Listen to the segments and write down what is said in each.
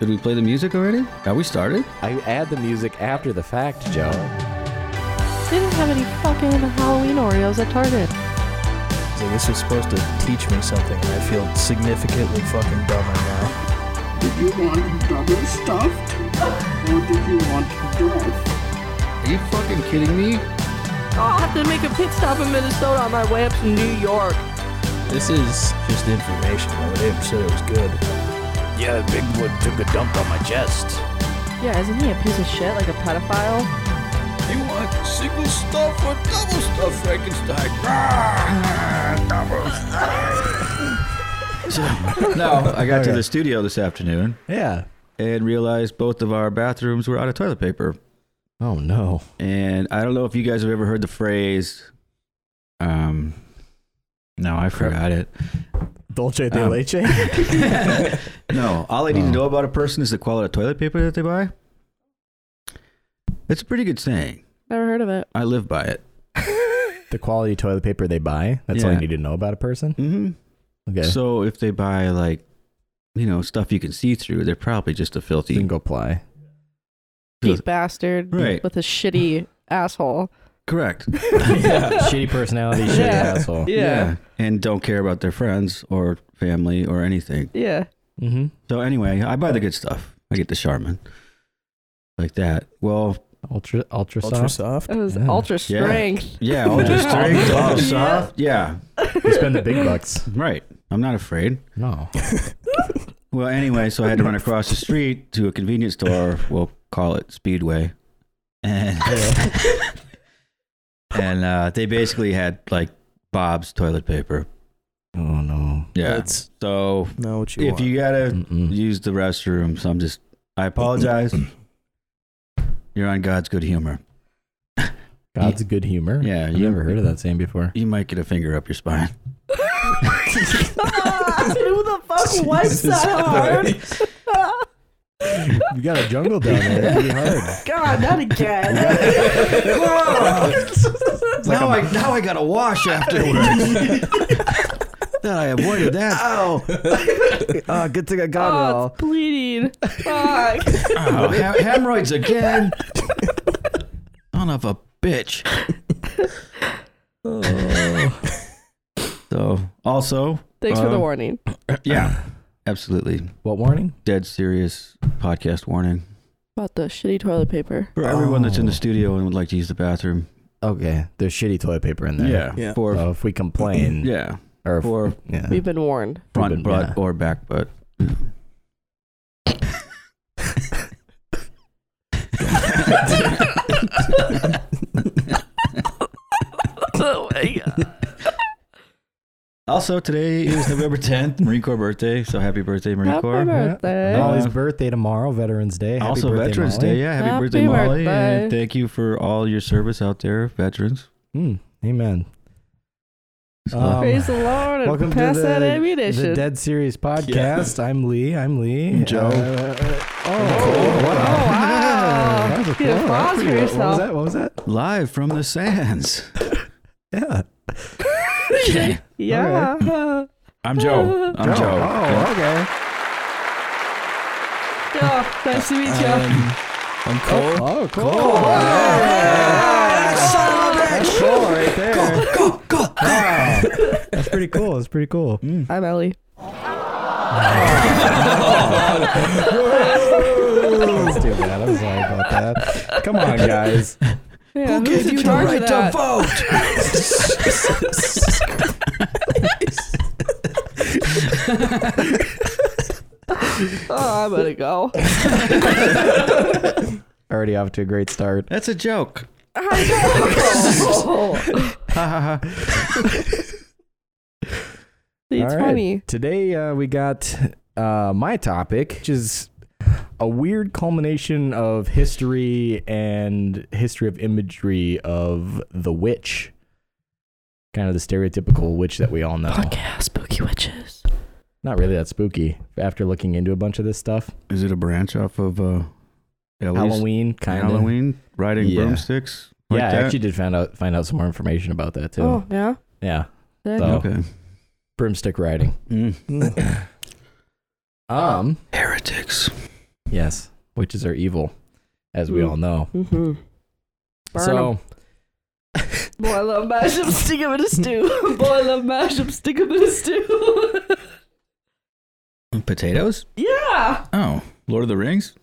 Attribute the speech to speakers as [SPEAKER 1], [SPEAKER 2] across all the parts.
[SPEAKER 1] Did we play the music already? Have we started?
[SPEAKER 2] I add the music after the fact, Joe.
[SPEAKER 3] They didn't have any fucking Halloween Oreos at Target.
[SPEAKER 4] Like, This was supposed to teach me something, and I feel significantly fucking dumb right
[SPEAKER 5] Did you want double stuffed or did you want dwarf?
[SPEAKER 1] Are you fucking kidding me?
[SPEAKER 3] Oh, I'll have to make a pit stop in Minnesota on my way up to New York.
[SPEAKER 4] now. This is just information, though. They didn't say it was good.
[SPEAKER 6] Yeah, Bigfoot took a dump on my chest.
[SPEAKER 3] Yeah, isn't he a piece of shit, like a pedophile?
[SPEAKER 1] You want single stuff or double stuff, Frankenstein? no, I got to the studio this afternoon
[SPEAKER 2] Yeah.
[SPEAKER 1] and realized both of our bathrooms were out of toilet paper.
[SPEAKER 2] Oh no.
[SPEAKER 1] And I don't know if you guys have ever heard the phrase. Um, no, I forgot it.
[SPEAKER 2] Dolce
[SPEAKER 1] de Um,
[SPEAKER 2] leche.
[SPEAKER 1] No, all I need
[SPEAKER 2] Oh.
[SPEAKER 1] to know about a person is the quality of toilet paper that they buy. It's a pretty good saying.
[SPEAKER 3] Never heard of it.
[SPEAKER 1] I live by it.
[SPEAKER 2] the quality toilet paper they buy. That's all
[SPEAKER 1] Yeah.
[SPEAKER 2] you need to know about a person.
[SPEAKER 1] Mm-hmm.
[SPEAKER 2] Okay.
[SPEAKER 1] So if they buy like, you know, stuff you can see through, they're probably just a filthy.
[SPEAKER 2] Single ply.
[SPEAKER 3] Cheap bastard
[SPEAKER 1] Right.
[SPEAKER 3] with a shitty asshole.
[SPEAKER 1] Correct.
[SPEAKER 2] shitty personality, shitty
[SPEAKER 3] Yeah.
[SPEAKER 2] asshole.
[SPEAKER 1] And don't care about their friends or family or anything.
[SPEAKER 3] Yeah.
[SPEAKER 2] Mm-hmm.
[SPEAKER 1] So anyway, I buy the good stuff. I get the Charmin, like that. Well,
[SPEAKER 2] Ultra ultra soft.
[SPEAKER 4] Ultra soft.
[SPEAKER 3] It was
[SPEAKER 2] Yeah.
[SPEAKER 3] ultra
[SPEAKER 1] Yeah.
[SPEAKER 3] strength.
[SPEAKER 1] yeah, I'll just drink
[SPEAKER 4] Oh.
[SPEAKER 2] Yeah.
[SPEAKER 1] it soft. Yeah,
[SPEAKER 2] You spend the big bucks.
[SPEAKER 1] right. I'm not afraid.
[SPEAKER 2] No.
[SPEAKER 1] Well, anyway, so I had to run across the street to a convenience store. We'll call it Speedway, and and uh, they basically had like Bob's toilet paper.
[SPEAKER 2] Oh no.
[SPEAKER 1] Yeah.
[SPEAKER 4] That's
[SPEAKER 1] so
[SPEAKER 4] not what you
[SPEAKER 1] if
[SPEAKER 4] want. Mm-hmm.
[SPEAKER 1] you gotta
[SPEAKER 2] Mm-mm.
[SPEAKER 1] use the restroom, so I'm just I apologize. You're on God's good humor.
[SPEAKER 2] God's good humor.
[SPEAKER 1] Yeah,
[SPEAKER 2] I've
[SPEAKER 1] you-
[SPEAKER 2] never heard of that saying before.
[SPEAKER 1] You might get a finger up your spine.
[SPEAKER 3] Who the fuck wipes
[SPEAKER 4] Jesus
[SPEAKER 3] that hard?
[SPEAKER 2] You got a jungle down there. That'd be hard.
[SPEAKER 3] God, not again.
[SPEAKER 1] now I now I gotta wash afterwards. that I avoided that.
[SPEAKER 2] Uh,
[SPEAKER 4] oh, good thing I got it
[SPEAKER 3] oh,
[SPEAKER 4] all.
[SPEAKER 3] it's bleeding. Fuck.
[SPEAKER 1] Oh, ha- hemorrhoids again. Son of a bitch. so, also,
[SPEAKER 3] Thanks for the
[SPEAKER 1] Um,
[SPEAKER 3] warning.
[SPEAKER 1] yeah, absolutely.
[SPEAKER 2] What warning?
[SPEAKER 1] Dead serious podcast warning
[SPEAKER 3] About the shitty toilet paper.
[SPEAKER 1] for everyone that's in the
[SPEAKER 2] Oh.
[SPEAKER 1] studio and would like to use the bathroom.
[SPEAKER 2] Okay. There's shitty toilet paper in there.
[SPEAKER 4] Yeah.
[SPEAKER 1] For,
[SPEAKER 2] So if we complain,
[SPEAKER 1] yeah,
[SPEAKER 2] or if,
[SPEAKER 1] for
[SPEAKER 2] yeah.
[SPEAKER 3] We've been warned.
[SPEAKER 1] front
[SPEAKER 2] Yeah.
[SPEAKER 1] butt or back butt.
[SPEAKER 3] oh my god.
[SPEAKER 1] Also, today is November 10th, Marine Corps birthday. So, happy birthday, Marine
[SPEAKER 3] Happy
[SPEAKER 1] Corps.
[SPEAKER 3] birthday.
[SPEAKER 1] Uh,
[SPEAKER 2] Molly's birthday tomorrow, Veterans Day. Happy
[SPEAKER 1] also,
[SPEAKER 2] birthday,
[SPEAKER 1] Veterans
[SPEAKER 2] Molly.
[SPEAKER 1] Day. Yeah, happy,
[SPEAKER 3] Happy
[SPEAKER 1] birthday, Molly.
[SPEAKER 3] birthday.
[SPEAKER 1] And thank you for all your service out there, veterans.
[SPEAKER 2] Mm, amen.
[SPEAKER 1] So-
[SPEAKER 2] Um,
[SPEAKER 3] Praise the Lord and
[SPEAKER 2] Welcome
[SPEAKER 3] pass
[SPEAKER 2] to
[SPEAKER 3] that
[SPEAKER 2] the,
[SPEAKER 3] ammunition.
[SPEAKER 2] the Dead Series podcast. I'm Lee. I'm Lee.
[SPEAKER 1] Joe.
[SPEAKER 2] Uh,
[SPEAKER 3] Oh,
[SPEAKER 2] oh,
[SPEAKER 3] wow.
[SPEAKER 2] That was a
[SPEAKER 3] You
[SPEAKER 2] cool one.
[SPEAKER 3] applause
[SPEAKER 2] That's
[SPEAKER 3] for
[SPEAKER 2] pretty good.
[SPEAKER 3] yourself.
[SPEAKER 2] What was that? What
[SPEAKER 1] Live from the sands.
[SPEAKER 2] was that?
[SPEAKER 1] Yeah.
[SPEAKER 3] yeah.
[SPEAKER 1] I'm Joe.
[SPEAKER 2] Yeah.
[SPEAKER 1] I'm Joe.
[SPEAKER 2] Oh, okay.
[SPEAKER 3] Oh, nice to meet you.
[SPEAKER 4] Um, I'm Cole.
[SPEAKER 2] Oh, cool. That's cool right there. Wow. That's pretty cool. That's pretty cool.
[SPEAKER 1] Mm.
[SPEAKER 3] I'm Ellie.
[SPEAKER 2] That's too bad. I'm sorry about that. Come on, guys.
[SPEAKER 3] Yeah, Who gave you the right to vote? oh, I'm gonna go.
[SPEAKER 2] Already off to a great start.
[SPEAKER 1] That's a joke.
[SPEAKER 3] it's
[SPEAKER 2] All right.
[SPEAKER 3] funny.
[SPEAKER 2] Today uh, we got uh, my topic, which is a weird culmination of history and history of imagery of the witch. Kind of the stereotypical witch that we all know.
[SPEAKER 3] yeah, spooky witches.
[SPEAKER 2] Not really that spooky. After looking into a bunch of this stuff,
[SPEAKER 1] Is it a branch off of uh, Ellie's
[SPEAKER 2] Halloween kind of.
[SPEAKER 1] Halloween riding
[SPEAKER 2] Yeah.
[SPEAKER 1] broomsticks? Like
[SPEAKER 2] yeah,
[SPEAKER 1] that?
[SPEAKER 2] I actually did find out find out some more information about that too.
[SPEAKER 3] Oh yeah.
[SPEAKER 2] Yeah,
[SPEAKER 3] Sick.
[SPEAKER 2] So-
[SPEAKER 1] Okay.
[SPEAKER 2] broomstick riding.
[SPEAKER 1] Mm.
[SPEAKER 2] Um,
[SPEAKER 1] Heretics.
[SPEAKER 2] Yes, witches are evil, as we
[SPEAKER 7] Mm.
[SPEAKER 2] all know.
[SPEAKER 7] Mm-hmm. Burn
[SPEAKER 2] so,
[SPEAKER 7] 'em. Boy, I love mashup, stick 'em in a stew. Boy, I love mashup, stick 'em in a stew.
[SPEAKER 1] Potatoes?
[SPEAKER 7] yeah.
[SPEAKER 1] Oh, Lord of the Rings?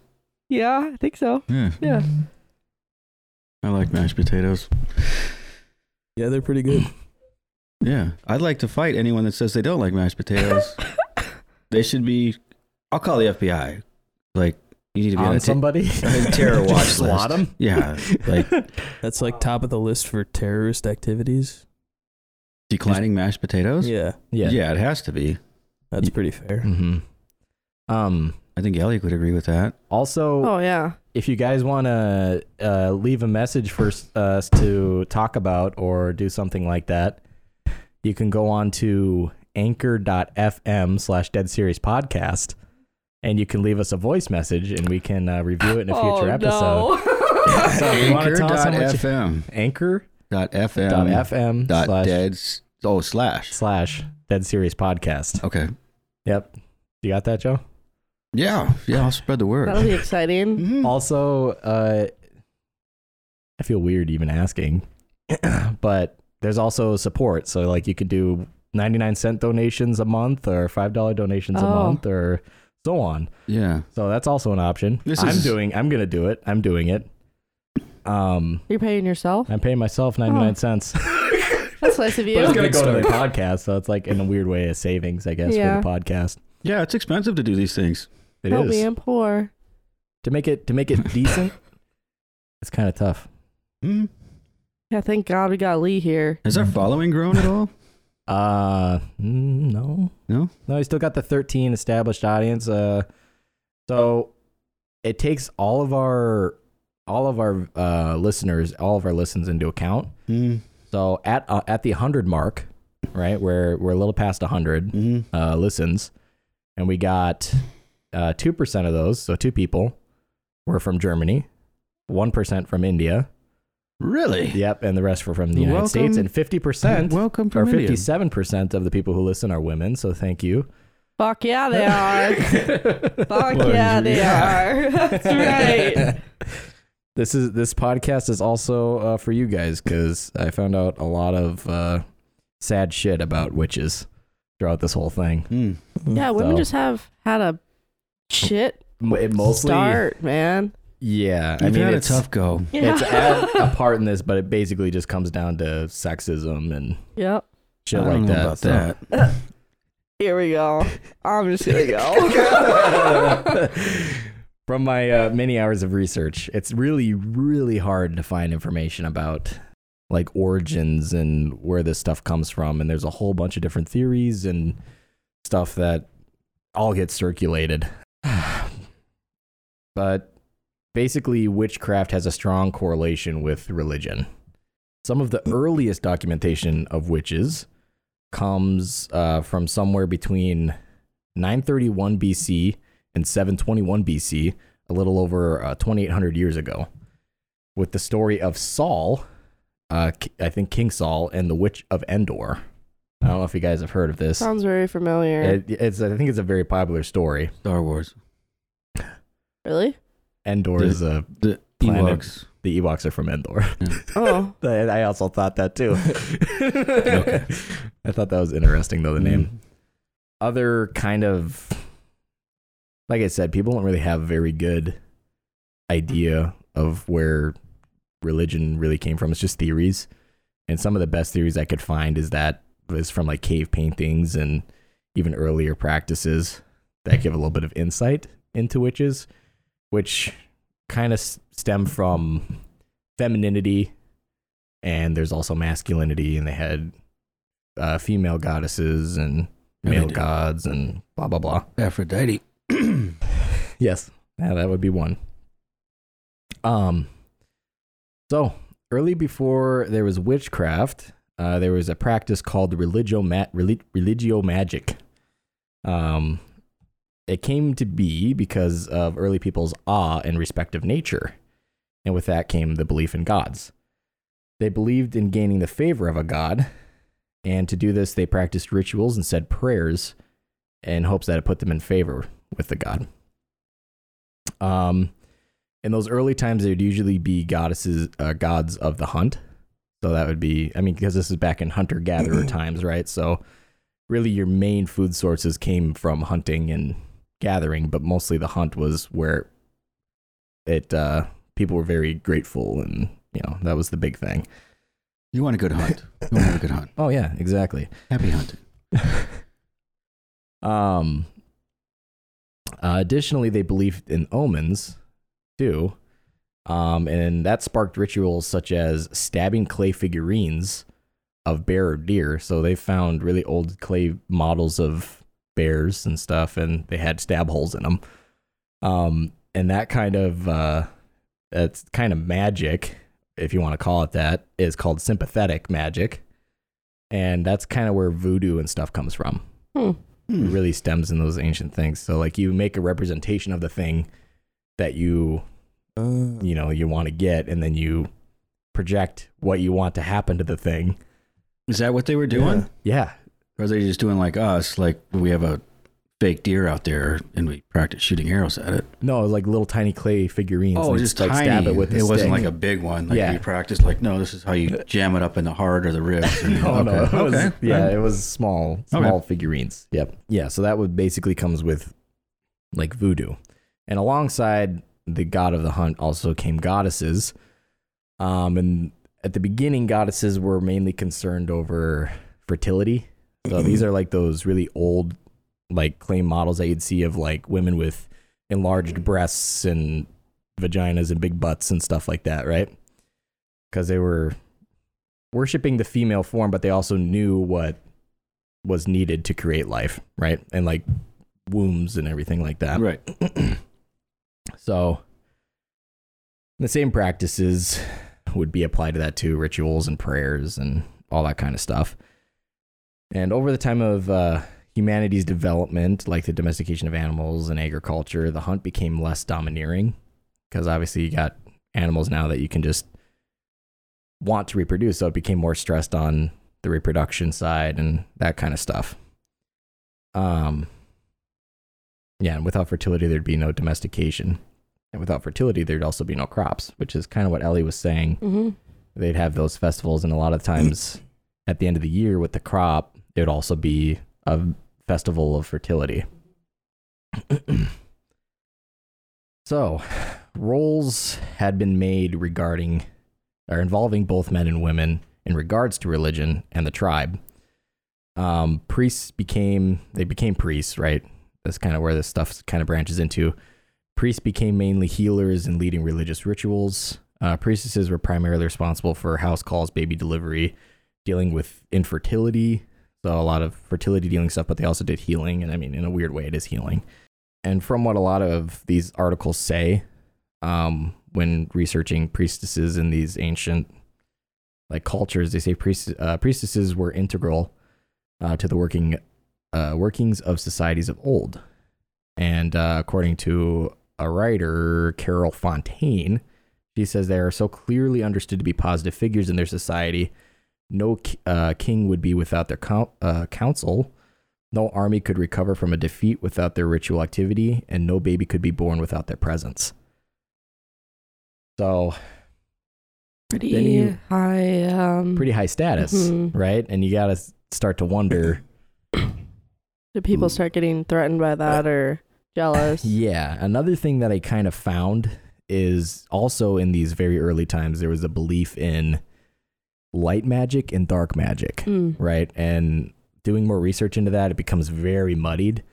[SPEAKER 7] Yeah, I think so.
[SPEAKER 1] Yeah,
[SPEAKER 7] Yeah.
[SPEAKER 1] I like mashed potatoes.
[SPEAKER 4] Yeah, they're pretty good.
[SPEAKER 1] Yeah, I'd like to fight anyone that says they don't like mashed potatoes. they should be. I'll call the FBI. Like you need to be on,
[SPEAKER 2] on
[SPEAKER 1] a ta-
[SPEAKER 2] somebody,
[SPEAKER 1] a terror
[SPEAKER 2] Just
[SPEAKER 1] watch
[SPEAKER 2] slot
[SPEAKER 1] list.
[SPEAKER 2] 'em?
[SPEAKER 1] Yeah, like
[SPEAKER 4] That's like top of the list for terrorist activities.
[SPEAKER 1] declining mashed potatoes.
[SPEAKER 4] Yeah,
[SPEAKER 2] yeah,
[SPEAKER 1] yeah, it has to be.
[SPEAKER 4] that's pretty fair.
[SPEAKER 2] hmm Um.
[SPEAKER 1] I think Elliot would agree with that.
[SPEAKER 2] Also,
[SPEAKER 7] Oh, yeah.
[SPEAKER 2] if you guys want to uh, leave a message for s- uh, us to talk about or do something like that, you can go on to anchor.fm slash dead series podcast and you can leave us a voice message and we can uh, review it in a
[SPEAKER 7] oh,
[SPEAKER 2] future episode.
[SPEAKER 7] No.
[SPEAKER 2] So if you want to tell us how much
[SPEAKER 1] Anchor.fm.
[SPEAKER 2] anchor.fm
[SPEAKER 1] Dot FM. Um, Dot
[SPEAKER 2] slash,
[SPEAKER 1] dead. s- Oh, slash.
[SPEAKER 2] slash dead series podcast.
[SPEAKER 1] Okay.
[SPEAKER 2] Yep. You got that, Joe?
[SPEAKER 1] Yeah, yeah. I'll spread the
[SPEAKER 7] That'll
[SPEAKER 1] word.
[SPEAKER 7] be exciting.
[SPEAKER 1] Mhm.
[SPEAKER 2] Also, uh, I feel weird even asking, but there's also support. So, like, you could do 99 cent donations a month or $5 donations a
[SPEAKER 7] Oh.
[SPEAKER 2] month or so on.
[SPEAKER 1] Yeah.
[SPEAKER 2] So, that's also an option.
[SPEAKER 1] This
[SPEAKER 2] I'm
[SPEAKER 1] is-
[SPEAKER 2] doing, I'm going to do it. I'm doing it. Um,
[SPEAKER 7] You're paying yourself?
[SPEAKER 2] I'm paying myself 99
[SPEAKER 7] Oh.
[SPEAKER 2] cents.
[SPEAKER 7] That's nice of you.
[SPEAKER 2] But it's going to
[SPEAKER 4] Good
[SPEAKER 2] go to the
[SPEAKER 4] start.
[SPEAKER 2] podcast. So, it's like in a weird way, a savings, I guess,
[SPEAKER 7] Yeah.
[SPEAKER 2] for the podcast.
[SPEAKER 1] Yeah, it's expensive to do these things.
[SPEAKER 2] It is
[SPEAKER 7] Help me, I'm poor.
[SPEAKER 2] To make it, to make it decent, it's kind of tough.
[SPEAKER 1] Mhm.
[SPEAKER 7] Yeah, thank God we got Lee here.
[SPEAKER 1] Has our following grown at all?
[SPEAKER 2] Uh, mm, no,
[SPEAKER 1] No?
[SPEAKER 2] no. I still got the thirteen established audience. Uh, so it takes all of our all of our uh, listeners, all of our listens into account.
[SPEAKER 1] Mm-hmm.
[SPEAKER 2] So at uh, at the hundred mark, right, we're we're a little past hundred
[SPEAKER 1] Mm-hmm.
[SPEAKER 2] uh, listens, and we got uh, two percent of those. So two people were from Germany, one percent from India.
[SPEAKER 1] Really?
[SPEAKER 2] Yep, and the rest were from the United
[SPEAKER 1] Welcome-
[SPEAKER 2] States, and fifty percent
[SPEAKER 1] Welcome
[SPEAKER 2] or
[SPEAKER 1] from India.
[SPEAKER 2] fifty-seven percent of the people who listen are women. So thank you.
[SPEAKER 7] Fuck yeah, they are. Fuck yeah, they are. That's right.
[SPEAKER 2] This is this podcast is also uh, for you guys because I found out a lot of uh, sad shit about witches throughout this whole thing.
[SPEAKER 1] Mm.
[SPEAKER 7] Yeah, women
[SPEAKER 2] So-
[SPEAKER 7] just have had a shit
[SPEAKER 2] M- It mostly,
[SPEAKER 7] start, man.
[SPEAKER 2] yeah. I
[SPEAKER 1] You've
[SPEAKER 2] mean,
[SPEAKER 1] had a
[SPEAKER 2] it's
[SPEAKER 1] tough go.
[SPEAKER 7] Yeah.
[SPEAKER 2] It's at a part in this, but it basically just comes down to sexism and
[SPEAKER 7] yep.
[SPEAKER 2] shit
[SPEAKER 1] I don't
[SPEAKER 2] like
[SPEAKER 1] know
[SPEAKER 2] that.
[SPEAKER 1] about
[SPEAKER 2] so-
[SPEAKER 1] that.
[SPEAKER 7] Here we go. I'm just gonna go.
[SPEAKER 2] From my uh, many hours of research, it's really, really hard to find information about like origins and where this stuff comes from. And there's a whole bunch of different theories and stuff that all get circulated. but basically, witchcraft has a strong correlation with religion. Some of the earliest documentation of witches comes uh, from somewhere between 931 BC and 721 BC, a little over uh, 2,800 years ago, with the story of Saul, uh, K- I think King Saul, and the Witch of Endor. I don't know if you guys have heard of this.
[SPEAKER 7] Sounds very familiar.
[SPEAKER 2] It, it's, I think it's a very popular story.
[SPEAKER 1] Star Wars.
[SPEAKER 7] really?
[SPEAKER 2] Endor
[SPEAKER 1] The-
[SPEAKER 2] is a
[SPEAKER 1] The
[SPEAKER 2] Planet.
[SPEAKER 1] Ewoks.
[SPEAKER 2] the Ewoks are from Endor.
[SPEAKER 7] Oh,
[SPEAKER 2] I I also thought that too. I thought that was interesting though the name. other kind of like I said, people don't really have very good idea of where religion really came from. It's just theories. And some of the best theories I could find is that is from like cave paintings and even earlier practices that give a little bit of insight into witches, which kind of stem from femininity and there's also masculinity and they had uh, female goddesses and
[SPEAKER 1] Yeah, they
[SPEAKER 2] male
[SPEAKER 1] do.
[SPEAKER 2] gods and blah blah blah.
[SPEAKER 1] Mm. Aphrodite. That's
[SPEAKER 2] Yes. Yeah, that would be one. Um so early before there was witchcraft, uh, there was a practice called religio ma- relig- religio magic. Um it came to be because of early people's awe and respect of nature. And with that came the belief in gods. They believed in gaining the favor of a god, and to do this they practiced rituals and said prayers in hopes that it put them in favor with the god. Um, in those early times, they would usually be goddesses, uh, gods of the hunt. So that would be, I mean, because this is back in hunter gatherer times, right? So really, your main food sources came from hunting and gathering, but mostly the hunt was where it uh, people were very grateful, and you know that was the big thing.
[SPEAKER 1] You want a good hunt. You want to have a good hunt.
[SPEAKER 2] Oh yeah, exactly.
[SPEAKER 1] Happy hunting.
[SPEAKER 2] Um, uh, additionally, they believed in omens too. Um, and that sparked rituals such as stabbing clay figurines of bear or deer. So they found really old clay models of bears and stuff, and they had stab holes in them. Um, and that kind of uh, that's kind of magic, if you want to call it that, is called sympathetic magic, and that's kind of where voodoo and stuff comes from it
[SPEAKER 1] Hmm.
[SPEAKER 2] really stems in those ancient things. So like you make a representation of the thing that you
[SPEAKER 3] Uh,
[SPEAKER 2] you know you want to get, and then you project what you want to happen to the thing.
[SPEAKER 1] Is that what they were doing?
[SPEAKER 2] Yeah,
[SPEAKER 1] Or are they just doing like us? Like we have a fake deer out there and we practice shooting arrows at it.
[SPEAKER 2] no, it was like little tiny clay figurines. and just like stab it with a
[SPEAKER 1] Oh, it wasn't
[SPEAKER 2] stick.
[SPEAKER 1] like a big one. Like
[SPEAKER 2] Yeah.
[SPEAKER 1] we practiced like no, this is how you jam it up in the heart or the ribs. Or,
[SPEAKER 2] Oh no! It was,
[SPEAKER 1] okay.
[SPEAKER 2] Yeah,
[SPEAKER 1] Right.
[SPEAKER 2] it was small,
[SPEAKER 1] Okay.
[SPEAKER 2] small figurines. Yep. Yeah, so that would basically comes with like voodoo, and alongside the god of the hunt also came goddesses. Um, and at the beginning, goddesses were mainly concerned over fertility. So these are like those really old, like claim models that you'd see of like women with enlarged breasts and vaginas and big butts and stuff like that, right? Because they were worshiping the female form, but they also knew what was needed to create life, right? And like wombs and everything like that.
[SPEAKER 1] Right.
[SPEAKER 2] So the same practices would be applied to that too rituals and prayers and all that kind of stuff. And over the time of uh, humanity's development, like the domestication of animals and agriculture, the hunt became less domineering because obviously you got animals now that you can just want to reproduce. So it became more stressed on the reproduction side and that kind of stuff. Um, yeah, and without fertility, there'd be no domestication. And without fertility, there'd also be no crops, which is kind of what Ellie was saying.
[SPEAKER 7] Mm-hmm.
[SPEAKER 2] They'd have those festivals, and a lot of times at the end of the year with the crop, it would also be a festival of fertility. so, roles had been made regarding or involving both men and women in regards to religion and the tribe. Um, priests became they became priests, right? That's kind of where this stuff kind of branches into. Priests became mainly healers and leading religious rituals. Uh, priestesses were primarily responsible for house calls, baby delivery, dealing with infertility, so a lot of fertility dealing stuff. But they also did healing, and I mean, in a weird way, it is healing. And from what a lot of these articles say, um, when researching priestesses in these ancient like cultures, they say priest, uh, priestesses were integral uh, to the working uh, workings of societies of old. And uh, according to a writer, Carol Fontaine, she says they are so clearly understood to be positive figures in their society. No ki- uh, king would be without their coun uh, council. No army could recover from a defeat without their ritual activity, and no baby could be born without their presence. So,
[SPEAKER 7] Pretty
[SPEAKER 2] Then you-
[SPEAKER 7] high.
[SPEAKER 3] Mm.
[SPEAKER 7] Um,
[SPEAKER 2] pretty high status,
[SPEAKER 7] Mhm.
[SPEAKER 2] right? And you got to start to wonder.
[SPEAKER 7] do people start getting threatened by that or jealous?
[SPEAKER 2] Hmm. Yeah. Another thing that I kind of found is also in these very early times, there was a belief in light magic and dark magic,
[SPEAKER 7] Mm.
[SPEAKER 2] right? And doing more research into that, it becomes very muddied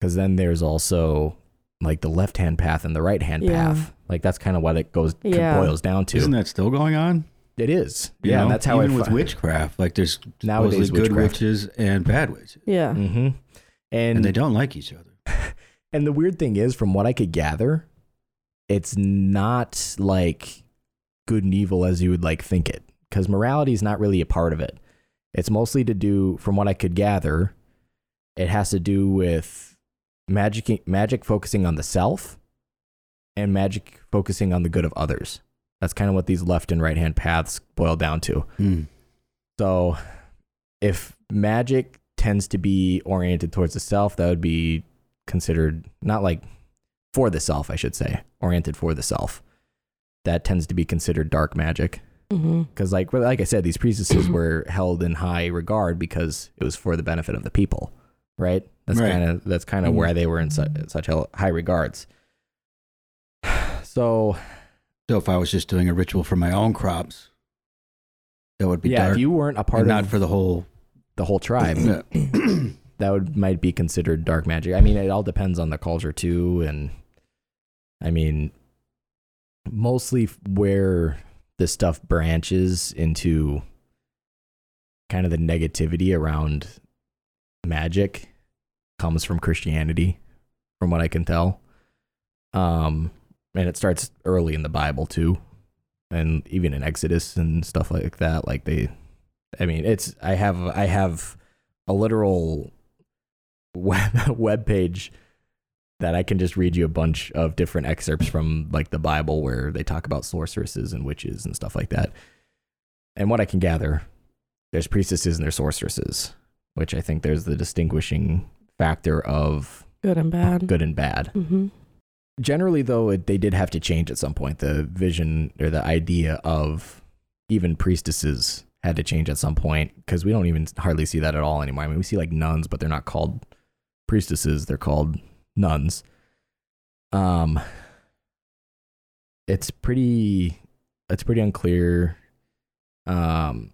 [SPEAKER 2] because then there's also like the left hand path and the right hand
[SPEAKER 7] Yeah.
[SPEAKER 2] path. Like that's kind of what it goes
[SPEAKER 7] Yeah.
[SPEAKER 2] boils down to.
[SPEAKER 1] Isn't that still going on?
[SPEAKER 2] it is.
[SPEAKER 1] You
[SPEAKER 2] Yeah.
[SPEAKER 1] know?
[SPEAKER 2] and that's how
[SPEAKER 1] even
[SPEAKER 2] I
[SPEAKER 1] with
[SPEAKER 2] fi-
[SPEAKER 1] witchcraft, like there's
[SPEAKER 2] nowadays
[SPEAKER 1] supposedly good
[SPEAKER 2] witchcraft.
[SPEAKER 1] witches and bad witches,
[SPEAKER 7] Yeah.
[SPEAKER 2] hmm
[SPEAKER 1] and, they don't like each other.
[SPEAKER 2] And the weird thing is, from what I could gather, it's not like good and evil as you would like think it, because morality is not really a part of it. It's mostly to do, from what I could gather, it has to do with magic, magic focusing on the self, and magic focusing on the good of others. That's kind of what these left and right hand paths boil down to.
[SPEAKER 1] Hmm.
[SPEAKER 2] So if magic tends to be oriented towards the self, that would be considered not like for the self, I should say, oriented for the self, that tends to be considered dark magic.
[SPEAKER 7] Mm-hmm.
[SPEAKER 2] Because, like, well, like I said, these priestesses were held in high regard because it was for the benefit of the people, right? That's
[SPEAKER 1] Right. Mm-hmm.
[SPEAKER 2] kind of that's kind of why they were in su- such hel- high regards. So,
[SPEAKER 1] So if I was just doing a ritual for my own crops, that would be
[SPEAKER 2] yeah,
[SPEAKER 1] dark.
[SPEAKER 2] if you weren't a part
[SPEAKER 1] and not
[SPEAKER 2] of
[SPEAKER 1] for the whole.
[SPEAKER 2] the whole tribe,
[SPEAKER 1] Yeah.
[SPEAKER 2] that would might be considered dark magic. I mean, it all depends on the culture too, and I mean, mostly f- where this stuff branches into kind of the negativity around magic comes from Christianity, from what I can tell. Um, and it starts early in the Bible too, and even in Exodus and stuff like that. Like they, I mean, it's I have I have a literal web web page that I can just read you a bunch of different excerpts from like the Bible where they talk about sorceresses and witches and stuff like that. And what I can gather, there's priestesses and there's sorceresses, which I think there's the distinguishing factor of
[SPEAKER 7] Good and
[SPEAKER 3] Um,
[SPEAKER 7] bad.
[SPEAKER 2] good and bad.
[SPEAKER 7] Mm-hmm.
[SPEAKER 2] Generally, though, it, they did have to change at some point. The vision or the idea of even priestesses had to change at some point because we don't even hardly see that at all anymore. I mean, we see like nuns, but they're not called priestesses; they're called nuns. Um, it's pretty, it's pretty unclear. Um,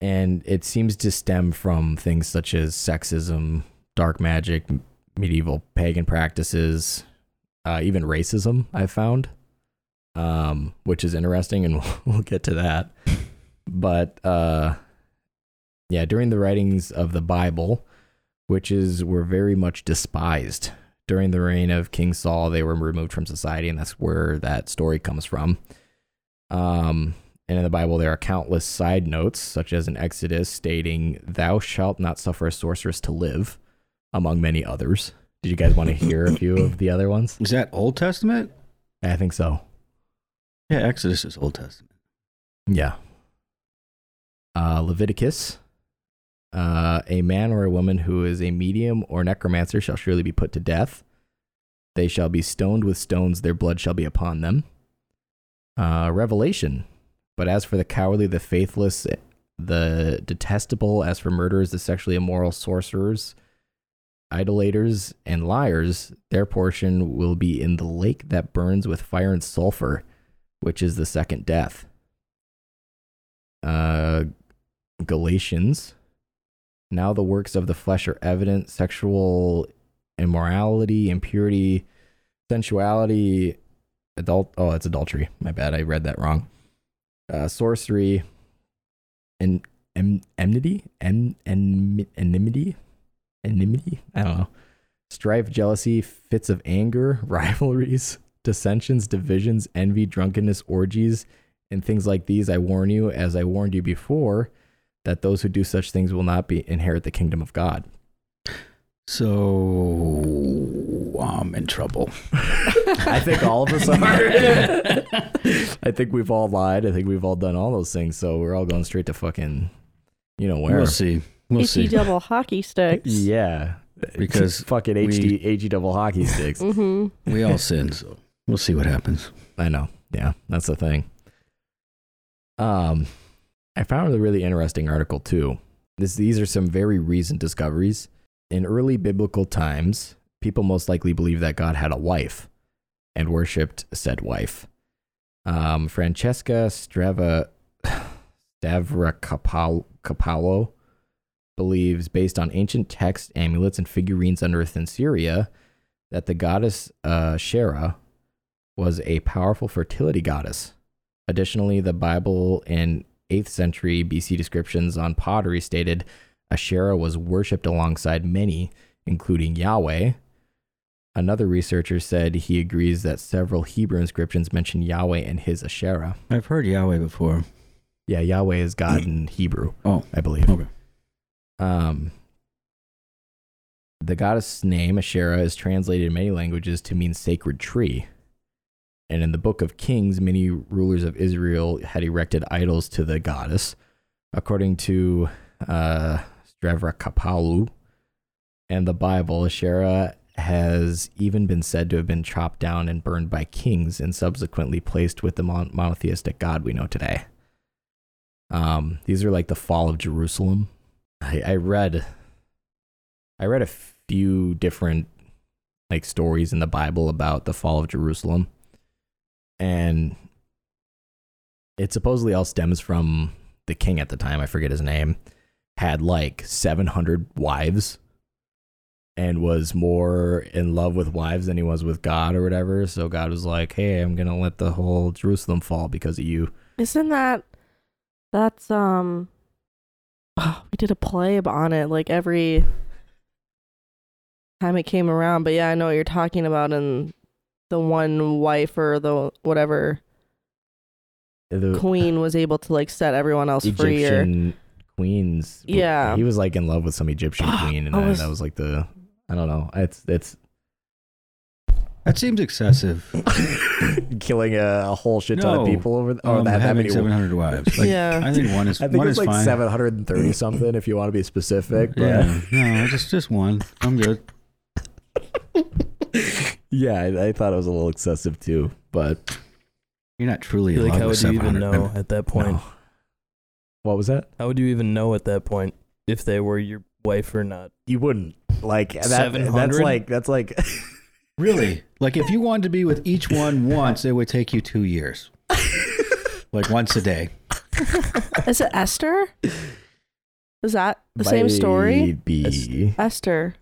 [SPEAKER 2] and it seems to stem from things such as sexism, dark magic, m- medieval pagan practices, uh, even racism. I've found, um, which is interesting, and we'll get to that. But uh, yeah, during the writings of the Bible, witches were very much despised. During the reign of King Saul, they were removed from society, and that's where that story comes from. Um, and in the Bible, there are countless side notes, such as in Exodus stating, Thou shalt not suffer a sorceress to live, among many others. Did you guys want to hear a few of the other ones?
[SPEAKER 1] Is that Old Testament?
[SPEAKER 2] I think so.
[SPEAKER 1] Yeah, Exodus is Old Testament.
[SPEAKER 2] Yeah. Uh, Leviticus. Uh, a man or a woman who is a medium or necromancer shall surely be put to death. They shall be stoned with stones, their blood shall be upon them. Uh, Revelation. But as for the cowardly, the faithless, the detestable, as for murderers, the sexually immoral, sorcerers, idolaters, and liars, their portion will be in the lake that burns with fire and sulfur, which is the second death uh, Galatians. Now the works of the flesh are evident sexual immorality, impurity, sensuality, adult. Oh, it's adultery. My bad. I read that wrong. Uh, sorcery, and em, enmity, en, en, enmity, enmity. I don't know. Strife, jealousy, fits of anger, rivalries, dissensions, divisions, envy, drunkenness, orgies, and things like these, I warn you, as I warned you before, that those who do such things will not be inherit the kingdom of God.
[SPEAKER 1] So I'm in trouble.
[SPEAKER 2] I think all of us are. I think we've all lied. I think we've all done all those things. So we're all going straight to fucking, you know where?
[SPEAKER 1] We'll see. We'll
[SPEAKER 7] Itchy
[SPEAKER 1] see.
[SPEAKER 7] double hockey sticks.
[SPEAKER 2] Yeah,
[SPEAKER 1] Because
[SPEAKER 2] fucking HD, HD double hockey sticks.
[SPEAKER 7] Mm-hmm.
[SPEAKER 1] We all sin, so we'll see what happens.
[SPEAKER 2] I know. Yeah, that's the thing. Um, I found a really interesting article too. This, these are some very recent discoveries. In early biblical times, people most likely believed that God had a wife and worshipped said wife. Um, Francesca Strava Stavrakapalu believes, based on ancient texts, amulets, and figurines unearthed in Syria, that the goddess uh, Shera was a powerful fertility goddess. Additionally, the Bible in 8th century BC descriptions on pottery stated Asherah was worshipped alongside many, including Yahweh. Another researcher said he agrees that several Hebrew inscriptions mention Yahweh and his Asherah.
[SPEAKER 1] I've heard Yahweh before.
[SPEAKER 2] Yeah, Yahweh is God in Hebrew,
[SPEAKER 1] Oh,
[SPEAKER 2] I believe.
[SPEAKER 1] okay.
[SPEAKER 2] Um, the goddess name Asherah is translated in many languages to mean sacred tree. And in the book of Kings, many rulers of Israel had erected idols to the goddess, according to uh, Strevakapalu and the Bible. Asherah has even been said to have been chopped down and burned by kings and subsequently placed with the mon- monotheistic God we know today. Um, these are like the fall of Jerusalem. I, I read, I read a few different like stories in the Bible about the fall of Jerusalem, and it supposedly all stems from the king at the time. I forget his name. Had like seven hundred wives and was more in love with wives than he was with God or whatever. So God was like, "Hey, I'm gonna let the whole Jerusalem fall because of you."
[SPEAKER 7] Isn't that that's um oh, we did a play ab- on it like every time it came around, but yeah, I know what you're talking about and the one wife or the whatever
[SPEAKER 2] The
[SPEAKER 7] queen was able to like set everyone else free or
[SPEAKER 2] Uh, Egyptian queens.
[SPEAKER 7] Yeah.
[SPEAKER 2] he was like in love with some Egyptian
[SPEAKER 7] Fuck,
[SPEAKER 2] queen, and
[SPEAKER 7] I
[SPEAKER 2] I-
[SPEAKER 7] was-
[SPEAKER 2] that was like the I don't know. It's it's
[SPEAKER 1] That seems excessive.
[SPEAKER 2] killing a, a whole shit ton
[SPEAKER 1] No.
[SPEAKER 2] of people over. Th- oh,
[SPEAKER 1] Um,
[SPEAKER 2] that, that
[SPEAKER 1] having
[SPEAKER 2] many.
[SPEAKER 1] seven hundred wives. Like,
[SPEAKER 7] Yeah.
[SPEAKER 1] I think one is
[SPEAKER 2] I think
[SPEAKER 1] one
[SPEAKER 2] it's
[SPEAKER 1] is
[SPEAKER 2] like
[SPEAKER 1] fine.
[SPEAKER 2] 730 something if you want to be specific. But
[SPEAKER 1] Yeah, no, just just one. I'm good.
[SPEAKER 2] yeah, I, I thought it was a little excessive too. But
[SPEAKER 1] You're not truly in
[SPEAKER 4] Like,
[SPEAKER 1] love
[SPEAKER 4] how
[SPEAKER 1] with
[SPEAKER 4] would you even
[SPEAKER 1] 700
[SPEAKER 4] know
[SPEAKER 1] women.
[SPEAKER 4] at that point?
[SPEAKER 2] No. What was that?
[SPEAKER 4] How would you even know at that point if they were your wife or not?
[SPEAKER 2] You wouldn't like that. That's
[SPEAKER 4] 700?
[SPEAKER 2] like that's like
[SPEAKER 1] Really? Like if you wanted to be with each one once, it would take you two years. like once a day.
[SPEAKER 7] Is it Esther? Is that the same story?
[SPEAKER 2] Maybe.
[SPEAKER 7] Esther.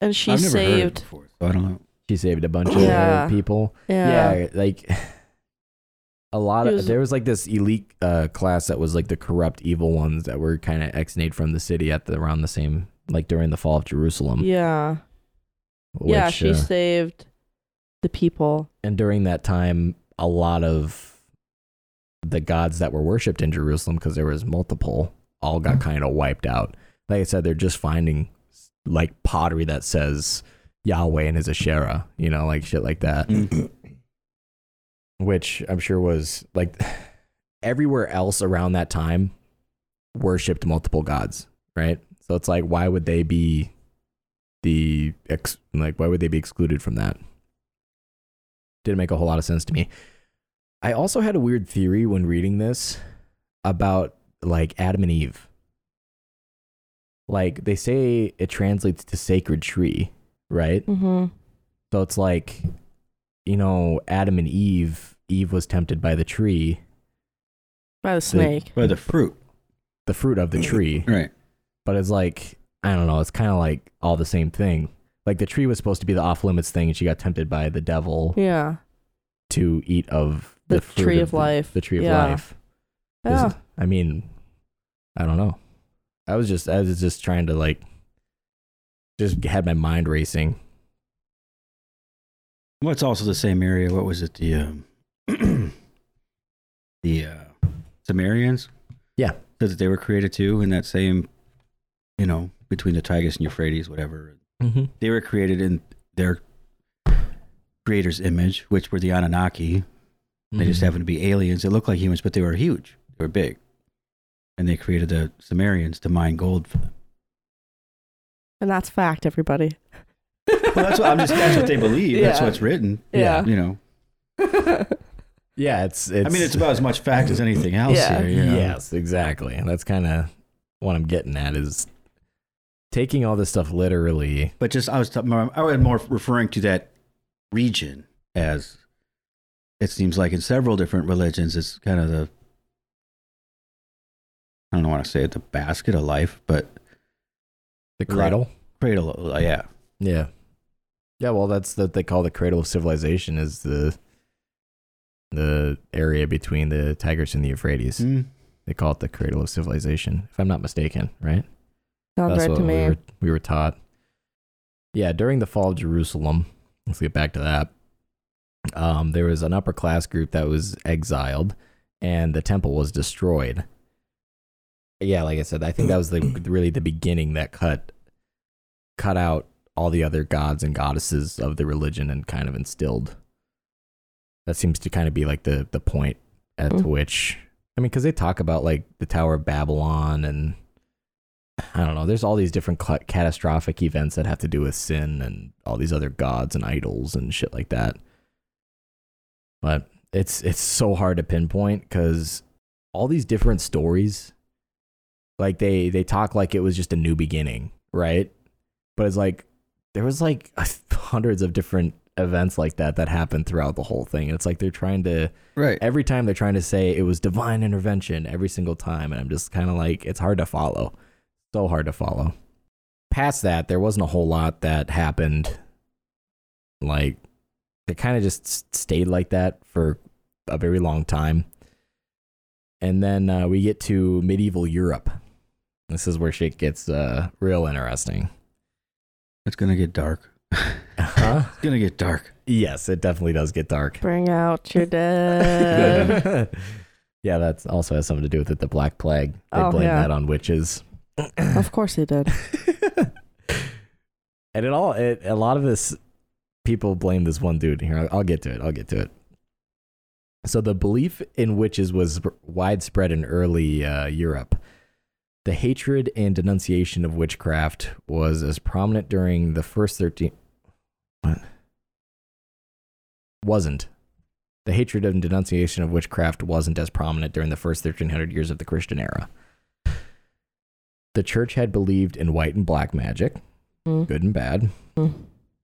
[SPEAKER 7] And she
[SPEAKER 1] I've never heard of it
[SPEAKER 7] saved.
[SPEAKER 1] before, so I don't know.
[SPEAKER 2] She saved a bunch
[SPEAKER 7] Yeah.
[SPEAKER 2] of people.
[SPEAKER 7] Yeah.
[SPEAKER 2] Yeah, like a lot
[SPEAKER 7] It
[SPEAKER 2] of
[SPEAKER 7] was-
[SPEAKER 2] there was like this elite uh, class that was like the corrupt, evil ones that were kind of exonate from the city at the around the same like during the fall of Jerusalem.
[SPEAKER 7] Yeah.
[SPEAKER 2] which,
[SPEAKER 7] Yeah, she
[SPEAKER 2] uh,
[SPEAKER 7] saved the people.
[SPEAKER 2] and during that time, a lot of the gods that were worshipped in Jerusalem, because there was multiple, all got kind of wiped out. Like I said, they're just finding like pottery that says Yahweh and his Asherah, you know, like shit like
[SPEAKER 1] Mm.
[SPEAKER 2] that. Which I'm sure was like everywhere else around that time worshipped multiple gods, right? So it's like, why would they be the ex- like, why would they be excluded from that? didn't make a whole lot of sense to me. I also had a weird theory when reading this about like Adam and Eve. Like they say it translates to sacred tree, right?
[SPEAKER 7] Mm-hmm.
[SPEAKER 2] So it's like, you know, Adam and Eve, Eve was tempted by the tree,
[SPEAKER 7] By the snake.
[SPEAKER 1] By the fruit.
[SPEAKER 2] the fruit of the
[SPEAKER 1] Mm-hmm.
[SPEAKER 2] tree.
[SPEAKER 1] Right.
[SPEAKER 2] but it's like I don't know. It's kind of like all the same thing. Like the tree was supposed to be the off limits thing, and she got tempted by the devil
[SPEAKER 7] yeah.
[SPEAKER 2] to eat of
[SPEAKER 7] The
[SPEAKER 2] the, fruit
[SPEAKER 7] tree of
[SPEAKER 2] the-
[SPEAKER 7] life.
[SPEAKER 2] The tree of
[SPEAKER 7] Yeah.
[SPEAKER 2] life. Is-
[SPEAKER 7] Yeah.
[SPEAKER 2] I mean, I don't know. I was just I was just trying to like just had my mind racing.
[SPEAKER 1] Well, it's also the same area. What was it? The um, the uh, Sumerians.
[SPEAKER 2] Yeah.
[SPEAKER 1] said that they were created too in that same, you know, between the Tigris and Euphrates, whatever.
[SPEAKER 2] Mm-hmm.
[SPEAKER 1] They were created in their creator's image, which were the Anunnaki. They just happened to be aliens. They looked like humans, but they were huge. They were big, and they created the Sumerians to mine gold for them.
[SPEAKER 7] And that's fact, everybody.
[SPEAKER 1] Well, that's what I'm just. That's what they believe. That's
[SPEAKER 7] Yeah.
[SPEAKER 1] what's written.
[SPEAKER 7] Yeah.
[SPEAKER 1] You know,
[SPEAKER 2] Yeah, it's it's.
[SPEAKER 1] I mean, it's about as much fact as anything else
[SPEAKER 7] Yeah.
[SPEAKER 1] here. You know?
[SPEAKER 2] Yes, exactly. And that's kind of what I'm getting at is taking all this stuff literally.
[SPEAKER 1] But just I was t- more, I was more referring to that region as it seems like in several different religions it's kind of the I don't want to say it the basket of life, but
[SPEAKER 2] The
[SPEAKER 1] Right.
[SPEAKER 2] cradle.
[SPEAKER 1] cradle. of- Yeah,
[SPEAKER 2] Yeah. Yeah, well, that's that they call the cradle of civilization is the the area between the Tigris and the Euphrates.
[SPEAKER 1] Mm. Hmm?
[SPEAKER 2] They call it the cradle of civilization, if I'm not mistaken, right?
[SPEAKER 7] Sounds right to
[SPEAKER 2] we
[SPEAKER 7] me.
[SPEAKER 2] were we were taught. Yeah, during the fall of Jerusalem, let's get back to that. Um, there was an upper class group that was exiled, and the temple was destroyed. Yeah, like I said, I think that was the really the beginning that cut cut out all the other gods and goddesses of the religion and kind of instilled. That seems to kind of be like the the point at
[SPEAKER 7] Mm.
[SPEAKER 2] which I mean, because they talk about like the Tower of Babylon and I don't know. There's all these different cla- catastrophic events that have to do with sin and all these other gods and idols and shit like that. But it's it's so hard to pinpoint cuz all these different stories like they they talk like it was just a new beginning, right? But it's like there was like hundreds of different events like that that happened throughout the whole thing. And it's like they're trying to
[SPEAKER 1] Right.
[SPEAKER 2] every time they're trying to say it was divine intervention every single time and i'm just kind of like it's hard to follow so hard to follow past that there wasn't a whole lot that happened like it kind of just s- stayed like that for a very long time and then uh, we get to medieval europe this is where shit gets uh, real interesting
[SPEAKER 1] It's gonna get dark.
[SPEAKER 2] huh
[SPEAKER 1] It's gonna get dark.
[SPEAKER 2] yes it definitely does get dark
[SPEAKER 7] Bring out your dead.
[SPEAKER 2] yeah, that also has something to do with it. The Black Plague. They
[SPEAKER 7] Oh,
[SPEAKER 2] blame
[SPEAKER 7] yeah.
[SPEAKER 2] that on witches.
[SPEAKER 7] of course he did.
[SPEAKER 2] and it all, it, a lot of this, people blame this one dude here. I'll, I'll get to it. I'll get to it. So the belief in witches was widespread in early uh, Europe. The hatred and denunciation of witchcraft was as prominent during the first 13. What? Wasn't. The hatred and denunciation of witchcraft wasn't as prominent during the first 1300 years of the Christian era. The church had believed in white and black magic,
[SPEAKER 7] Mm.
[SPEAKER 2] good and bad,
[SPEAKER 7] Mm.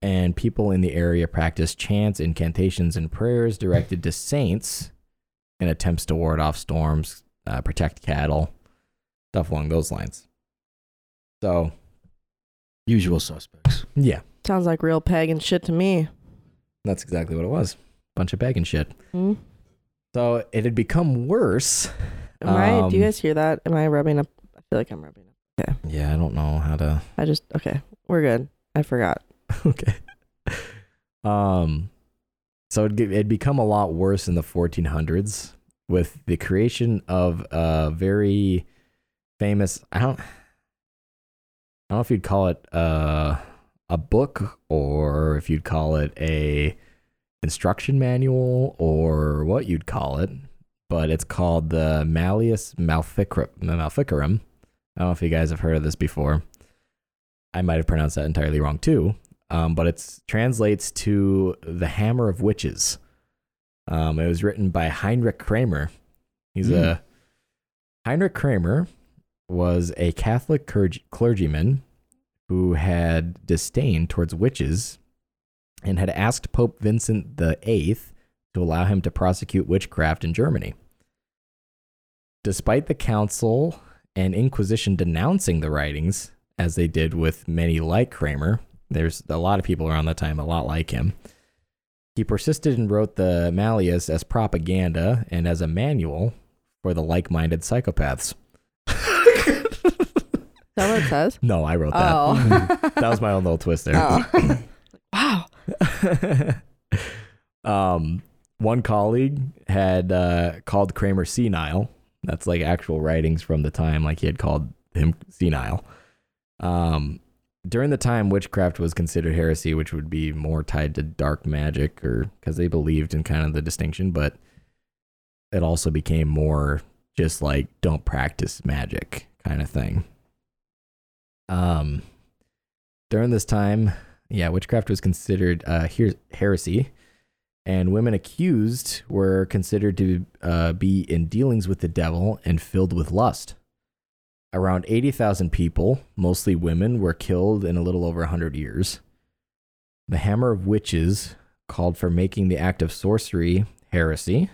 [SPEAKER 2] and people in the area practiced chants, incantations, and prayers directed to saints in attempts to ward off storms, uh, protect cattle, stuff along those lines. So,
[SPEAKER 1] Usual suspects.
[SPEAKER 2] yeah,
[SPEAKER 7] Sounds like real pagan shit to me.
[SPEAKER 2] that's exactly what it was. Bunch of pagan shit.
[SPEAKER 7] Hmm?
[SPEAKER 2] So it had become worse.
[SPEAKER 7] Am I? Do you
[SPEAKER 2] Um,
[SPEAKER 7] guys hear that? Am I rubbing up? I feel like I'm rubbing up.
[SPEAKER 2] Yeah, I don't know how to.
[SPEAKER 7] I just okay. We're good. I forgot.
[SPEAKER 2] okay. Um, so it it'd become a lot worse in the 1400s with the creation of a very famous. I don't. I don't know if you'd call it uh, a book or if you'd call it a instruction manual or what you'd call it, but it's called the Malleus Malficrum. Malficarum. I don't know if you guys have heard of this before. I might have pronounced that entirely wrong too. Um, but it translates to the Hammer of Witches. Um, it was written by Heinrich Kramer. He's a Heinrich Kramer was a Catholic clerg- clergyman who had disdain towards witches and had asked Pope Vincent VIII to allow him to prosecute witchcraft in Germany. Despite the council and Inquisition denouncing the writings, as they did with many like Kramer. There's a lot of people around that time a lot like him. He persisted and wrote the Malleus as propaganda and as a manual for the like minded psychopaths.
[SPEAKER 7] Is that what it says?
[SPEAKER 2] No, I wrote that. Hmm.
[SPEAKER 7] Oh.
[SPEAKER 2] That was my own little twist there.
[SPEAKER 7] oh. wow.
[SPEAKER 2] um, one colleague had uh, called Kramer senile. That's like actual writings from the time, like he had called him senile. Um, during the time, witchcraft was considered heresy, which would be more tied to dark magic, or because they believed in kind of the distinction, but it also became more just like don't practice magic kind of thing. Um, during this time, yeah, witchcraft was considered uh, her- heresy, and women accused were considered to uh, be in dealings with the devil and filled with lust. Around 80,000 people, mostly women, were killed in a little over 100 years. The Hammer of Witches called for making the act of sorcery heresy.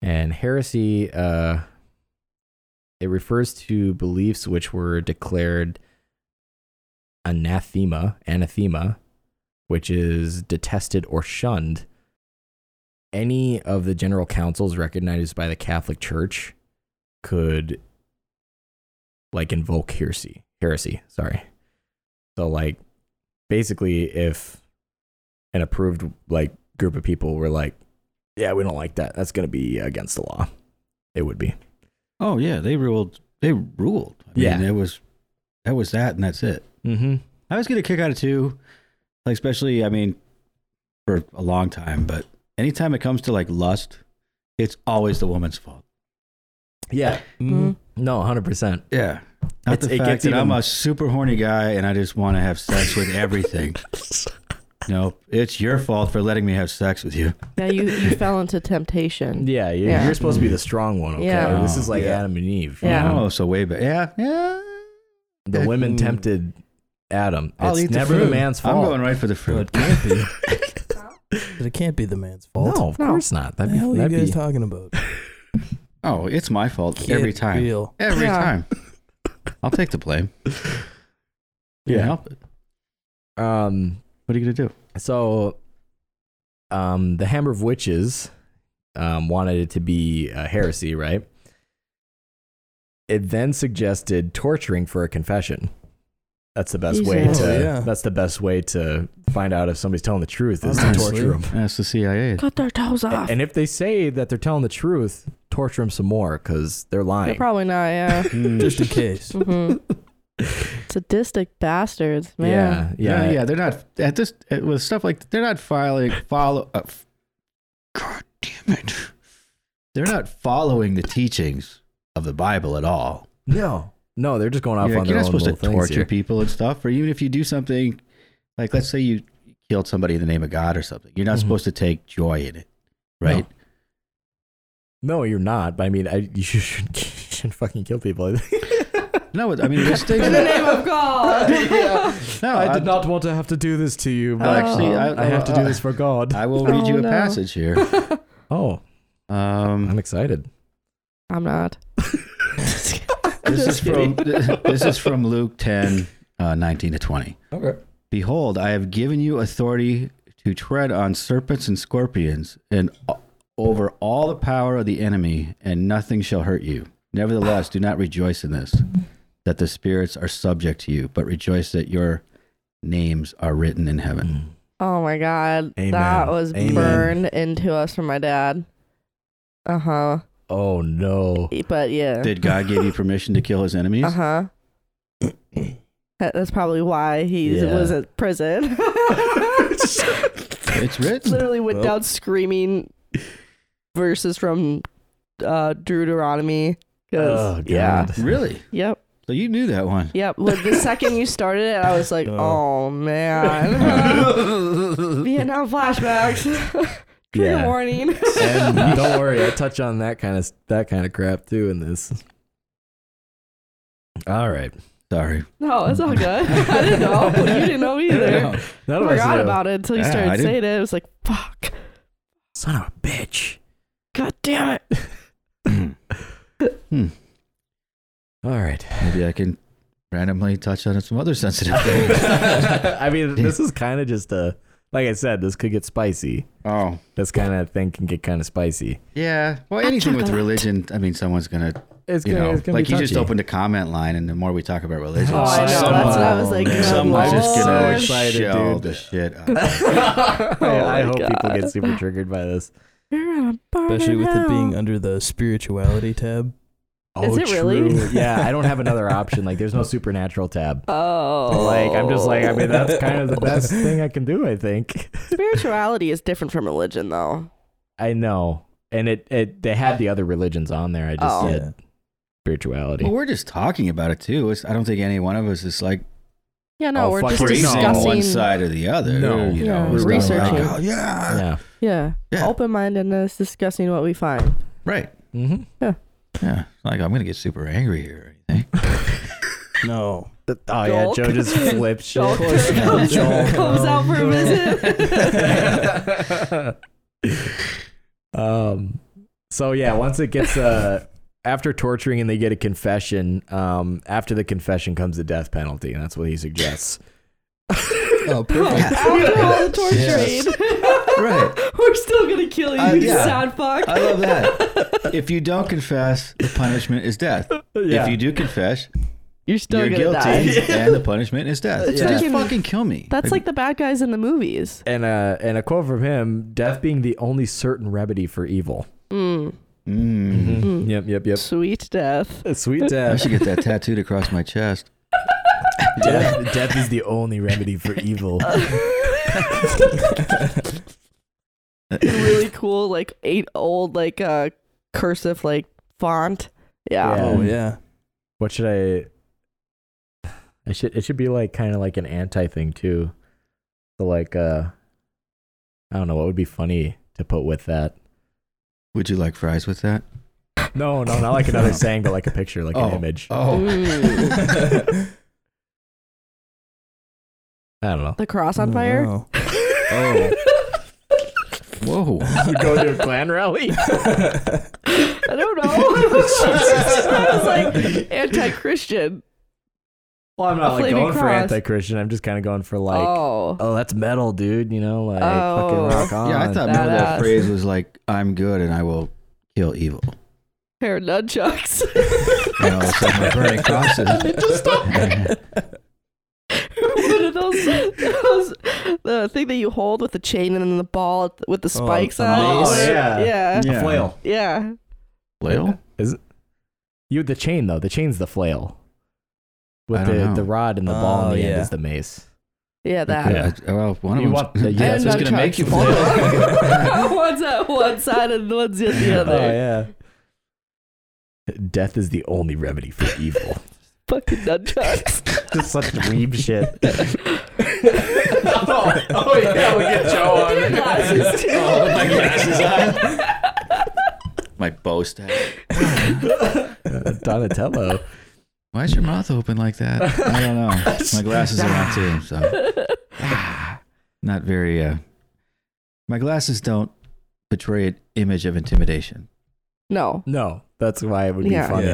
[SPEAKER 2] And heresy, uh, it refers to beliefs which were declared anathema, anathema, which is detested or shunned. Any of the general councils recognized by the Catholic Church could like invoke heresy. Heresy, sorry. So like basically if an approved like group of people were like, yeah, we don't like that. That's going to be against the law. It would be.
[SPEAKER 1] Oh yeah, they ruled. They ruled. I mean,
[SPEAKER 2] Yeah.
[SPEAKER 1] it was that was that, and that's it.
[SPEAKER 2] Mhm.
[SPEAKER 1] I always get a kick out of two, like especially I mean, for a long time. But anytime it comes to like lust, it's always the woman's fault.
[SPEAKER 2] Yeah.
[SPEAKER 7] Mhm.
[SPEAKER 2] No, 100%.
[SPEAKER 1] Yeah, Not
[SPEAKER 2] It's-
[SPEAKER 1] the
[SPEAKER 2] it
[SPEAKER 1] fact
[SPEAKER 2] gets
[SPEAKER 1] that I'm
[SPEAKER 2] even-
[SPEAKER 1] a super horny guy and I just want to have sex with everything. nope. It's your fault for letting me have sex with you.
[SPEAKER 3] Now you, you fell into temptation.
[SPEAKER 2] Yeah, you-
[SPEAKER 3] Yeah.
[SPEAKER 2] you're supposed to be
[SPEAKER 4] Mm-hmm.
[SPEAKER 2] the strong one. Okay,
[SPEAKER 3] Yeah.
[SPEAKER 2] this is like
[SPEAKER 1] Yeah.
[SPEAKER 2] Adam and Eve. you
[SPEAKER 3] Yeah.
[SPEAKER 2] know?
[SPEAKER 1] Oh, so way back. Yeah. Yeah.
[SPEAKER 2] the
[SPEAKER 1] Yeah.
[SPEAKER 2] women
[SPEAKER 1] Mm.
[SPEAKER 2] tempted Adam.
[SPEAKER 4] I'll
[SPEAKER 2] it's
[SPEAKER 4] eat the
[SPEAKER 2] never the
[SPEAKER 4] fruit.
[SPEAKER 2] man's fault.
[SPEAKER 1] I'm going right for the
[SPEAKER 4] But
[SPEAKER 1] fruit.
[SPEAKER 4] it can't be. but it can't be the man's fault.
[SPEAKER 2] no, of
[SPEAKER 3] No.
[SPEAKER 2] course not.
[SPEAKER 4] What
[SPEAKER 2] That'd
[SPEAKER 4] the hell
[SPEAKER 2] be,
[SPEAKER 4] are you
[SPEAKER 2] that'd
[SPEAKER 4] guys
[SPEAKER 2] be
[SPEAKER 4] talking about?
[SPEAKER 1] Oh, it's my fault every
[SPEAKER 4] Get
[SPEAKER 1] time.
[SPEAKER 4] Real.
[SPEAKER 1] Every
[SPEAKER 3] Yeah.
[SPEAKER 1] time. I'll take the blame. Can't
[SPEAKER 2] yeah.
[SPEAKER 1] help it.
[SPEAKER 2] Um,
[SPEAKER 1] What are you going to do?
[SPEAKER 2] So, um, the Hammer of Witches um, wanted it to be a heresy, right? It then suggested torturing for a confession. That's the best way
[SPEAKER 3] Jesus.
[SPEAKER 2] to.
[SPEAKER 4] Oh, yeah.
[SPEAKER 2] That's the best way to find out if somebody's telling the truth is to
[SPEAKER 4] Honestly.
[SPEAKER 2] torture them.
[SPEAKER 1] That's the CIA.
[SPEAKER 3] Cut their toes off.
[SPEAKER 2] And if they say that they're telling the truth, torture them some more because they're
[SPEAKER 3] They're
[SPEAKER 2] lying.
[SPEAKER 3] probably not, yeah.
[SPEAKER 1] Mm.
[SPEAKER 4] Just in case.
[SPEAKER 3] hmm
[SPEAKER 2] Mm-hmm.
[SPEAKER 3] Sadistic bastards, man.
[SPEAKER 2] yeah, yeah,
[SPEAKER 1] yeah, yeah. They're not at this with stuff like they're not filing follow. Uh, f- God damn it! They're not following the teachings of the Bible at all.
[SPEAKER 2] No, no, they're just going off
[SPEAKER 1] You're,
[SPEAKER 2] on
[SPEAKER 1] like, you're
[SPEAKER 2] their
[SPEAKER 1] not
[SPEAKER 2] own
[SPEAKER 1] supposed to
[SPEAKER 2] little things
[SPEAKER 1] torture
[SPEAKER 2] here.
[SPEAKER 1] people and stuff, or even if you do something, like let's say you killed somebody in the name of God or something, you're not
[SPEAKER 2] Mm-hmm.
[SPEAKER 4] Mhm.
[SPEAKER 1] supposed to take joy in it, right?
[SPEAKER 2] No, you're not. But I mean, I, you shouldn't, you shouldn't fucking kill people.
[SPEAKER 1] No, I mean there's things.
[SPEAKER 3] In the
[SPEAKER 1] that,
[SPEAKER 3] name of God.
[SPEAKER 1] no,
[SPEAKER 2] I did not want to have to do this to you.
[SPEAKER 1] I'll actually, I,
[SPEAKER 2] I uh, have to do this for God.
[SPEAKER 1] I will read
[SPEAKER 3] Oh,
[SPEAKER 1] you a
[SPEAKER 3] no.
[SPEAKER 1] passage here.
[SPEAKER 2] Oh,
[SPEAKER 1] Um,
[SPEAKER 2] I'm excited.
[SPEAKER 3] I'm not.
[SPEAKER 1] this is
[SPEAKER 3] Just
[SPEAKER 1] from this is from Luke 10 uh, 19 to 20.
[SPEAKER 2] Okay.
[SPEAKER 1] Behold, I have given you authority to tread on serpents and scorpions and o- over all the power of the enemy and nothing shall hurt you. Nevertheless, do not rejoice in this that the spirits are subject to you, but rejoice that your names are written in heaven.
[SPEAKER 3] Oh my God.
[SPEAKER 2] Amen.
[SPEAKER 3] That was
[SPEAKER 2] Amen.
[SPEAKER 3] burned into us from my dad. Uh huh.
[SPEAKER 2] Oh no.
[SPEAKER 3] But yeah.
[SPEAKER 1] Did God give you permission to kill his enemies?
[SPEAKER 3] Uh huh. That's probably why he
[SPEAKER 2] Yeah.
[SPEAKER 3] was at prison.
[SPEAKER 1] It's written.
[SPEAKER 3] Literally went
[SPEAKER 4] Well.
[SPEAKER 3] down screaming verses from uh, Deuteronomy. 'cause-
[SPEAKER 2] Oh,
[SPEAKER 3] yeah.
[SPEAKER 2] God.
[SPEAKER 1] Really?
[SPEAKER 3] Yep.
[SPEAKER 1] So you knew that one.
[SPEAKER 3] Yep. Well, the second you started it, I was like,
[SPEAKER 4] Oh.
[SPEAKER 3] oh, man. Vietnam flashbacks. Trigger
[SPEAKER 2] Yeah.
[SPEAKER 3] warning.
[SPEAKER 2] And don't worry, I touch on that kind of that kind of crap too in this. All right.
[SPEAKER 1] Sorry.
[SPEAKER 3] No, it's all good. I didn't know. You didn't know either.
[SPEAKER 2] No,
[SPEAKER 3] I
[SPEAKER 2] none of us
[SPEAKER 3] forgot
[SPEAKER 2] knew.
[SPEAKER 3] about it until you
[SPEAKER 1] Yeah,
[SPEAKER 3] started
[SPEAKER 1] I didn't-
[SPEAKER 3] saying it. It was like, fuck.
[SPEAKER 2] Son of a bitch.
[SPEAKER 3] God damn it.
[SPEAKER 1] Hmm.
[SPEAKER 2] All right.
[SPEAKER 1] Maybe I can randomly touch on some other sensitive things.
[SPEAKER 2] I mean, this is kind of just a like I said, this could get spicy.
[SPEAKER 1] Oh.
[SPEAKER 2] This kind of thing can get kind of spicy.
[SPEAKER 1] Yeah. Well,
[SPEAKER 3] A
[SPEAKER 1] anything with
[SPEAKER 3] chocolate.
[SPEAKER 1] religion, I mean, someone's going to,
[SPEAKER 2] It's
[SPEAKER 1] you
[SPEAKER 2] gonna,
[SPEAKER 1] know,
[SPEAKER 2] it's gonna
[SPEAKER 1] like
[SPEAKER 2] be
[SPEAKER 1] you just
[SPEAKER 2] touchy.
[SPEAKER 1] opened a comment line, and the more we talk about religion,
[SPEAKER 3] Oh, I know. That's what I was like.
[SPEAKER 4] Oh, man.
[SPEAKER 1] someone's just
[SPEAKER 3] Lord.
[SPEAKER 1] going to
[SPEAKER 2] So excited,
[SPEAKER 1] shell
[SPEAKER 2] dude.
[SPEAKER 1] the shit out. of
[SPEAKER 2] I, I
[SPEAKER 3] Oh my
[SPEAKER 2] hope people
[SPEAKER 3] God.
[SPEAKER 2] get super triggered by this.
[SPEAKER 3] You're on a burn
[SPEAKER 4] Especially
[SPEAKER 3] in
[SPEAKER 4] with it
[SPEAKER 3] hell.
[SPEAKER 4] being under the spirituality tab.
[SPEAKER 3] Is it really?
[SPEAKER 2] Oh, true. yeah, I don't have another option. Like, there's no supernatural tab.
[SPEAKER 3] Oh.
[SPEAKER 2] Like, I'm just like, I mean, that's kind of the best thing I can do. I think.
[SPEAKER 3] Spirituality is different from religion, though.
[SPEAKER 2] I know, and it, it they had the other religions on there. I just
[SPEAKER 3] Oh.
[SPEAKER 2] said spirituality.
[SPEAKER 1] Well, we're just talking about it, too. It's, I don't think any one of us is like
[SPEAKER 3] Yeah, no,
[SPEAKER 2] Oh,
[SPEAKER 3] we're
[SPEAKER 2] fuck,
[SPEAKER 3] just
[SPEAKER 2] we're
[SPEAKER 1] crazy on
[SPEAKER 3] discussing.
[SPEAKER 1] one side or the other.
[SPEAKER 2] No.
[SPEAKER 1] You
[SPEAKER 3] Yeah,
[SPEAKER 1] know,
[SPEAKER 3] we're
[SPEAKER 1] It's not like,
[SPEAKER 3] researching.
[SPEAKER 1] oh, yeah.
[SPEAKER 2] yeah.
[SPEAKER 3] Yeah.
[SPEAKER 1] Yeah.
[SPEAKER 3] Open mindedness, discussing what we find.
[SPEAKER 1] Right.
[SPEAKER 2] Mm-hmm.
[SPEAKER 1] Yeah. It's Like, I'm going to get super angry here or anything.
[SPEAKER 4] No.
[SPEAKER 2] Oh yeah,
[SPEAKER 3] Joel
[SPEAKER 2] Joe just flips shit.
[SPEAKER 3] Joel comes,
[SPEAKER 4] Joel.
[SPEAKER 3] comes out for a
[SPEAKER 4] Joel.
[SPEAKER 3] visit.
[SPEAKER 2] um so yeah once it gets uh after torturing and they get a confession um after the confession comes the death penalty and that's what he suggests
[SPEAKER 4] Oh, perfect.
[SPEAKER 3] After all the torturing,
[SPEAKER 1] right.
[SPEAKER 3] we're still going to kill you,
[SPEAKER 1] Uh,
[SPEAKER 3] you
[SPEAKER 1] yeah.
[SPEAKER 3] sad fuck.
[SPEAKER 1] I love that. if you don't confess, the punishment is death.
[SPEAKER 2] Yeah.
[SPEAKER 1] If you do confess,
[SPEAKER 3] You're still
[SPEAKER 1] you're
[SPEAKER 3] going to
[SPEAKER 1] guilty,
[SPEAKER 3] die.
[SPEAKER 1] and the punishment is death.
[SPEAKER 3] That's
[SPEAKER 1] So just
[SPEAKER 3] freaking-
[SPEAKER 1] fucking kill me.
[SPEAKER 3] That's like the bad guys in the movies.
[SPEAKER 2] and uh and a quote from him death being the only certain remedy for evil
[SPEAKER 3] Mm,
[SPEAKER 1] Mm.
[SPEAKER 3] Mm.
[SPEAKER 2] yep yep yep
[SPEAKER 3] sweet death.
[SPEAKER 2] sweet
[SPEAKER 1] I
[SPEAKER 2] death
[SPEAKER 1] should get that tattooed across my chest.
[SPEAKER 2] death death is the only remedy for evil
[SPEAKER 3] really cool, like eight old, like uh, cursive, like font. Yeah.
[SPEAKER 2] Yeah.
[SPEAKER 4] Oh, yeah.
[SPEAKER 2] what should i It should it should be like kind of like an anti thing too. So like uh I don't know what would be funny to put with that.
[SPEAKER 1] Would you like fries with that?
[SPEAKER 2] No, no, not like another saying, but like a picture, like an
[SPEAKER 1] Oh.
[SPEAKER 2] image.
[SPEAKER 1] Oh,
[SPEAKER 2] I don't know.
[SPEAKER 7] The cross on fire.
[SPEAKER 3] Wow.
[SPEAKER 1] Oh. whoa!
[SPEAKER 2] You go to a clan rally.
[SPEAKER 7] I don't know. I was like anti-Christian.
[SPEAKER 2] Well, I'm not like
[SPEAKER 7] Flaming
[SPEAKER 2] going for
[SPEAKER 7] cross.
[SPEAKER 2] anti-Christian. I'm just kind of going for like, oh.
[SPEAKER 7] oh,
[SPEAKER 2] that's metal, dude. You know, like
[SPEAKER 7] Oh.
[SPEAKER 2] fucking rock on.
[SPEAKER 1] Yeah, I thought maybe that
[SPEAKER 7] Badass.
[SPEAKER 1] phrase was like, "I'm good and I will kill evil."
[SPEAKER 7] pair of nunchucks.
[SPEAKER 1] And all of a sudden, we're burning crosses.
[SPEAKER 7] One of those, those the thing that you hold with the chain and then the ball at the- with the
[SPEAKER 3] Oh,
[SPEAKER 7] spikes
[SPEAKER 3] a
[SPEAKER 7] on it.
[SPEAKER 2] mace. Oh, yeah.
[SPEAKER 7] yeah,
[SPEAKER 3] Yeah.
[SPEAKER 2] flail.
[SPEAKER 7] yeah.
[SPEAKER 1] Flail?
[SPEAKER 2] You the chain though. The chain's the flail. With
[SPEAKER 1] I don't
[SPEAKER 2] the,
[SPEAKER 1] know.
[SPEAKER 2] the rod and the ball
[SPEAKER 3] Oh,
[SPEAKER 2] in the end
[SPEAKER 3] yeah.
[SPEAKER 2] is the mace.
[SPEAKER 7] Yeah, that.
[SPEAKER 1] Yeah. uh, I- well, one
[SPEAKER 2] You
[SPEAKER 1] of
[SPEAKER 2] want
[SPEAKER 1] them.
[SPEAKER 2] the- yeah,
[SPEAKER 1] that's
[SPEAKER 2] so
[SPEAKER 1] what's
[SPEAKER 2] it's
[SPEAKER 1] gonna make you
[SPEAKER 7] nunchucks.
[SPEAKER 1] flail.
[SPEAKER 7] one's at one side and one's at the other.
[SPEAKER 2] Oh, yeah. Death is the only remedy for evil.
[SPEAKER 7] Fucking nunchucks.
[SPEAKER 2] Just such weeb shit.
[SPEAKER 7] oh,
[SPEAKER 2] oh, yeah, we get Joe on it.
[SPEAKER 7] Glasses too.
[SPEAKER 2] Oh, my glasses
[SPEAKER 1] My bow staff.
[SPEAKER 2] Uh, Donatello.
[SPEAKER 1] Why is your mouth open like that? Ah. I don't know. My glasses are on too, so Ah. not very. uh My glasses don't portray an image of intimidation.
[SPEAKER 7] No.
[SPEAKER 2] No, that's why it would be
[SPEAKER 7] Yeah.
[SPEAKER 2] funny.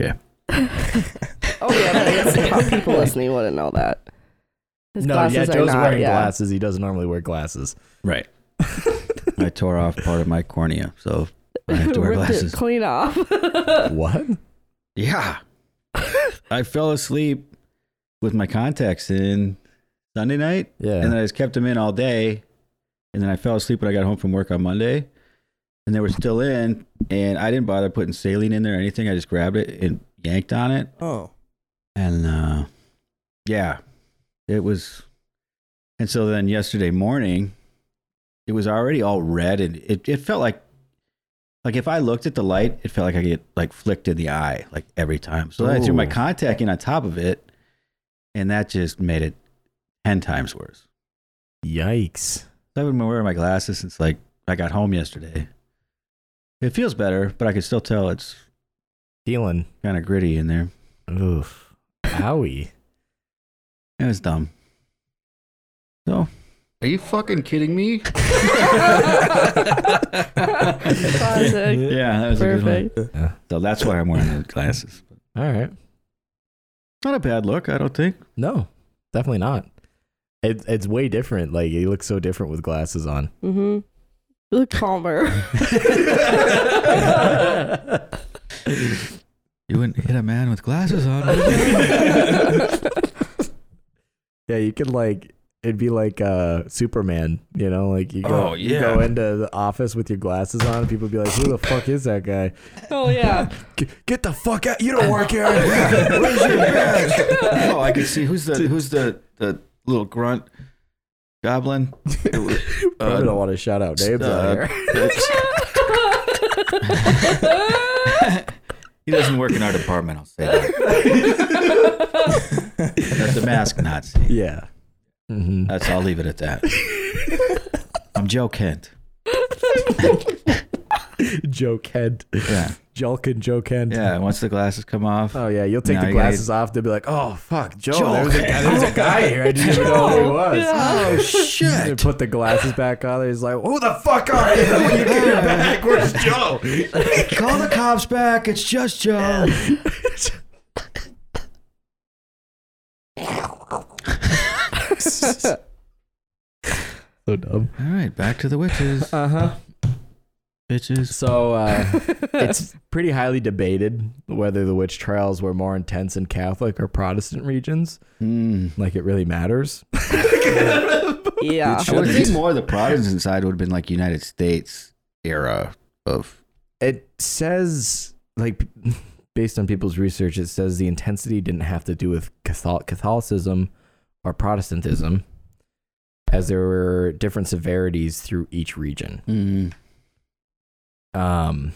[SPEAKER 3] Yeah.
[SPEAKER 7] Oh yeah, that is the people listening wouldn't know that. His
[SPEAKER 2] no,
[SPEAKER 7] glasses
[SPEAKER 2] yeah,
[SPEAKER 7] are
[SPEAKER 2] Joe's
[SPEAKER 7] not.
[SPEAKER 2] wearing
[SPEAKER 7] yeah.
[SPEAKER 2] glasses. He doesn't normally wear glasses.
[SPEAKER 1] Right. I tore off part of my cornea, so I have to wear
[SPEAKER 7] Ripped
[SPEAKER 1] glasses.
[SPEAKER 7] it clean off.
[SPEAKER 2] What?
[SPEAKER 1] Yeah. I fell asleep with my contacts in Sunday night,
[SPEAKER 2] Yeah.
[SPEAKER 1] and then I just kept them in all day. And then I fell asleep when I got home from work on Monday, and they were still in. And I didn't bother putting saline in there or anything. I just grabbed it and yanked on it.
[SPEAKER 3] Oh.
[SPEAKER 1] And uh, yeah, it was. And so then yesterday morning, it was already all red, and it, it felt like, like if I looked at the light, it felt like I get like flicked in the eye like every time. So then I threw my
[SPEAKER 2] Ooh.
[SPEAKER 1] contact in on top of it, and that just made it ten times worse.
[SPEAKER 2] Yikes.
[SPEAKER 1] So I've been wearing my glasses since like I got home yesterday. It feels better, but I can still tell it's
[SPEAKER 2] Feeling.
[SPEAKER 1] kind of gritty in there.
[SPEAKER 2] Oof. Owie.
[SPEAKER 1] It was dumb.
[SPEAKER 8] Are you fucking kidding me?
[SPEAKER 7] Classic.
[SPEAKER 1] Yeah, that was a good one.
[SPEAKER 7] Perfect.
[SPEAKER 1] So that's why I'm wearing the glasses.
[SPEAKER 2] Uh, All right.
[SPEAKER 1] Not a bad look, I don't think.
[SPEAKER 2] No, definitely not. It, it's way different. Like he looks so different with glasses on.
[SPEAKER 7] Mm-hmm. You look calmer.
[SPEAKER 1] You wouldn't hit a man with glasses on. would you?
[SPEAKER 2] Yeah, you could like it'd be like uh Superman, you know, like you go
[SPEAKER 1] Oh,
[SPEAKER 2] you go
[SPEAKER 1] yeah.
[SPEAKER 2] into the office with your glasses on, people be like, Who the fuck is that guy?
[SPEAKER 7] oh yeah.
[SPEAKER 2] G- get the fuck out you don't work here.
[SPEAKER 1] Where's your badge? Oh,
[SPEAKER 2] uh,
[SPEAKER 1] I could see who's the who's the the little grunt goblin. It was,
[SPEAKER 2] I don't
[SPEAKER 1] uh,
[SPEAKER 2] want to shout out names
[SPEAKER 1] uh,
[SPEAKER 2] on here.
[SPEAKER 1] he doesn't work in our department. I'll say that. That's the mask Nazi.
[SPEAKER 2] Yeah. hmm
[SPEAKER 1] That's. I'll leave it at that. I'm Joe Kent.
[SPEAKER 2] Joe Kent.
[SPEAKER 1] Yeah,
[SPEAKER 2] Jolkin Joe Kent.
[SPEAKER 1] yeah. Once the glasses come off,
[SPEAKER 2] Oh yeah, you'll take
[SPEAKER 1] Now
[SPEAKER 2] the
[SPEAKER 1] you gotta- Oh,
[SPEAKER 2] glasses off. They'll be like, "Oh fuck, Joe,
[SPEAKER 1] Joe
[SPEAKER 2] there's, a,
[SPEAKER 1] Kent.
[SPEAKER 2] there's a guy here. I didn't even know who he was."
[SPEAKER 1] oh
[SPEAKER 2] They
[SPEAKER 1] shit!
[SPEAKER 2] put the glasses back on. He's like, "Who the fuck are you? When you get your back, where's Joe?"
[SPEAKER 1] Call the cops back. It's just Joe.
[SPEAKER 2] So dumb.
[SPEAKER 1] All right, back to the witches,
[SPEAKER 2] Uh huh.
[SPEAKER 1] bitches.
[SPEAKER 2] So uh, it's pretty highly debated whether the witch trials were more intense in Catholic or Protestant regions.
[SPEAKER 1] Hmm.
[SPEAKER 2] Like it really matters.
[SPEAKER 7] yeah.
[SPEAKER 1] I would think more of the Protestant side would have been like United States era of
[SPEAKER 2] It says like based on people's research, it says the intensity didn't have to do with Cathol- Catholicism or Protestantism, as there were different severities through each region. Um,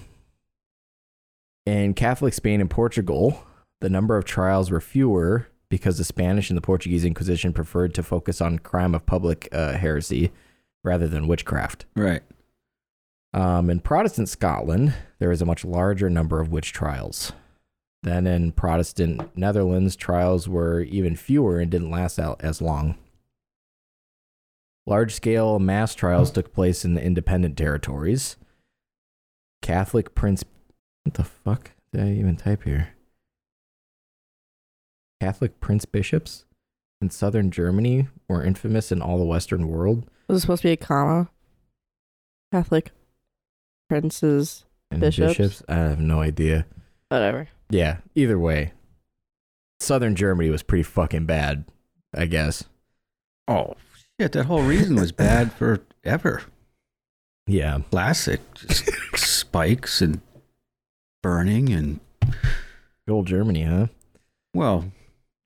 [SPEAKER 2] in Catholic Spain and Portugal, the number of trials were fewer because the Spanish and the Portuguese Inquisition preferred to focus on crime of public uh, heresy rather than witchcraft.
[SPEAKER 1] Right.
[SPEAKER 2] Um, in Protestant Scotland, there is a much larger number of witch trials. Then in Protestant Netherlands, trials were even fewer and didn't last out as long. Large scale mass trials took place in the independent territories. Catholic Prince. What the fuck did I even type here? Catholic prince bishops in southern Germany were infamous in all the Western world.
[SPEAKER 7] Was it supposed to be a comma? Catholic princes,
[SPEAKER 2] And
[SPEAKER 7] Bishops?
[SPEAKER 2] I have no idea.
[SPEAKER 7] whatever.
[SPEAKER 2] Yeah, either way. Southern Germany was pretty fucking bad, I guess.
[SPEAKER 1] Oh shit! That whole reason was bad forever.
[SPEAKER 2] Yeah.
[SPEAKER 1] Classic just spikes and burning and
[SPEAKER 2] Old Germany, huh?
[SPEAKER 1] well,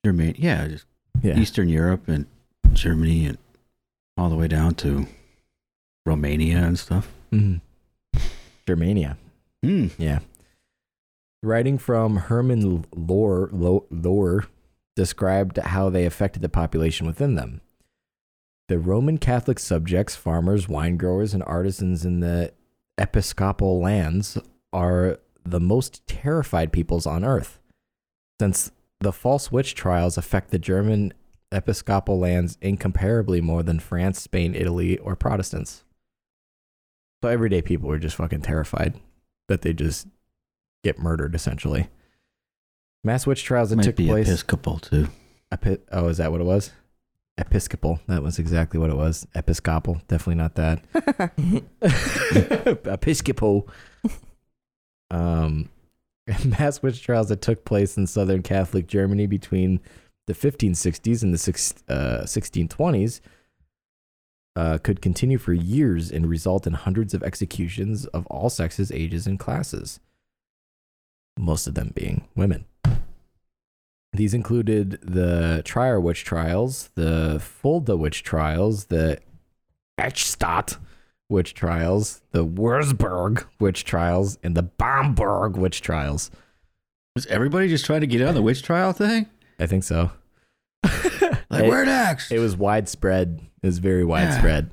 [SPEAKER 1] Germany. Yeah, just
[SPEAKER 2] Yeah.
[SPEAKER 1] Eastern Europe and Germany and all the way down to Romania and stuff.
[SPEAKER 2] Mhm. Germania.
[SPEAKER 1] Hmm.
[SPEAKER 2] Yeah. Writing from Herman Lohr, Lo- Lohr described how they affected the population within them. The Roman Catholic subjects, farmers, wine growers, and artisans in the episcopal lands are the most terrified peoples on earth, since the false witch trials affect the German episcopal lands incomparably more than France, Spain, Italy, or Protestants. So everyday people were just fucking terrified that they just get murdered essentially. Mass witch trials that
[SPEAKER 1] Might
[SPEAKER 2] took
[SPEAKER 1] be
[SPEAKER 2] place.
[SPEAKER 1] Episcopal too.
[SPEAKER 2] Epi- oh, is that what it was? Episcopal. That was exactly what it was. Episcopal. Definitely not that. Episcopal. Um, mass witch trials that took place in southern Catholic Germany between the 1560s and the six, uh, 1620s uh, could continue for years and result in hundreds of executions of all sexes, ages, and classes, most of them being women. These included the Trier Witch Trials, the Fulda Witch Trials, the Eichstadt Witch Trials, the Würzburg Witch Trials, and the Bamberg Witch Trials.
[SPEAKER 1] Was everybody just trying to get on the witch trial thing?
[SPEAKER 2] I think so.
[SPEAKER 1] Like
[SPEAKER 2] It-
[SPEAKER 1] where next?
[SPEAKER 2] It was widespread. It was very widespread.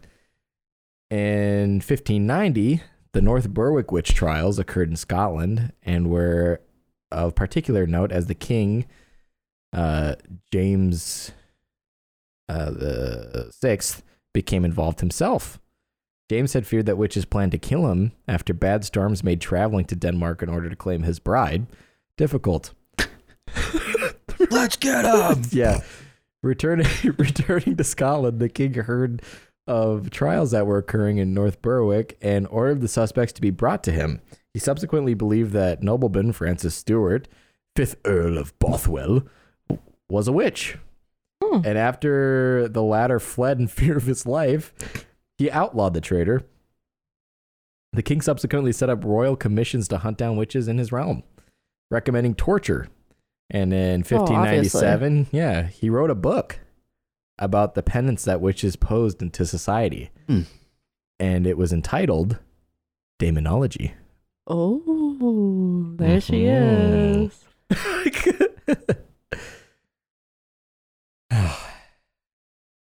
[SPEAKER 2] In 1590, the North Berwick witch trials occurred in Scotland and were of particular note as the king, uh, James uh, the sixth, became involved himself. James had feared that witches planned to kill him after bad storms made traveling to Denmark in order to claim his bride difficult.
[SPEAKER 1] Let's get up.
[SPEAKER 2] yeah. Returning returning to Scotland, the king heard of trials that were occurring in North Berwick and ordered the suspects to be brought to him. He subsequently believed that nobleman Francis Stewart, fifth Earl of Bothwell, was a witch.
[SPEAKER 7] Hmm.
[SPEAKER 2] And after the latter fled in fear of his life, he outlawed the traitor. The king subsequently set up royal commissions to hunt down witches in his realm, recommending torture. And in
[SPEAKER 7] Oh, obviously.
[SPEAKER 2] 1597, yeah, he wrote a book about the penance that witches posed into society.
[SPEAKER 1] Hmm.
[SPEAKER 2] And it was entitled Demonology.
[SPEAKER 7] Oh, there she
[SPEAKER 2] Mhm.
[SPEAKER 7] is.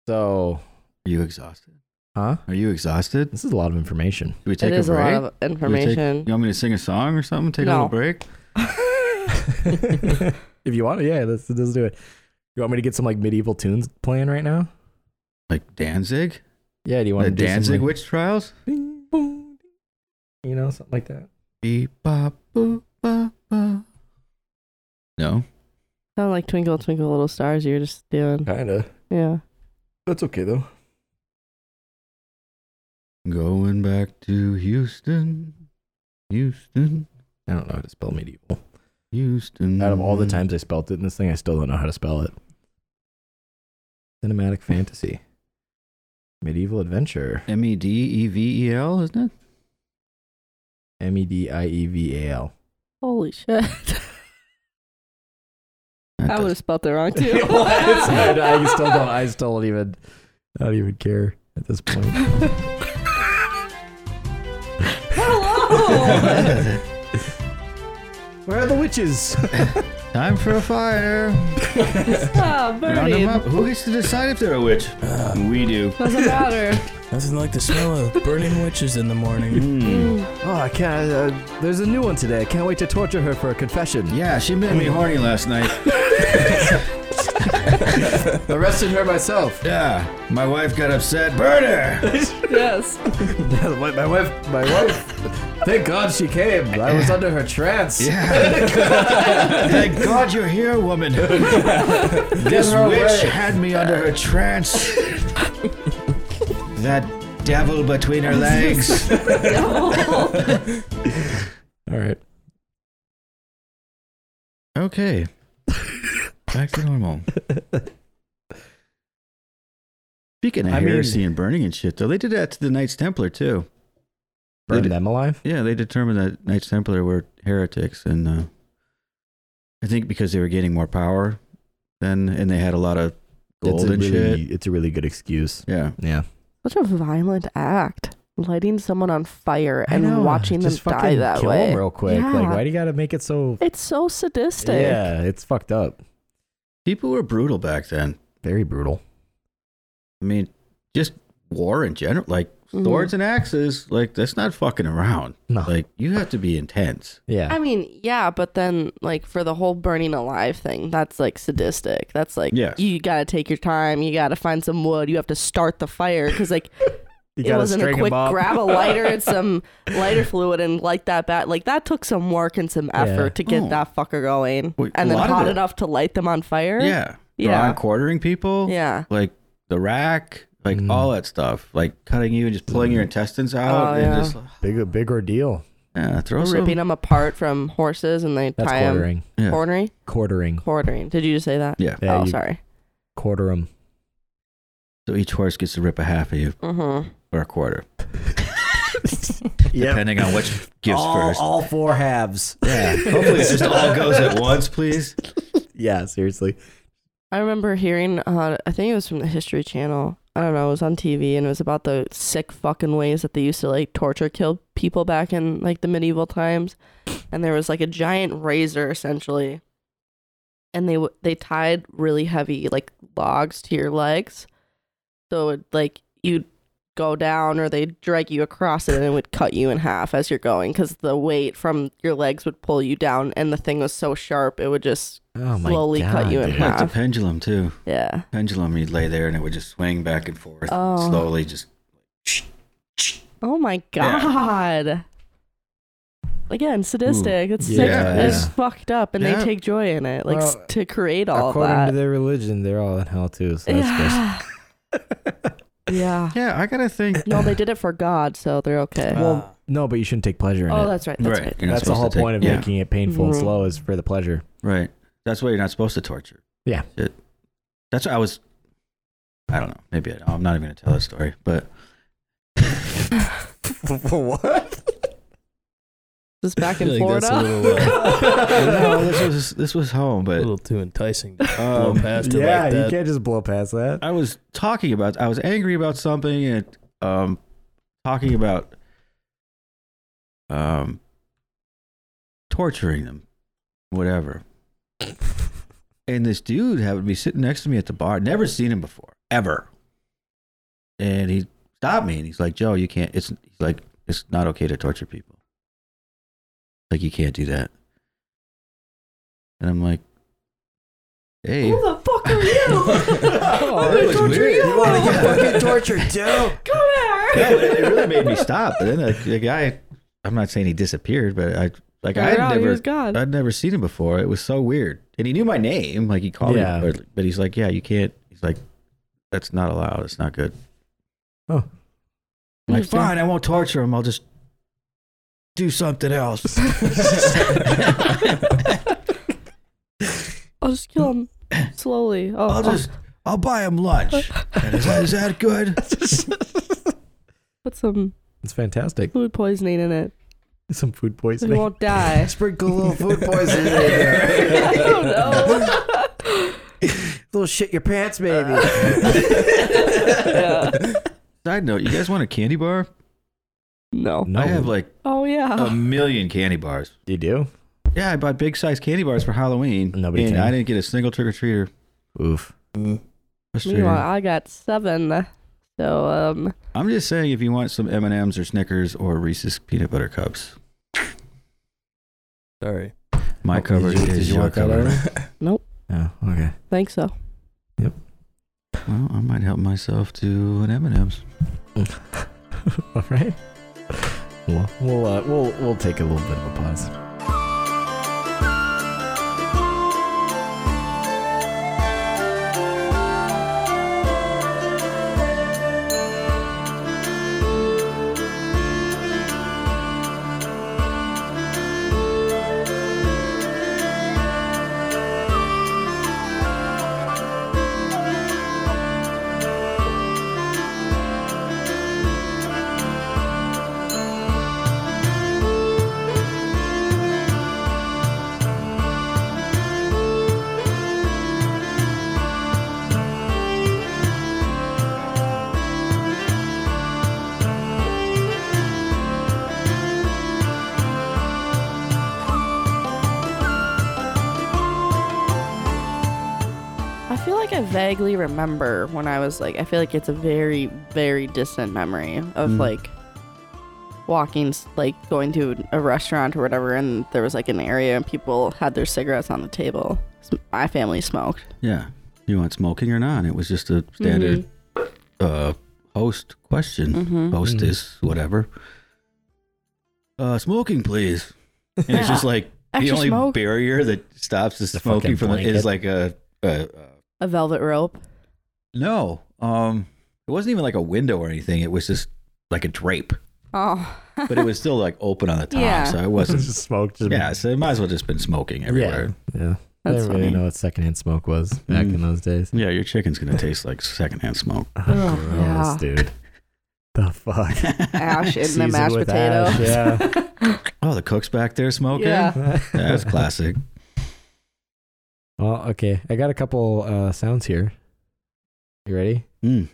[SPEAKER 2] so,
[SPEAKER 1] Are you exhausted?
[SPEAKER 2] huh?
[SPEAKER 1] Are you exhausted?
[SPEAKER 2] This is a lot of information.
[SPEAKER 1] Do we
[SPEAKER 7] It
[SPEAKER 1] take
[SPEAKER 7] is
[SPEAKER 1] a
[SPEAKER 7] a lot
[SPEAKER 1] break?
[SPEAKER 7] of
[SPEAKER 1] Do we take-
[SPEAKER 7] information.
[SPEAKER 1] you want me to sing a song or something? Take a
[SPEAKER 7] No.
[SPEAKER 1] little break.
[SPEAKER 2] if you want, yeah, let's, let's do it. You want me to get some like medieval tunes playing right now?
[SPEAKER 1] Like Danzig,
[SPEAKER 2] Yeah, do you want
[SPEAKER 1] the
[SPEAKER 2] to do some,
[SPEAKER 1] Danzig
[SPEAKER 2] like,
[SPEAKER 1] witch trials.
[SPEAKER 2] bing, boom, ding, You know, something like that.
[SPEAKER 1] Beep, bop, boop, bop, bop. No,
[SPEAKER 7] Sound like Twinkle Twinkle Little Stars you're just doing.
[SPEAKER 2] Kinda.
[SPEAKER 7] Yeah.
[SPEAKER 2] That's okay though.
[SPEAKER 1] going back to Houston, Houston,
[SPEAKER 2] I don't know how to spell medieval.
[SPEAKER 1] Houston.
[SPEAKER 2] Out of all the times I spelt it in this thing, I still don't know how to spell it. Cinematic fantasy. Medieval adventure.
[SPEAKER 1] M E D E V E L, isn't it?
[SPEAKER 2] M E D I E V A L.
[SPEAKER 7] Holy shit.
[SPEAKER 1] That
[SPEAKER 7] I would
[SPEAKER 1] does-
[SPEAKER 7] have spelled it wrong too.
[SPEAKER 2] It was. I, I still don't. I still don't even. I don't even care at this point.
[SPEAKER 7] Hello!
[SPEAKER 2] Where are the witches?
[SPEAKER 1] Time for a fire.
[SPEAKER 7] Ah,
[SPEAKER 1] Round 'em
[SPEAKER 7] burning.
[SPEAKER 1] up. Who gets to decide if they're a witch?
[SPEAKER 2] Ah.
[SPEAKER 1] we do.
[SPEAKER 7] Doesn't matter.
[SPEAKER 4] Nothing like the smell of burning witches in the morning.
[SPEAKER 2] Oh, I can't. Uh, there's a new one today. I can't wait to torture her for a confession.
[SPEAKER 1] Yeah, she made me horny last night.
[SPEAKER 2] Arrested her myself.
[SPEAKER 1] Yeah, Ah, my wife got upset. Burn her!
[SPEAKER 7] yes.
[SPEAKER 2] my, my wife. My wife. Thank God she came. I was under her trance.
[SPEAKER 1] Yeah. Thank God you're here, woman. this
[SPEAKER 2] her
[SPEAKER 1] witch
[SPEAKER 2] away.
[SPEAKER 1] had me under her trance. that devil between her legs.
[SPEAKER 2] All right.
[SPEAKER 1] Okay. Back to normal. Speaking of
[SPEAKER 2] I mean-
[SPEAKER 1] heresy and burning and shit, though, they did that to the Knights Templar, too. They
[SPEAKER 2] Burn
[SPEAKER 1] did-
[SPEAKER 2] them alive.
[SPEAKER 1] Yeah, they determined that Knights Templar were heretics, and uh, I think because they were getting more power then, and they had a lot of gold
[SPEAKER 2] it's a
[SPEAKER 1] and
[SPEAKER 2] really,
[SPEAKER 1] shit.
[SPEAKER 2] It's a really good excuse.
[SPEAKER 1] Yeah,
[SPEAKER 2] Yeah.
[SPEAKER 3] Such a violent act. Lighting someone on fire and watching them
[SPEAKER 2] Just
[SPEAKER 3] die
[SPEAKER 2] fucking
[SPEAKER 3] that
[SPEAKER 2] kill
[SPEAKER 3] way.
[SPEAKER 2] 'em real quick. Like,
[SPEAKER 3] Yeah.
[SPEAKER 2] why do you gotta make it so?
[SPEAKER 3] It's so sadistic.
[SPEAKER 2] Yeah, it's fucked up.
[SPEAKER 1] people were brutal back then.
[SPEAKER 2] Very brutal.
[SPEAKER 1] I mean, just war in general, like
[SPEAKER 3] Mhm.
[SPEAKER 1] swords and axes, like that's not fucking around.
[SPEAKER 2] No.
[SPEAKER 1] Like you have to be intense.
[SPEAKER 2] yeah.
[SPEAKER 3] I mean, yeah, but then like for the whole burning alive thing, that's like sadistic. That's like
[SPEAKER 1] Yes.
[SPEAKER 3] you got to take your time. You got to find some wood. You have to start the fire cuz like
[SPEAKER 2] You
[SPEAKER 3] it
[SPEAKER 2] gotta
[SPEAKER 3] wasn't a
[SPEAKER 2] string 'em
[SPEAKER 3] quick
[SPEAKER 2] up.
[SPEAKER 3] grab a lighter and some lighter fluid and light that bat. Like that took some work and some
[SPEAKER 2] Yeah.
[SPEAKER 3] effort to get
[SPEAKER 1] Oh.
[SPEAKER 3] that fucker going.
[SPEAKER 1] Wait, a
[SPEAKER 3] and then
[SPEAKER 1] lot of
[SPEAKER 3] hot
[SPEAKER 1] it-
[SPEAKER 3] enough to light them on fire.
[SPEAKER 1] Yeah,
[SPEAKER 3] Yeah.
[SPEAKER 1] Drawing, quartering people.
[SPEAKER 3] Yeah.
[SPEAKER 1] like the rack, like
[SPEAKER 2] Mm.
[SPEAKER 1] all that stuff, like cutting you and just pulling your intestines out
[SPEAKER 3] Oh,
[SPEAKER 1] and
[SPEAKER 3] yeah.
[SPEAKER 1] just
[SPEAKER 2] Big, big ordeal.
[SPEAKER 1] yeah, throw some.
[SPEAKER 3] ripping them apart from horses and they
[SPEAKER 2] Oh, That's
[SPEAKER 3] tie them
[SPEAKER 2] quartering.
[SPEAKER 1] Yeah.
[SPEAKER 3] quartering
[SPEAKER 2] Quartering.
[SPEAKER 3] quartering did you just say that
[SPEAKER 1] Yeah.
[SPEAKER 2] Yeah,
[SPEAKER 3] oh
[SPEAKER 2] you
[SPEAKER 3] sorry
[SPEAKER 2] quarter them.
[SPEAKER 1] So each horse gets to rip a half of you
[SPEAKER 3] mm-hmm.
[SPEAKER 1] or a quarter,
[SPEAKER 2] Yeah.
[SPEAKER 1] depending on which gives
[SPEAKER 2] all,
[SPEAKER 1] first.
[SPEAKER 2] all four halves.
[SPEAKER 1] Yeah. Hopefully, it just all goes at once, please.
[SPEAKER 2] Yeah, seriously.
[SPEAKER 3] i remember hearing uh, i think it was from the history channel i don't know it was on tv and it was about the sick fucking ways that they used to like torture kill people back in like the medieval times and there was like a giant razor essentially and they w- they tied really heavy like logs to your legs so it, like you'd go down or they'd drag you across it and it would cut you in half as you're going because the weight from your legs would pull you down and the thing was so sharp it would just
[SPEAKER 2] Oh my
[SPEAKER 3] slowly cut
[SPEAKER 2] God,
[SPEAKER 3] you in
[SPEAKER 2] dude.
[SPEAKER 1] Like the
[SPEAKER 3] half
[SPEAKER 1] pendulum too.
[SPEAKER 3] yeah
[SPEAKER 1] Pendulum, you'd lay there and it would just swing back and forth
[SPEAKER 3] Oh.
[SPEAKER 1] slowly. Just
[SPEAKER 3] oh my god again sadistic it's sick
[SPEAKER 1] Yeah.
[SPEAKER 3] it's
[SPEAKER 1] Yeah.
[SPEAKER 3] fucked up and
[SPEAKER 1] Yeah.
[SPEAKER 3] they take joy in it like s-
[SPEAKER 2] Well,
[SPEAKER 3] to create all of
[SPEAKER 2] According to
[SPEAKER 3] that
[SPEAKER 2] their religion, they're all in hell too. So that's gross.
[SPEAKER 3] yeah yeah
[SPEAKER 1] yeah, I gotta think.
[SPEAKER 3] no they did it for god so they're okay
[SPEAKER 2] Well, no, but you shouldn't take pleasure in
[SPEAKER 3] oh
[SPEAKER 2] it.
[SPEAKER 3] that's right that's
[SPEAKER 1] right,
[SPEAKER 3] right
[SPEAKER 1] you're not
[SPEAKER 2] That's the
[SPEAKER 1] supposed
[SPEAKER 2] whole
[SPEAKER 1] to take-
[SPEAKER 2] point of
[SPEAKER 1] yeah,
[SPEAKER 2] making it painful and
[SPEAKER 3] Mhm.
[SPEAKER 2] slow is for the pleasure.
[SPEAKER 1] Right. That's why you're not supposed to torture.
[SPEAKER 2] Yeah.
[SPEAKER 1] It- that's why I was. I don't know. Maybe I, I'm not even gonna tell this story, but
[SPEAKER 2] what?
[SPEAKER 3] This back
[SPEAKER 4] I
[SPEAKER 3] in
[SPEAKER 4] feel like
[SPEAKER 3] Florida.
[SPEAKER 4] that's a little, uh,
[SPEAKER 1] no, this was this was home.
[SPEAKER 4] a
[SPEAKER 1] But
[SPEAKER 4] little too enticing to blow
[SPEAKER 1] um,
[SPEAKER 4] past it
[SPEAKER 2] yeah,
[SPEAKER 4] like
[SPEAKER 2] you
[SPEAKER 4] that.
[SPEAKER 2] can't just blow past that.
[SPEAKER 1] I was talking about I was angry about something and um talking about um torturing them whatever and this dude happened to be sitting next to me at the bar never seen him before ever and he stopped me and he's like Joe you can't it's he's like it's not okay to torture people like you can't do that and I'm like hey
[SPEAKER 7] Who the fuck are you?
[SPEAKER 1] Oh, that was weird. You wanna get fucking tortured,
[SPEAKER 2] too?
[SPEAKER 7] Come here.
[SPEAKER 1] yeah, it, it really made me stop. And then the, the guy, I'm not saying he disappeared, but I like I
[SPEAKER 3] Figure
[SPEAKER 1] had
[SPEAKER 3] out oh, he
[SPEAKER 1] never
[SPEAKER 3] was gone.
[SPEAKER 1] I'd never seen him before. It was so weird, and he knew my name. Like he called
[SPEAKER 2] Yeah.
[SPEAKER 1] me, but, but he's like, yeah, you can't. He's like, that's not allowed. It's not good.
[SPEAKER 2] Oh.
[SPEAKER 1] I'm like
[SPEAKER 3] Interesting.
[SPEAKER 1] fine, I won't torture him. I'll just do something else.
[SPEAKER 3] I'll just kill him slowly. Oh,
[SPEAKER 1] I'll just I'll buy him lunch. And is that, is that good?
[SPEAKER 3] put some
[SPEAKER 2] It's fantastic.
[SPEAKER 3] food poisoning in it.
[SPEAKER 2] Some food
[SPEAKER 3] So
[SPEAKER 2] poisoning.
[SPEAKER 3] he won't die.
[SPEAKER 2] Sprinkle a little food poisoning in there.
[SPEAKER 3] I don't know.
[SPEAKER 2] little shit your pants, baby.
[SPEAKER 1] Side note: You guys want a candy bar?
[SPEAKER 3] No.
[SPEAKER 2] no,
[SPEAKER 1] I have like
[SPEAKER 3] Oh yeah.
[SPEAKER 1] Um, a million candy bars.
[SPEAKER 2] you do.
[SPEAKER 1] Yeah, I bought big size candy bars for Halloween.
[SPEAKER 2] Nobody
[SPEAKER 1] and
[SPEAKER 2] came.
[SPEAKER 1] I didn't get a single trick or treater.
[SPEAKER 2] Oof.
[SPEAKER 3] Meanwhile, I got seven. So um,
[SPEAKER 1] I'm just saying, if you want some M and M's or Snickers or Reese's peanut butter cups,
[SPEAKER 4] Sorry.
[SPEAKER 1] my
[SPEAKER 4] Oh,
[SPEAKER 1] cover
[SPEAKER 4] did you- did
[SPEAKER 1] is
[SPEAKER 4] you
[SPEAKER 1] your
[SPEAKER 4] want that
[SPEAKER 1] cover.
[SPEAKER 4] already?
[SPEAKER 2] Oh, okay.
[SPEAKER 3] think so.
[SPEAKER 1] Well, I might help myself to an M and M's.
[SPEAKER 2] All right. Well, we'll uh, we'll we'll take a little bit of a pause.
[SPEAKER 3] I feel like I vaguely remember when I was like, I feel like it's a very, very distant memory of
[SPEAKER 1] Mm.
[SPEAKER 3] like walking, s- like going to a restaurant or whatever, and there was like an area and people had their cigarettes on the table. S- My family smoked.
[SPEAKER 1] Yeah, you want smoking or not? It was just a standard
[SPEAKER 4] Mm-hmm.
[SPEAKER 1] uh, host question,
[SPEAKER 3] Mhm.
[SPEAKER 1] hostess, whatever. Uh, smoking, please. And it's just like the
[SPEAKER 3] Extra
[SPEAKER 1] only
[SPEAKER 3] smoke.
[SPEAKER 1] barrier that stops the,
[SPEAKER 2] The fucking
[SPEAKER 1] smoking from it is
[SPEAKER 2] blanket.
[SPEAKER 1] like a, a, a
[SPEAKER 3] a velvet rope.
[SPEAKER 1] No. Um it wasn't even like a window or anything. It was just like a drape.
[SPEAKER 3] Oh,
[SPEAKER 1] But it was still like open on the top.
[SPEAKER 3] Yeah.
[SPEAKER 1] So it wasn't
[SPEAKER 2] just smoked.
[SPEAKER 1] Yeah, so it might as well just been smoking everywhere.
[SPEAKER 2] Yeah. yeah. I
[SPEAKER 3] that's
[SPEAKER 2] didn't really
[SPEAKER 3] funny.
[SPEAKER 2] know what secondhand smoke was back
[SPEAKER 1] Mm.
[SPEAKER 2] in those days.
[SPEAKER 1] Yeah, your chicken's gonna taste like secondhand smoke.
[SPEAKER 3] Ugh, yeah.
[SPEAKER 2] Gross, dude. The fuck.
[SPEAKER 3] Ash in the
[SPEAKER 2] Seasoned
[SPEAKER 3] mashed
[SPEAKER 2] with
[SPEAKER 3] potato.
[SPEAKER 2] ash, yeah.
[SPEAKER 1] oh, the cook's back there smoking?
[SPEAKER 3] Yeah.
[SPEAKER 1] That's classic.
[SPEAKER 2] Well, okay. I got a couple uh, sounds here. You ready?
[SPEAKER 1] Mm.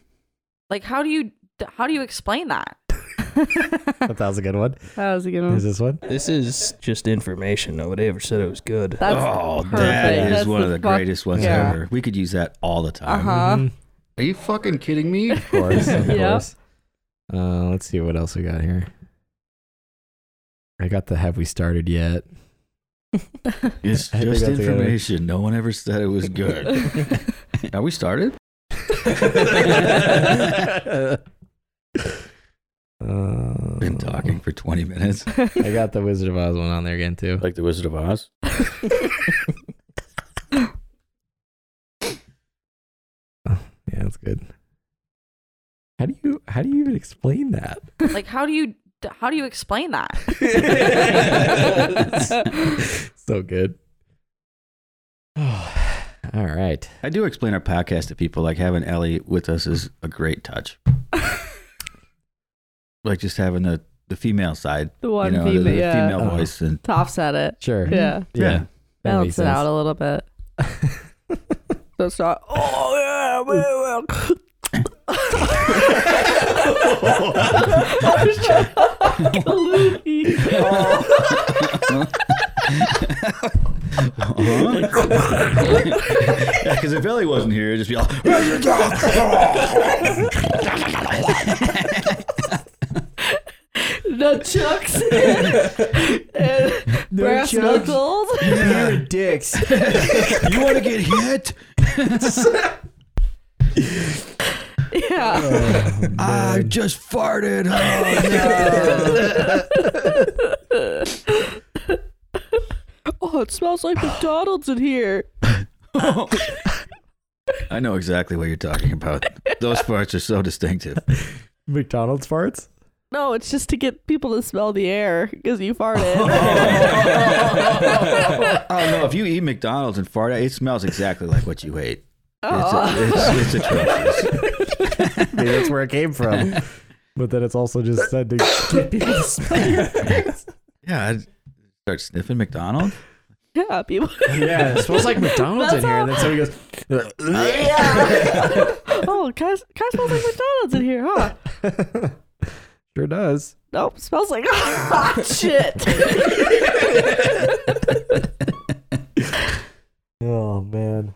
[SPEAKER 9] Like, how do you how do you explain that?
[SPEAKER 2] That was a good one.
[SPEAKER 3] that was a good one.
[SPEAKER 2] Is this one?
[SPEAKER 4] This is just information. Nobody ever said it was good.
[SPEAKER 3] That's
[SPEAKER 1] oh,
[SPEAKER 3] perfect.
[SPEAKER 1] that is
[SPEAKER 3] That's
[SPEAKER 1] one of the
[SPEAKER 3] fuck-
[SPEAKER 1] greatest ones
[SPEAKER 3] yeah.
[SPEAKER 1] ever. We could use that all the
[SPEAKER 3] Uh
[SPEAKER 1] time.
[SPEAKER 3] huh.
[SPEAKER 2] Mhm.
[SPEAKER 8] Are you fucking kidding me?
[SPEAKER 2] Of course. Of
[SPEAKER 3] Yep.
[SPEAKER 2] course. Uh, let's see what else we got here. I got the have we started yet?
[SPEAKER 1] It's
[SPEAKER 2] I think
[SPEAKER 1] just
[SPEAKER 2] that's a good one.
[SPEAKER 1] information. No one ever said it was good. Are we started?
[SPEAKER 2] uh,
[SPEAKER 1] Been talking for twenty minutes.
[SPEAKER 2] I got the Wizard of Oz one on there again too.
[SPEAKER 1] Like the Wizard of Oz.
[SPEAKER 2] Yeah, that's good. How do you how do you even explain that?
[SPEAKER 9] like, how do you how do you explain that?
[SPEAKER 2] so good. Oh, all right.
[SPEAKER 1] I do explain our podcast to people. Like having Ellie with us is a great touch. like just having the, the female side,
[SPEAKER 3] The one
[SPEAKER 1] you know, the,
[SPEAKER 3] female.
[SPEAKER 1] the
[SPEAKER 3] Yeah.
[SPEAKER 1] female
[SPEAKER 2] Uh-huh.
[SPEAKER 1] voice, and
[SPEAKER 3] Toph said it.
[SPEAKER 2] Sure.
[SPEAKER 3] Yeah.
[SPEAKER 1] yeah,
[SPEAKER 2] that
[SPEAKER 3] Balance
[SPEAKER 2] makes
[SPEAKER 3] it
[SPEAKER 2] sense.
[SPEAKER 3] out a little bit. So it's not. Oh yeah. we will." I was trying to collude you.
[SPEAKER 1] because if Ellie wasn't here, it'd just be all.
[SPEAKER 3] Nunchucks and brass knuckles.
[SPEAKER 2] You're dicks.
[SPEAKER 1] you want to get hit?
[SPEAKER 3] Yeah.
[SPEAKER 1] I just farted. Oh,
[SPEAKER 3] Oh, it smells like McDonald's in here.
[SPEAKER 1] Oh, no. I know exactly what you're talking about. Those parts are so distinctive.
[SPEAKER 2] McDonald's farts.
[SPEAKER 3] No, it's just to get people to smell the air because you farted.
[SPEAKER 1] oh no! If you eat McDonald's and fart, it smells exactly like what you ate. Oh. It's, it's, it's atrocious.
[SPEAKER 2] I mean, that's where it came from. But then it's also just said to get people to smell your face.
[SPEAKER 1] Yeah, I'd start sniffing McDonald's.
[SPEAKER 3] yeah, people.
[SPEAKER 2] Yeah, it smells like McDonald's in here. And then somebody goes,
[SPEAKER 3] oh, kind of, kind of smells like McDonald's in here, huh?
[SPEAKER 2] sure does.
[SPEAKER 3] nope, smells like hot shit.
[SPEAKER 2] Oh man.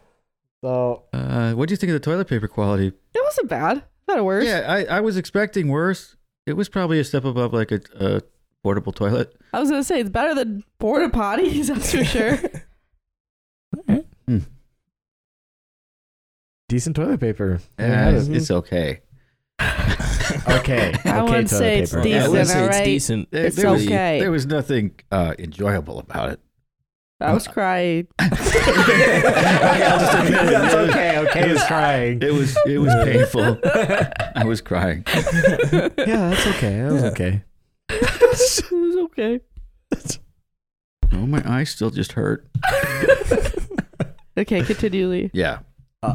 [SPEAKER 2] So
[SPEAKER 1] Uh, what do you think of the toilet paper quality?
[SPEAKER 3] It wasn't bad. Not worse.
[SPEAKER 1] Yeah, I, I was expecting worse. It was probably a step above like a, a portable toilet.
[SPEAKER 3] I was gonna say it's better than border potties, that's for sure.
[SPEAKER 2] Hmm. decent toilet paper.
[SPEAKER 1] Uh, it's, it's okay.
[SPEAKER 2] okay.
[SPEAKER 3] I
[SPEAKER 2] okay,
[SPEAKER 3] wouldn't
[SPEAKER 2] toilet
[SPEAKER 3] say it's
[SPEAKER 2] paper.
[SPEAKER 3] decent.
[SPEAKER 4] I would say it's
[SPEAKER 3] alright.
[SPEAKER 4] decent.
[SPEAKER 1] There,
[SPEAKER 3] It's
[SPEAKER 1] there was,
[SPEAKER 3] okay.
[SPEAKER 1] There was nothing uh, enjoyable about it.
[SPEAKER 3] I was crying.
[SPEAKER 1] just admit it.
[SPEAKER 2] That's okay. Okay, is crying.
[SPEAKER 1] It was it was painful. I was crying.
[SPEAKER 2] Yeah, that's okay. That was okay.
[SPEAKER 3] It was okay.
[SPEAKER 1] Oh, my eyes still just hurt.
[SPEAKER 3] Okay, continue, Lee.
[SPEAKER 1] Yeah.
[SPEAKER 2] Uh,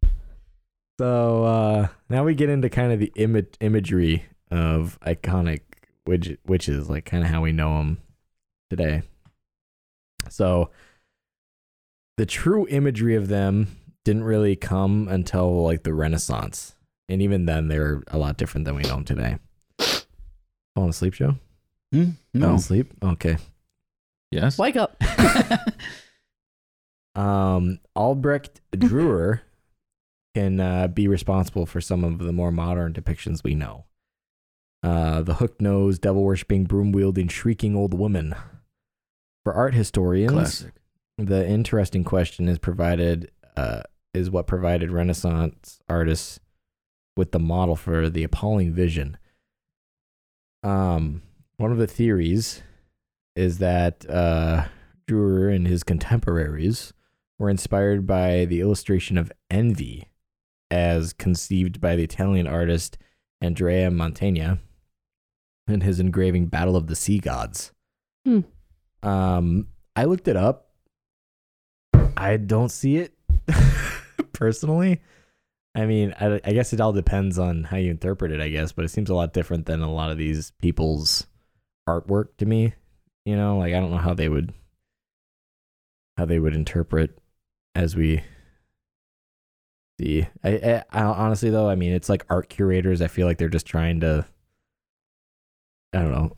[SPEAKER 2] So uh, now we get into kind of the ima- imagery of iconic witch- witches, like kind of how we know them today. So the true imagery of them didn't really come until like the Renaissance, and even then they're a lot different than we know them today. Falling asleep, Joe?
[SPEAKER 1] Hmm?
[SPEAKER 2] Falling
[SPEAKER 1] No.
[SPEAKER 2] asleep? Okay.
[SPEAKER 1] Yes.
[SPEAKER 3] Wake up.
[SPEAKER 2] Um, Albrecht Dürer can uh, be responsible for some of the more modern depictions we know. Uh, the hooked nose, devil worshipping, broom wielding, shrieking old woman. For art historians,
[SPEAKER 1] Classic.
[SPEAKER 2] the interesting question is provided uh, is what provided Renaissance artists with the model for the appalling vision. Um, one of the theories is that uh, Durer and his contemporaries were inspired by the illustration of envy, as conceived by the Italian artist Andrea Mantegna in his engraving "Battle of the Sea Gods."
[SPEAKER 3] Hmm.
[SPEAKER 2] Um, I looked it up I don't see it personally. I mean, I, I guess it all depends on how you interpret it, I guess, but it seems a lot different than a lot of these people's artwork to me. You know, like I don't know how they would how they would interpret as we see. I, I, I honestly though, I mean, it's like art curators. I feel like they're just trying to. I don't know.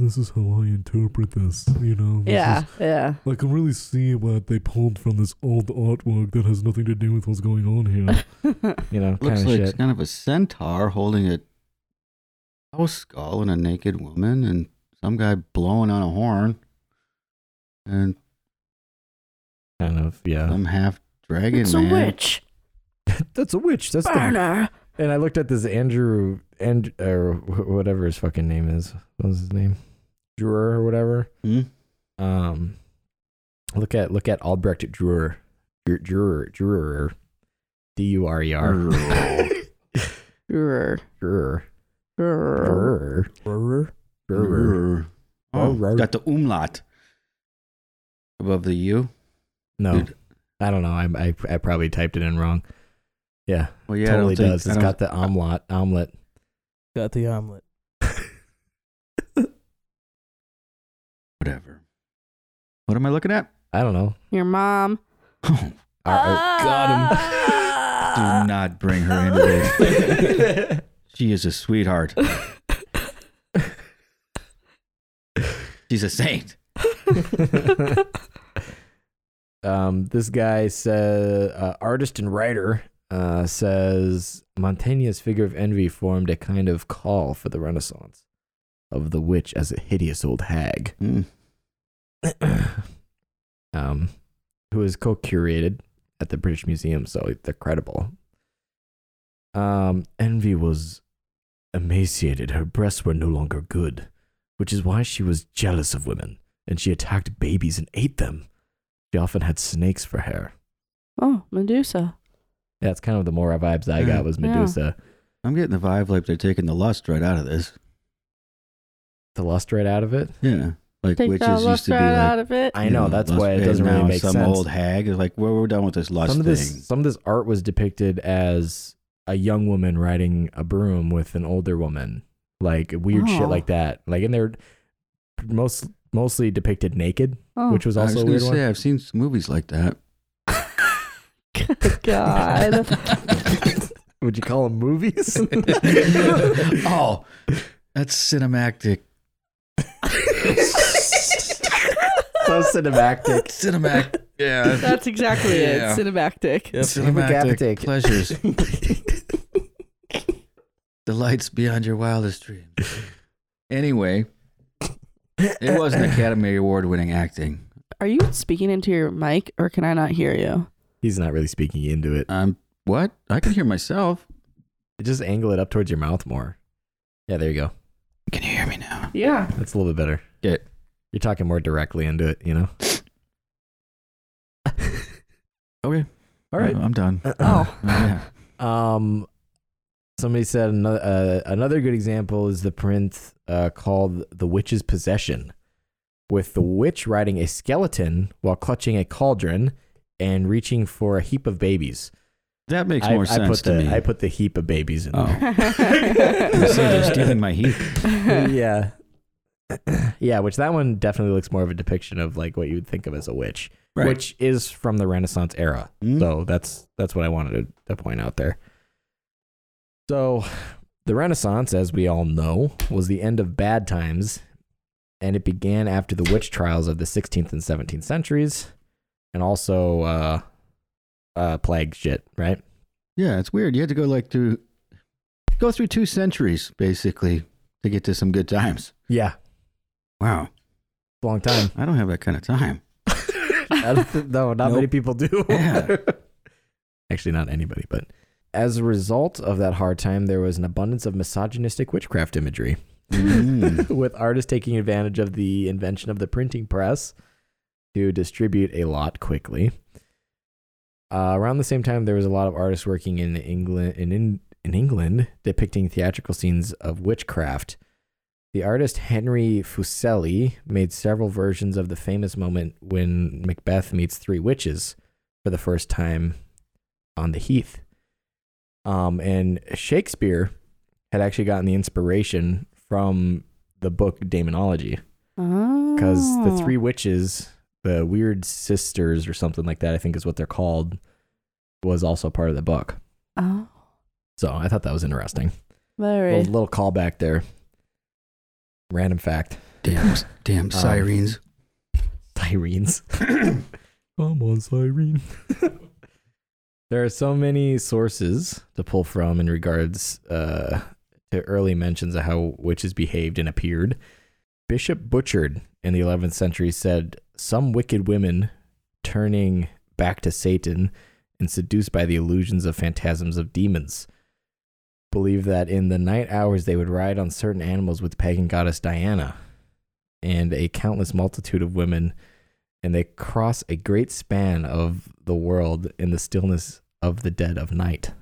[SPEAKER 10] This is how I interpret this, you know? This
[SPEAKER 3] Yeah,
[SPEAKER 10] is-
[SPEAKER 3] yeah.
[SPEAKER 10] I can really see what they pulled from this old artwork that has nothing to do with what's going on here.
[SPEAKER 2] You know, kind
[SPEAKER 1] Looks
[SPEAKER 2] of
[SPEAKER 1] like
[SPEAKER 2] shit.
[SPEAKER 1] it's kind of a centaur holding a house skull and a naked woman and some guy blowing on a horn and
[SPEAKER 2] Kind of, yeah.
[SPEAKER 1] some half dragon
[SPEAKER 7] It's a
[SPEAKER 1] man.
[SPEAKER 7] witch.
[SPEAKER 2] That's a witch. That's the
[SPEAKER 7] Burner.
[SPEAKER 2] And I looked at this Andrew and or wh- whatever his fucking name is. What was his name? Drewer or whatever.
[SPEAKER 1] Hmm?
[SPEAKER 2] Um, look at look at Albrecht Drewer, Drewer, Drewer, D U R E R,
[SPEAKER 3] Grr,
[SPEAKER 2] Drewer,
[SPEAKER 3] grr.
[SPEAKER 2] Drewer, Drewer.
[SPEAKER 1] Grr.
[SPEAKER 2] Oh,
[SPEAKER 1] Oh,
[SPEAKER 2] right.
[SPEAKER 1] got the umlaut above the U.
[SPEAKER 2] No,
[SPEAKER 1] Dude.
[SPEAKER 2] I don't know. I, I I probably typed it in wrong. Yeah,
[SPEAKER 1] Well, yeah, I
[SPEAKER 2] totally
[SPEAKER 1] don't think,
[SPEAKER 2] does.
[SPEAKER 1] I
[SPEAKER 2] It's
[SPEAKER 1] don't-
[SPEAKER 2] got the omelet omelet.
[SPEAKER 4] Got the omelet.
[SPEAKER 1] whatever. What am I looking at?
[SPEAKER 2] I don't know.
[SPEAKER 3] Your mom.
[SPEAKER 1] Oh,
[SPEAKER 2] All right.
[SPEAKER 1] do
[SPEAKER 2] Ah.
[SPEAKER 1] not bring her into this. She is a sweetheart. She's a saint.
[SPEAKER 2] um, this guy says, uh, artist and writer uh, says Montaigne's figure of envy formed a kind of call for the Renaissance of the witch as a hideous old hag,
[SPEAKER 1] Mm.
[SPEAKER 2] um, who is co-curated at the British Museum, so they're credible. Um, envy was emaciated; her breasts were no longer good, which is why she was jealous of women, and she attacked babies and ate them. She often had snakes for hair.
[SPEAKER 3] Oh, Medusa.
[SPEAKER 2] That's kind of the more vibes I got was
[SPEAKER 3] Yeah.
[SPEAKER 2] Medusa.
[SPEAKER 1] I'm getting the vibe like they're taking the lust right out of this.
[SPEAKER 2] The lust right out of it.
[SPEAKER 1] Yeah, like
[SPEAKER 3] Take
[SPEAKER 1] witches
[SPEAKER 3] that
[SPEAKER 1] used
[SPEAKER 3] lust
[SPEAKER 1] to be
[SPEAKER 3] right out
[SPEAKER 1] like.
[SPEAKER 3] of it.
[SPEAKER 2] I
[SPEAKER 1] you
[SPEAKER 2] know that's
[SPEAKER 1] lust-
[SPEAKER 2] why it
[SPEAKER 1] and
[SPEAKER 2] doesn't really
[SPEAKER 1] now
[SPEAKER 2] make
[SPEAKER 1] some
[SPEAKER 2] sense.
[SPEAKER 1] old hag is like, well, we're done with this lust
[SPEAKER 2] some of
[SPEAKER 1] thing.
[SPEAKER 2] this some of this art was depicted as a young woman riding a broom with an older woman, like weird
[SPEAKER 3] Oh.
[SPEAKER 2] shit like that. Like and they're most mostly depicted naked,
[SPEAKER 3] Oh,
[SPEAKER 2] which was
[SPEAKER 1] I was
[SPEAKER 2] also a
[SPEAKER 1] gonna
[SPEAKER 2] weird
[SPEAKER 1] say,
[SPEAKER 2] one.
[SPEAKER 1] I've seen some movies like that.
[SPEAKER 3] God.
[SPEAKER 2] Would you call them movies?
[SPEAKER 1] oh, That's cinemactic.
[SPEAKER 2] So cinemactic.
[SPEAKER 1] Cinematic. Yeah.
[SPEAKER 3] That's exactly
[SPEAKER 1] Yeah.
[SPEAKER 3] it. Cinemactic.
[SPEAKER 1] Cinematic
[SPEAKER 2] Cinemactic.
[SPEAKER 1] pleasures. the lights beyond your wildest dreams. Anyway, it was an Academy Award winning acting.
[SPEAKER 3] Are you speaking into your mic or can I not hear you?
[SPEAKER 2] He's not really speaking into it.
[SPEAKER 1] Um, what? I can hear myself.
[SPEAKER 2] Just angle it up towards your mouth more. Yeah, there you go.
[SPEAKER 1] Can you hear me now?
[SPEAKER 7] Yeah.
[SPEAKER 2] That's a little bit better.
[SPEAKER 1] Yeah.
[SPEAKER 2] You're talking more directly into it, you know?
[SPEAKER 1] Okay.
[SPEAKER 2] All right.
[SPEAKER 1] I'm done.
[SPEAKER 2] Oh.
[SPEAKER 1] yeah.
[SPEAKER 2] Um, somebody said another uh, another good example is the print uh, called "The Witch's Possession," with the witch riding a skeleton while clutching a cauldron and reaching for a heap of babies.
[SPEAKER 1] That makes
[SPEAKER 2] I,
[SPEAKER 1] more
[SPEAKER 2] I
[SPEAKER 1] sense
[SPEAKER 2] put
[SPEAKER 1] to
[SPEAKER 2] the
[SPEAKER 1] me.
[SPEAKER 2] I put the heap of babies in.
[SPEAKER 1] oh.
[SPEAKER 2] there.
[SPEAKER 1] You see, they're stealing my heat.
[SPEAKER 2] yeah. yeah, which that one definitely looks more of a depiction of like what you would think of as a witch,
[SPEAKER 1] Right.
[SPEAKER 2] which is from the Renaissance era.
[SPEAKER 1] Mm.
[SPEAKER 2] So that's that's what I wanted to, to point out there. So the Renaissance, as we all know, was the end of bad times, and it began after the witch trials of the 16th and 17th centuries, and also uh, uh, plague shit, right?
[SPEAKER 1] Yeah, it's weird. You had to go like through go through two centuries basically to get to some good times.
[SPEAKER 2] Yeah,
[SPEAKER 1] Wow.
[SPEAKER 2] long time.
[SPEAKER 1] I don't have that kind of time.
[SPEAKER 2] I don't thi- no, not many
[SPEAKER 1] Nope.
[SPEAKER 2] people do.
[SPEAKER 1] Yeah.
[SPEAKER 2] Actually, not anybody, but as a result of that hard time, there was an abundance of misogynistic witchcraft imagery,
[SPEAKER 1] Mm.
[SPEAKER 2] with artists taking advantage of the invention of the printing press to distribute a lot quickly. Uh, around the same time, there was a lot of artists working in England in, in in England depicting theatrical scenes of witchcraft. The artist Henry Fuseli made several versions of the famous moment when Macbeth meets three witches for the first time on the heath. Um, and Shakespeare had actually gotten the inspiration from the book Damonology because
[SPEAKER 3] Oh.
[SPEAKER 2] the three witches, the weird sisters or something like that, I think is what they're called, was also part of the book.
[SPEAKER 3] Oh,
[SPEAKER 2] So I thought that was interesting.
[SPEAKER 3] very.
[SPEAKER 2] Little, little callback there. Random fact. Um,
[SPEAKER 1] Damn damn sirens.
[SPEAKER 2] Tyrene's.
[SPEAKER 10] Come on, Cyrene.
[SPEAKER 2] There are so many sources to pull from in regards uh, to early mentions of how witches behaved and appeared. Bishop Butchard in the 11th century said, Some wicked women turning back to Satan and seduced by the illusions of phantasms of demons believe that in the night hours they would ride on certain animals with pagan goddess Diana and a countless multitude of women and they cross a great span of the world in the stillness of the dead of night.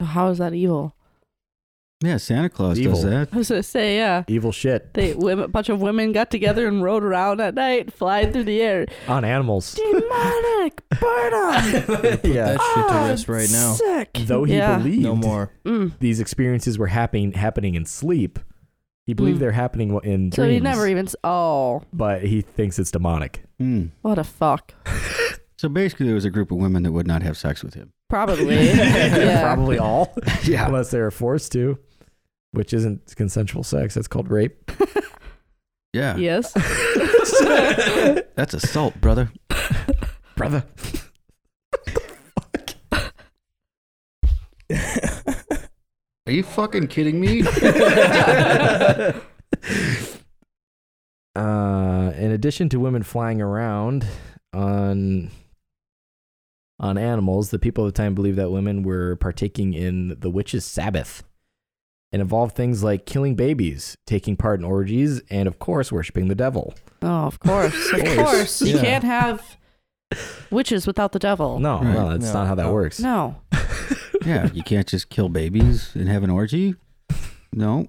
[SPEAKER 3] How is that evil?
[SPEAKER 1] Yeah, Santa Claus
[SPEAKER 2] Evil.
[SPEAKER 1] does that.
[SPEAKER 3] I was gonna say, yeah.
[SPEAKER 2] Evil shit
[SPEAKER 3] They women, a bunch of women got together and rode around at night, flying through the air.
[SPEAKER 2] on animals.
[SPEAKER 3] Demonic, burn 'em!
[SPEAKER 2] yeah.
[SPEAKER 4] That shit to
[SPEAKER 3] Ah,
[SPEAKER 4] rest right now.
[SPEAKER 3] Sick.
[SPEAKER 2] Though he
[SPEAKER 3] yeah.
[SPEAKER 2] believed
[SPEAKER 4] No more.
[SPEAKER 3] Mm.
[SPEAKER 2] these experiences were happening happening in sleep, he believed
[SPEAKER 3] Mm.
[SPEAKER 2] they're happening w- in
[SPEAKER 3] So
[SPEAKER 2] dreams.
[SPEAKER 3] he never even. s- Oh,
[SPEAKER 2] but he thinks it's demonic.
[SPEAKER 1] Hmm.
[SPEAKER 3] what a fuck.
[SPEAKER 1] So basically there was a group of women that would not have sex with him.
[SPEAKER 3] Probably. yeah.
[SPEAKER 2] Probably all,
[SPEAKER 1] Yeah.
[SPEAKER 2] unless they were forced to, which isn't consensual sex. That's called rape.
[SPEAKER 1] Yeah.
[SPEAKER 3] Yes.
[SPEAKER 1] That's assault, brother.
[SPEAKER 2] Brother.
[SPEAKER 8] Are you fucking kidding me?
[SPEAKER 2] Uh, in addition to women flying around on on animals, the people of the time believed that women were partaking in the witches' Sabbath. It involved things like killing babies, taking part in orgies, and of course, worshiping the devil.
[SPEAKER 3] Oh, of course. Of
[SPEAKER 2] Of course.
[SPEAKER 3] course. You
[SPEAKER 4] Yeah.
[SPEAKER 3] can't have witches without the devil.
[SPEAKER 2] No,
[SPEAKER 1] Right.
[SPEAKER 2] no, that's
[SPEAKER 4] No,
[SPEAKER 2] not how that
[SPEAKER 4] no.
[SPEAKER 2] works.
[SPEAKER 3] No.
[SPEAKER 1] Yeah. You can't just kill babies and have an orgy. No.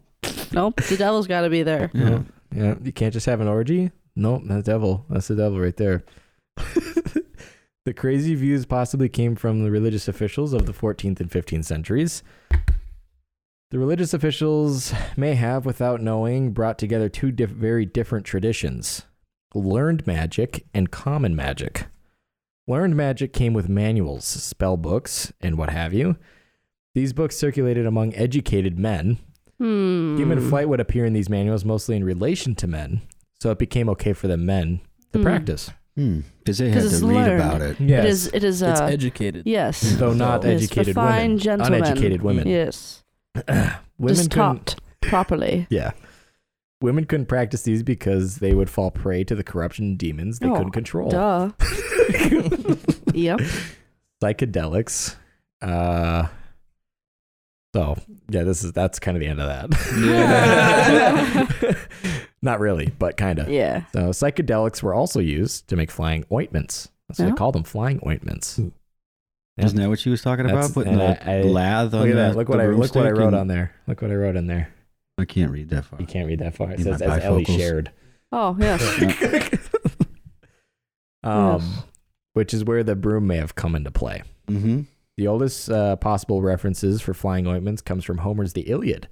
[SPEAKER 3] Nope. The devil's got to be there.
[SPEAKER 1] Yeah.
[SPEAKER 2] Yeah. Yeah, you can't just have an orgy. Nope, the devil. That's the devil right there. the crazy views possibly came from the religious officials of the 14th and 15th centuries. The religious officials may have, without knowing, brought together two diff- very different traditions learned magic and common magic. Learned magic came with manuals, spell books, and what have you. These books circulated among educated men
[SPEAKER 3] Hmm.
[SPEAKER 2] Human flight would appear in these manuals mostly in relation to men, so it became okay for the men to
[SPEAKER 3] Hmm.
[SPEAKER 2] practice.
[SPEAKER 1] Hmm. Because they had
[SPEAKER 3] 'Cause it's
[SPEAKER 1] to read
[SPEAKER 3] learned.
[SPEAKER 1] about it.
[SPEAKER 2] Yes.
[SPEAKER 3] It is. It is. Uh,
[SPEAKER 4] it's educated.
[SPEAKER 3] Yes.
[SPEAKER 2] Though not
[SPEAKER 3] It is
[SPEAKER 2] educated
[SPEAKER 3] refined
[SPEAKER 2] women.
[SPEAKER 3] gentlemen.
[SPEAKER 2] Uneducated women.
[SPEAKER 3] Yes.
[SPEAKER 2] Women couldn't-
[SPEAKER 3] Just taught properly.
[SPEAKER 2] Yeah. Women couldn't practice these because they would fall prey to the corruption demons they
[SPEAKER 3] Oh,
[SPEAKER 2] couldn't control.
[SPEAKER 3] Duh. Yep.
[SPEAKER 2] Psychedelics. Uh so yeah, this is that's kind of the end of
[SPEAKER 3] Yeah.
[SPEAKER 2] that. Not really, but kinda.
[SPEAKER 3] Yeah.
[SPEAKER 2] So psychedelics were also used to make flying ointments. That's what
[SPEAKER 3] Oh.
[SPEAKER 2] they call them, flying ointments. Look Yeah.
[SPEAKER 1] Isn't that what she was talking
[SPEAKER 2] That's-
[SPEAKER 1] about? Putting
[SPEAKER 2] and
[SPEAKER 1] the
[SPEAKER 2] I- I-
[SPEAKER 1] lath on
[SPEAKER 2] at that.
[SPEAKER 1] the-
[SPEAKER 2] Look what
[SPEAKER 1] the
[SPEAKER 2] I look what I
[SPEAKER 1] broomstick
[SPEAKER 2] wrote
[SPEAKER 1] and-
[SPEAKER 2] on there. Look what I wrote in there.
[SPEAKER 1] I can't read that far.
[SPEAKER 2] You can't read that far. It
[SPEAKER 1] In my
[SPEAKER 2] says as Ellie
[SPEAKER 1] bifocals.
[SPEAKER 2] shared.
[SPEAKER 3] Oh yes.
[SPEAKER 2] um,
[SPEAKER 3] Yes.
[SPEAKER 2] which is where the broom may have come into play.
[SPEAKER 1] Mm-hmm.
[SPEAKER 2] The oldest uh, possible references for flying ointments comes from Homer's The Iliad,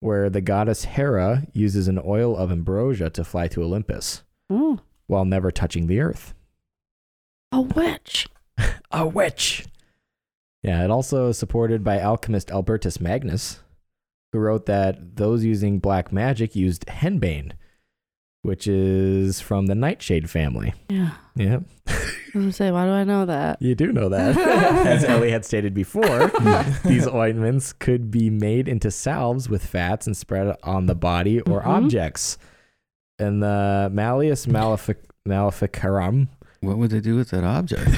[SPEAKER 2] where the goddess Hera uses an oil of ambrosia to fly to Olympus
[SPEAKER 3] Mm.
[SPEAKER 2] while never touching the earth.
[SPEAKER 3] A witch.
[SPEAKER 2] A witch. Yeah, it also is supported by alchemist Albertus Magnus, who wrote that those using black magic used henbane, which is from the nightshade family.
[SPEAKER 3] Yeah.
[SPEAKER 2] Yeah,
[SPEAKER 3] I was gonna say, why do I know that?
[SPEAKER 2] you do know that. As Ellie had stated before, these ointments could be made into salves with fats and spread on the body or
[SPEAKER 3] Mhm.
[SPEAKER 2] objects. And the Malleus Malefic- Maleficarum,
[SPEAKER 1] What would they do with that object?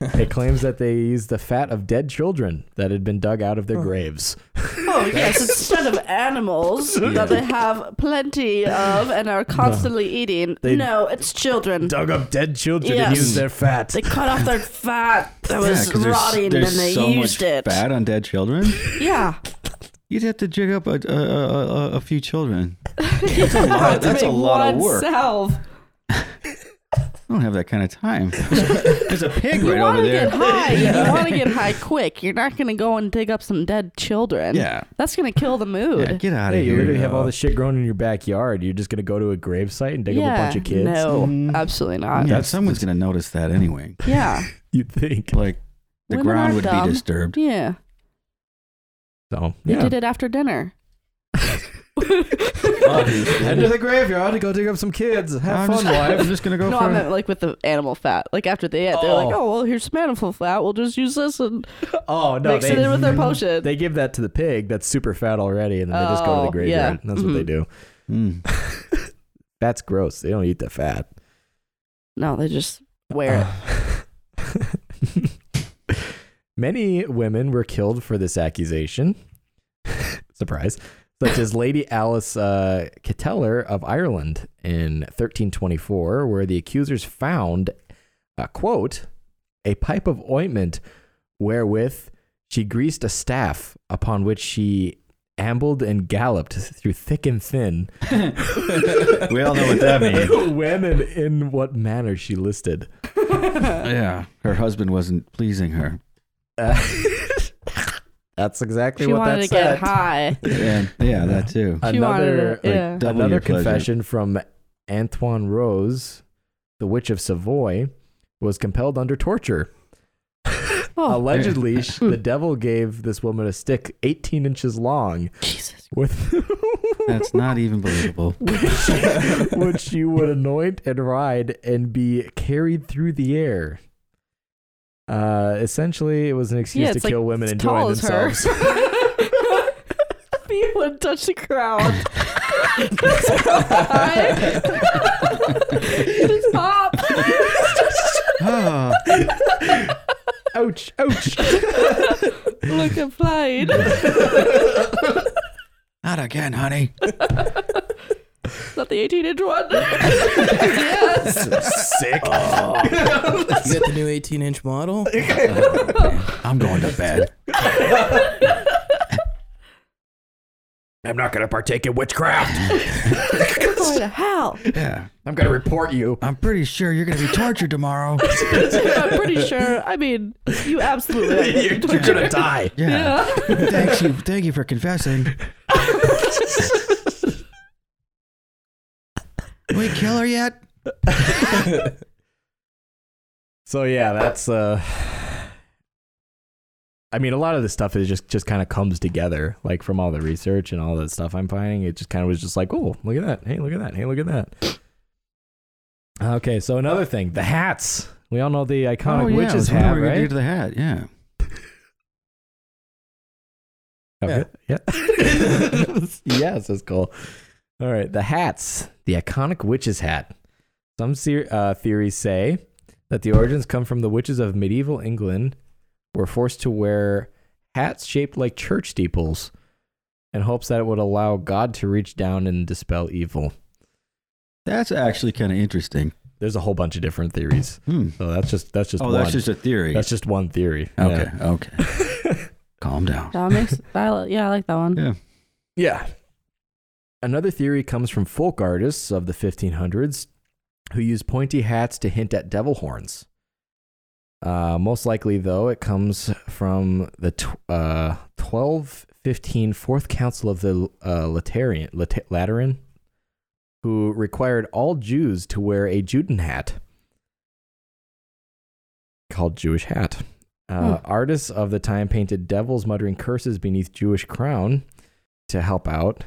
[SPEAKER 2] it claims that they used the fat of dead children that had been dug out of their graves.
[SPEAKER 3] Oh yes, instead of animals that they have plenty of and are constantly eating.
[SPEAKER 2] They-
[SPEAKER 3] no, it's children.
[SPEAKER 2] Dug up dead children
[SPEAKER 3] Mm-hmm. Yes.
[SPEAKER 2] and used their fat.
[SPEAKER 3] They cut off their fat that
[SPEAKER 1] Yeah,
[SPEAKER 3] was
[SPEAKER 1] 'cause there's-
[SPEAKER 3] rotting
[SPEAKER 1] there's
[SPEAKER 3] and they
[SPEAKER 1] so
[SPEAKER 3] used
[SPEAKER 1] much
[SPEAKER 3] it.
[SPEAKER 1] Bad on dead children.
[SPEAKER 3] Yeah.
[SPEAKER 1] You'd have to jig up a a, a, a, a few children.
[SPEAKER 7] That's a
[SPEAKER 1] lot- that's a lot of work.
[SPEAKER 7] Salve.
[SPEAKER 1] I don't have that kind of time. There's a pig right
[SPEAKER 3] you
[SPEAKER 1] over
[SPEAKER 3] want to get
[SPEAKER 1] there.
[SPEAKER 3] high. You want to get high quick. You're not going to go and dig up some dead children.
[SPEAKER 1] Yeah.
[SPEAKER 3] That's going to kill the mood.
[SPEAKER 1] Yeah, get out
[SPEAKER 2] Hey,
[SPEAKER 1] of here.
[SPEAKER 2] you literally have all this shit growing in your backyard. You're just gonna go to a gravesite and dig up a
[SPEAKER 3] Yeah,
[SPEAKER 2] bunch of kids.
[SPEAKER 3] No,
[SPEAKER 1] Mhm.
[SPEAKER 3] absolutely
[SPEAKER 1] Yeah,
[SPEAKER 3] not.
[SPEAKER 1] someone's gonna notice that anyway.
[SPEAKER 3] Yeah.
[SPEAKER 2] You'd think.
[SPEAKER 1] Like the
[SPEAKER 3] Women
[SPEAKER 1] ground
[SPEAKER 3] are
[SPEAKER 1] would
[SPEAKER 3] dumb.
[SPEAKER 1] be disturbed.
[SPEAKER 3] Yeah.
[SPEAKER 2] So
[SPEAKER 3] They
[SPEAKER 2] yeah.
[SPEAKER 3] did it after dinner.
[SPEAKER 2] Head to the graveyard to go dig up some kids. Have
[SPEAKER 1] I'm
[SPEAKER 2] fun,
[SPEAKER 1] just,
[SPEAKER 2] wife.
[SPEAKER 1] I'm just gonna go
[SPEAKER 3] no,
[SPEAKER 1] for
[SPEAKER 3] I meant like with the animal fat. Like after they ate, they're like,
[SPEAKER 2] Oh.
[SPEAKER 3] oh, well, here's some animal fat. We'll just use this and
[SPEAKER 2] Oh no,
[SPEAKER 3] mix
[SPEAKER 2] they,
[SPEAKER 3] it in with their potion.
[SPEAKER 2] they give that to the pig that's super fat already, and then they just go to the
[SPEAKER 3] Oh,
[SPEAKER 2] graveyard.
[SPEAKER 3] yeah.
[SPEAKER 2] That's what they
[SPEAKER 3] Mhm.
[SPEAKER 2] do.
[SPEAKER 1] Mm.
[SPEAKER 2] Fat's gross. They don't eat the fat.
[SPEAKER 3] no, they just wear it.
[SPEAKER 2] Many women were killed for this accusation. Surprise. Such as Lady Alice uh, Keteller of Ireland in 1324, where the accusers found, uh, quote, a pipe of ointment wherewith she greased a staff upon which she ambled and galloped through thick and thin.
[SPEAKER 1] We all know what that means.
[SPEAKER 2] when and in what manner she listed.
[SPEAKER 1] yeah, her husband wasn't pleasing her,
[SPEAKER 2] Uh, that's exactly
[SPEAKER 3] She
[SPEAKER 2] what
[SPEAKER 3] wanted
[SPEAKER 2] that said.
[SPEAKER 3] to get high.
[SPEAKER 1] and yeah, that too.
[SPEAKER 3] She wanted
[SPEAKER 2] Another,
[SPEAKER 3] it. Yeah.
[SPEAKER 1] double
[SPEAKER 2] another
[SPEAKER 1] your pleasure.
[SPEAKER 2] confession from Antoine Rose, the Witch of Savoy, was compelled under torture.
[SPEAKER 3] Oh.
[SPEAKER 2] Allegedly, sh- the devil gave this woman a stick 18 inches long
[SPEAKER 3] Jesus.
[SPEAKER 2] with
[SPEAKER 1] That's not even believable.
[SPEAKER 2] which she would anoint and ride and be carried through the air. Uh, essentially, it was an excuse
[SPEAKER 3] Yeah,
[SPEAKER 2] to
[SPEAKER 3] it's like
[SPEAKER 2] kill women
[SPEAKER 3] as
[SPEAKER 2] enjoying
[SPEAKER 3] tall as her.
[SPEAKER 2] themselves.
[SPEAKER 3] He would touch the crowd. so high. just pop.
[SPEAKER 1] Ah,
[SPEAKER 2] ouch! Ouch!
[SPEAKER 3] Look, I'm flying.
[SPEAKER 1] not again, honey.
[SPEAKER 3] Not the 18 inch one. yes.
[SPEAKER 2] Sick. Oh.
[SPEAKER 4] Is that the new 18 inch model?
[SPEAKER 1] I'm going to bed.
[SPEAKER 2] I'm not gonna partake in witchcraft.
[SPEAKER 3] You're going to hell.
[SPEAKER 1] Yeah,
[SPEAKER 2] I'm gonna report you.
[SPEAKER 1] I'm pretty sure you're gonna be tortured tomorrow.
[SPEAKER 3] I'm pretty sure. I mean, you absolutely. are getting
[SPEAKER 2] You're
[SPEAKER 3] tortured.
[SPEAKER 2] gonna die.
[SPEAKER 1] Yeah.
[SPEAKER 3] Yeah.
[SPEAKER 1] Thanks you. Thank you for confessing. we kill her yet?
[SPEAKER 2] So yeah, that's uh I mean, a lot of this stuff is just just kind of comes together, like from all the research and all that stuff I'm finding. It just kind of was just like, oh, look at that! Hey, look at that! Hey, look at that! Okay, so another thing, the hats. We all know the iconic
[SPEAKER 1] Oh, yeah,
[SPEAKER 2] witch's
[SPEAKER 1] that's what we
[SPEAKER 2] hat,
[SPEAKER 1] were gonna do
[SPEAKER 2] right?
[SPEAKER 1] to the hat, yeah.
[SPEAKER 2] Okay. Yeah. yes, that's cool. All right, the hats, the iconic witch's hat. Some ser- uh, theories say that the origins come from the witches of medieval England were forced to wear hats shaped like church steeples in hopes that it would allow God to reach down and dispel evil.
[SPEAKER 1] That's actually kind of interesting.
[SPEAKER 2] There's a whole bunch of different theories.
[SPEAKER 1] Hmm.
[SPEAKER 2] So that's just that's just
[SPEAKER 1] oh,
[SPEAKER 2] one.
[SPEAKER 1] that's just a theory.
[SPEAKER 2] That's just one theory.
[SPEAKER 1] okay,
[SPEAKER 2] Yeah.
[SPEAKER 1] okay. Calm down.
[SPEAKER 3] That makes I li- yeah, I like that one.
[SPEAKER 1] Yeah.
[SPEAKER 2] Yeah. Another theory comes from folk artists of the 1500s who used pointy hats to hint at devil horns. Uh, most likely, though, it comes from the tw- uh, 1215 Fourth Council of the uh, Lateran, Late- Lateran, who required all Jews to wear a Juden hat called Jewish hat. Uh, Artists of the time painted devils muttering curses beneath Jewish crown to help out.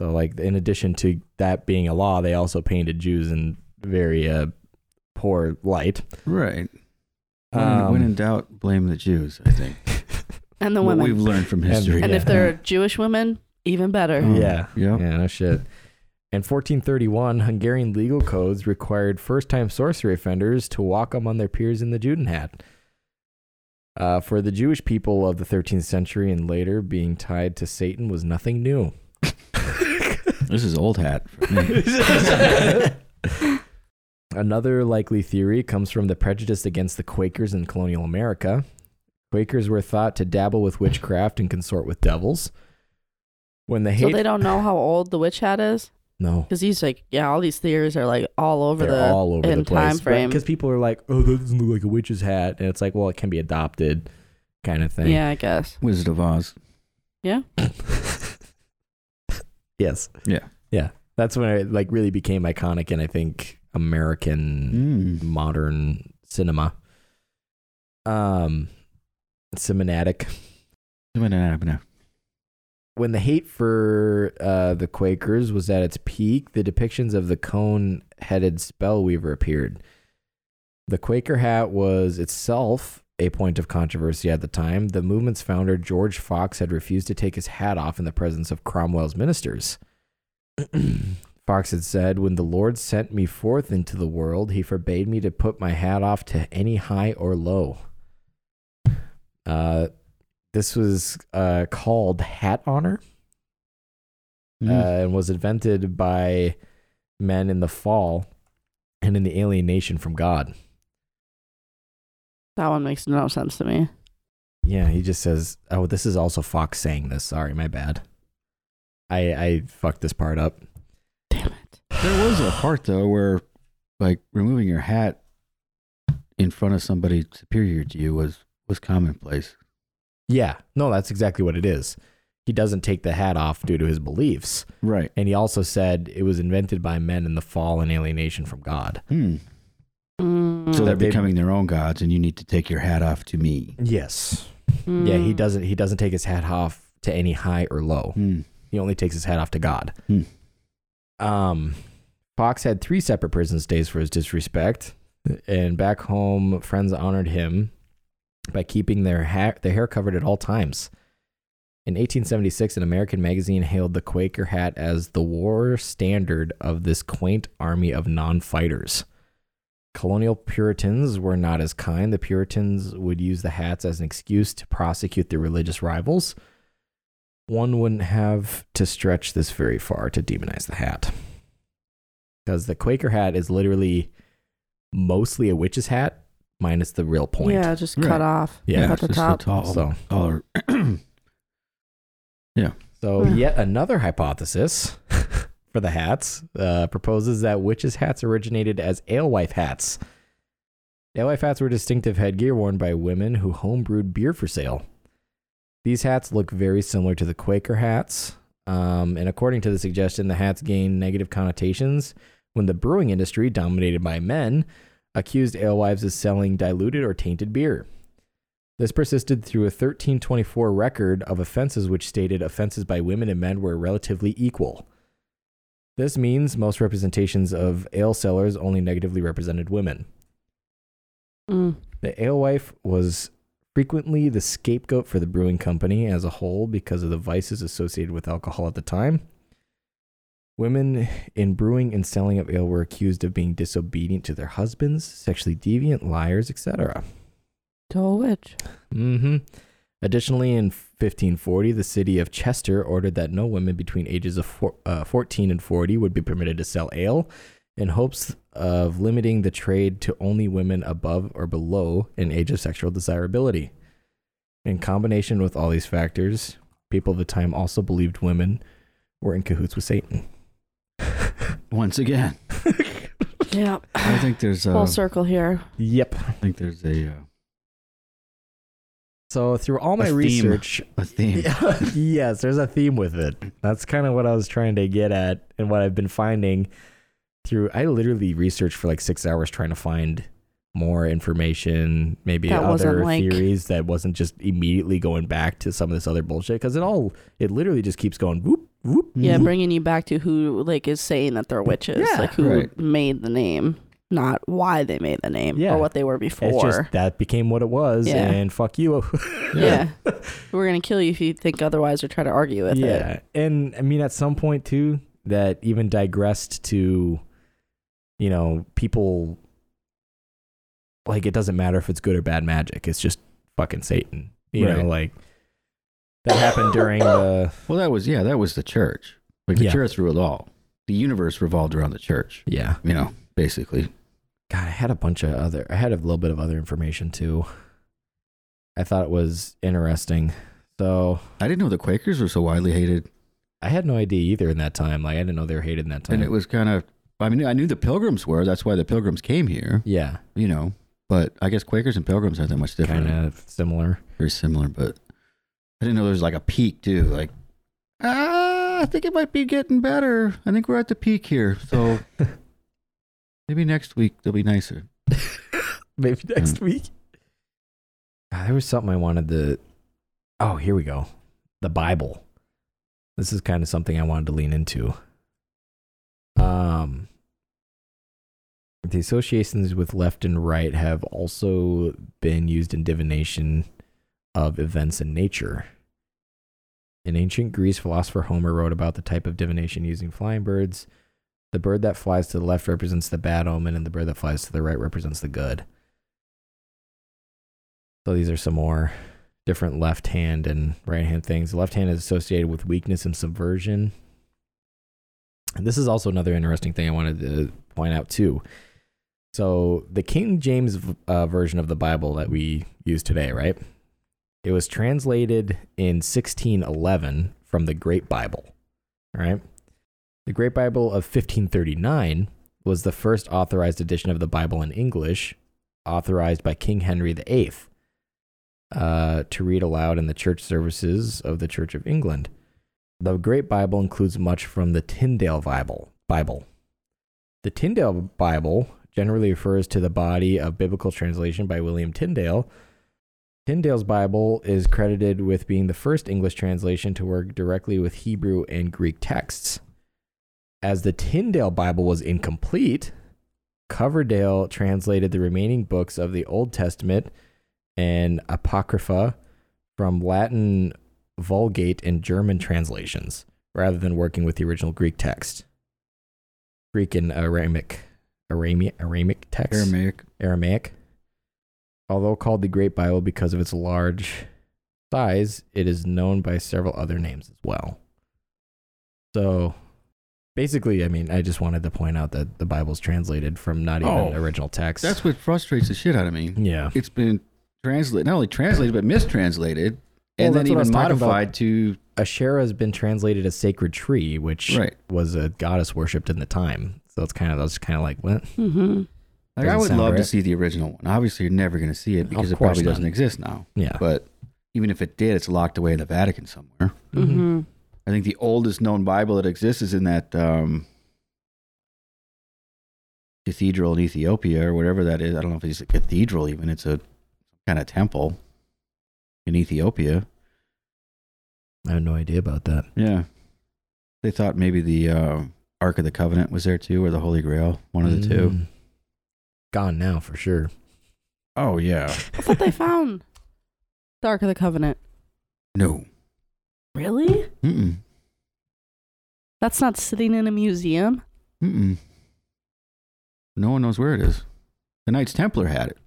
[SPEAKER 2] So, like, in addition to that being a law, they also painted Jews in very uh, poor light. Um,
[SPEAKER 1] Right. When, in- when in doubt, blame the Jews, I think.
[SPEAKER 3] And the
[SPEAKER 1] What
[SPEAKER 3] women.
[SPEAKER 1] we've learned from history.
[SPEAKER 3] and
[SPEAKER 2] yeah.
[SPEAKER 3] if they're Jewish women, even better.
[SPEAKER 1] Oh,
[SPEAKER 2] Yeah.
[SPEAKER 1] Yeah.
[SPEAKER 2] Yeah, no shit. In 1431, Hungarian legal codes required first time sorcery offenders to walk among their peers in the Juden hat. Uh, for the Jewish people of the 13th century and later, being tied to Satan was nothing new.
[SPEAKER 1] This is old hat for me.
[SPEAKER 2] Another likely theory comes from the prejudice against the Quakers in colonial America. Quakers were thought to dabble with witchcraft and consort with devils. When the
[SPEAKER 3] So
[SPEAKER 2] hate,
[SPEAKER 3] they don't know how old the witch hat is
[SPEAKER 2] no,
[SPEAKER 3] because he's like, yeah, all these theories are like all over
[SPEAKER 2] they're
[SPEAKER 3] the
[SPEAKER 2] all over
[SPEAKER 3] in
[SPEAKER 2] the place
[SPEAKER 3] time frame.
[SPEAKER 2] because people are like, "Oh, that doesn't look like a witch's hat," and it's like, "Well, it can be adopted," kind of thing.
[SPEAKER 3] Yeah, I guess.
[SPEAKER 1] Wizard of Oz.
[SPEAKER 2] yes.
[SPEAKER 1] Yeah.
[SPEAKER 2] Yeah. That's when it like really became iconic, and I think American
[SPEAKER 1] Mm.
[SPEAKER 2] modern cinema. Um, semanatic.
[SPEAKER 1] When did that happen now?
[SPEAKER 2] When the hate for uh, the Quakers was at its peak, the depictions of the cone-headed spellweaver appeared. The Quaker hat was itself a point of controversy at the time. The movement's founder George Fox had refused to take his hat off in the presence of Cromwell's ministers. Fox had said, When the Lord sent me forth into the world, he forbade me to put my hat off to any high or low. Uh, this was uh, called hat honor
[SPEAKER 1] Mm.
[SPEAKER 2] uh, and was invented by men in the fall and in the alienation from God.
[SPEAKER 3] That one makes no sense to me.
[SPEAKER 2] Yeah, he just says, "Oh, this is also Fox saying this. Sorry, my bad. I I fucked this part up."
[SPEAKER 3] Damn it.
[SPEAKER 1] there was a part, though, where like removing your hat in front of somebody superior to you was, was commonplace.
[SPEAKER 2] Yeah, no, that's exactly what it is. He doesn't take the hat off due to his beliefs,
[SPEAKER 1] Right.
[SPEAKER 2] and he also said it was invented by men in the fall and alienation from God.
[SPEAKER 1] Hmm.
[SPEAKER 3] Mm,
[SPEAKER 1] So they're
[SPEAKER 2] That they-
[SPEAKER 1] becoming their own gods, and you need to take your hat off to me.
[SPEAKER 2] Yes. Yeah, he
[SPEAKER 3] mm.
[SPEAKER 2] doesn't. He doesn't take his hat off to any high or low.
[SPEAKER 1] Hmm.
[SPEAKER 2] He only takes his hat off to God.
[SPEAKER 1] Hmm.
[SPEAKER 2] Um, Fox had three separate prison stays for his disrespect, and back home, friends honored him by keeping their hair their hair covered at all times. In 1876, an American magazine hailed the Quaker hat as the war standard of this quaint army of non-fighters. Colonial Puritans were not as kind. The Puritans would use the hats as an excuse to prosecute their religious rivals one wouldn't have to stretch this very far to demonize the hat. Because the Quaker hat is literally mostly a witch's hat, minus the real point.
[SPEAKER 3] Yeah, just
[SPEAKER 1] Right.
[SPEAKER 3] cut off.
[SPEAKER 2] Yeah,
[SPEAKER 3] cut
[SPEAKER 1] it's
[SPEAKER 3] the
[SPEAKER 1] just
[SPEAKER 3] top.
[SPEAKER 1] the top.
[SPEAKER 2] So,
[SPEAKER 1] Color.
[SPEAKER 2] so
[SPEAKER 3] Yeah.
[SPEAKER 2] yet another hypothesis for the hats uh, proposes that witches' hats originated as alewife hats. Alewife hats were distinctive headgear worn by women who homebrewed beer for sale. These hats look very similar to the Quaker hats, um, and according to the suggestion, the hats gained negative connotations when the brewing industry, dominated by men, accused alewives of selling diluted or tainted beer. This persisted through a 1324 record of offenses which stated offenses by women and men were relatively equal. This means most representations of ale sellers only negatively represented women.
[SPEAKER 3] Mm.
[SPEAKER 2] The alewife was frequently the scapegoat for the brewing company as a whole because of the vices associated with alcohol at the time. Women in brewing and selling of ale were accused of being disobedient to their husbands, sexually deviant, liars, etc.
[SPEAKER 3] Toll witch.
[SPEAKER 2] hmm Additionally, in 1540, the city of Chester ordered that no women between ages of four, uh, 14 and 40 would be permitted to sell ale in hopes of limiting the trade to only women above or below an age of sexual desirability. In combination with all these factors, people of the time also believed women were in cahoots with Satan.
[SPEAKER 1] Once again,
[SPEAKER 3] Yeah.
[SPEAKER 1] I think there's a.
[SPEAKER 3] Full circle here.
[SPEAKER 2] Yep.
[SPEAKER 1] I think there's a uh,
[SPEAKER 2] So through all my
[SPEAKER 1] A theme.
[SPEAKER 2] research,
[SPEAKER 1] a theme.
[SPEAKER 2] Yeah, yes, there's a theme with it. That's kind of what I was trying to get at and what I've been finding through I literally researched for like 6 hours trying to find more information, maybe
[SPEAKER 3] That wasn't
[SPEAKER 2] other
[SPEAKER 3] like-
[SPEAKER 2] theories that wasn't just immediately going back to some of this other bullshit cuz it all it literally just keeps going whoop whoop.
[SPEAKER 3] Yeah,
[SPEAKER 2] whoop.
[SPEAKER 3] bringing you back to who like is saying that they're witches,
[SPEAKER 2] Mm-hmm. Yeah.
[SPEAKER 3] like who
[SPEAKER 1] Right.
[SPEAKER 3] made the name, not why they made the name
[SPEAKER 2] Yeah.
[SPEAKER 3] or what they were before.
[SPEAKER 2] It's just that became what it was
[SPEAKER 3] Yeah.
[SPEAKER 2] and fuck you.
[SPEAKER 3] yeah. We're gonna kill you if you think otherwise or try to argue with it.
[SPEAKER 2] yeah. And I mean, at some point, too, that even digressed to, you know, people like it doesn't matter if it's good or bad magic. It's just fucking Satan. You know,
[SPEAKER 1] Right.
[SPEAKER 2] like that happened during the.
[SPEAKER 1] Well, that was yeah, that was the church. Like the
[SPEAKER 2] Yeah.
[SPEAKER 1] church ruled all. The universe revolved around the church.
[SPEAKER 2] Yeah.
[SPEAKER 1] You know, basically.
[SPEAKER 2] God, I had a bunch of other. I had a little bit of other information, too. I thought it was interesting. So
[SPEAKER 1] I didn't know the Quakers were so widely hated,
[SPEAKER 2] I had no idea either in that time. Like, I didn't know they were hated in that time.
[SPEAKER 1] and it was kind of. I mean, I knew the Pilgrims were. That's why the Pilgrims came here.
[SPEAKER 2] yeah,
[SPEAKER 1] You know, but I guess Quakers and Pilgrims aren't that much different.
[SPEAKER 2] kind of similar.
[SPEAKER 1] Very similar, but I didn't know there was like a peak too. Like, ah, I think it might be getting better. I think we're at the peak here, so maybe next week they'll be nicer.
[SPEAKER 2] maybe next week. Ah, Hmm. there was something I wanted to. Oh, here we go. The Bible. This is kind of something I wanted to lean into. Um, the associations with left and right have also been used in divination of events in nature. In ancient Greece, philosopher Homer wrote about the type of divination using flying birds. The bird that flies to the left represents the bad omen, and the bird that flies to the right represents the good. So these are some more different left hand and right hand things. The left hand is associated with weakness and subversion. And this is also another interesting thing I wanted to point out too. So the King James uh, version of the Bible that we use today, right? It was translated in 1611 from the Great Bible, all right? The Great Bible of 1539 was the first authorized edition of the Bible in English, authorized by King Henry VIII uh, to read aloud in the church services of the Church of England. The Great Bible includes much from the Tyndale Bible. Bible. The Tyndale Bible generally refers to the body of biblical translation by William Tyndale. Tyndale's Bible is credited with being the first English translation to work directly with Hebrew and Greek texts. As the Tyndale Bible was incomplete, Coverdale translated the remaining books of the Old Testament and Apocrypha from Latin Vulgate and German translations, rather than working with the original Greek text. Greek and Aramaic, Aramaic, Aramaic text.
[SPEAKER 1] Aramaic.
[SPEAKER 2] Aramaic. Although called the Great Bible because of its large size, it is known by several other names as well. So basically, I mean, I just wanted to point out that the Bible's translated from not even
[SPEAKER 1] Oh,
[SPEAKER 2] original text.
[SPEAKER 1] That's what frustrates the shit out of me.
[SPEAKER 2] yeah.
[SPEAKER 1] it's been translated not only translated but mistranslated and
[SPEAKER 2] Well,
[SPEAKER 1] then
[SPEAKER 2] that's what I was
[SPEAKER 1] even
[SPEAKER 2] talking
[SPEAKER 1] modified to
[SPEAKER 2] Asherah has been translated as sacred tree, which
[SPEAKER 1] Right.
[SPEAKER 2] was a goddess worshipped in the time. So it's kind of that's kind of like what?
[SPEAKER 3] Mm-hmm.
[SPEAKER 1] like
[SPEAKER 2] Doesn't
[SPEAKER 1] i would
[SPEAKER 2] sound
[SPEAKER 1] love to
[SPEAKER 2] right.
[SPEAKER 1] see the original one obviously you're never going to see it because
[SPEAKER 2] Of
[SPEAKER 1] it probably
[SPEAKER 2] course not.
[SPEAKER 1] doesn't exist now
[SPEAKER 2] Yeah.
[SPEAKER 1] but even if it did it's locked away in the vatican somewhere
[SPEAKER 3] Mm-hmm.
[SPEAKER 1] i think the oldest known bible that exists is in that um, cathedral in ethiopia or whatever that is i don't know if it's a cathedral even it's a kind of temple in Ethiopia. mm-hmm.
[SPEAKER 2] I had no idea about that.
[SPEAKER 1] Yeah. They thought maybe the uh, Ark of the Covenant was there too, or the Holy Grail, one of the two.
[SPEAKER 2] Mm. Gone now for sure.
[SPEAKER 1] Oh, yeah.
[SPEAKER 3] That's what they found. The Ark of the Covenant.
[SPEAKER 1] No.
[SPEAKER 3] Really?
[SPEAKER 1] Mm-mm.
[SPEAKER 3] That's not sitting in a museum.
[SPEAKER 1] Mm-mm. No one knows where it is. The Knights Templar had it.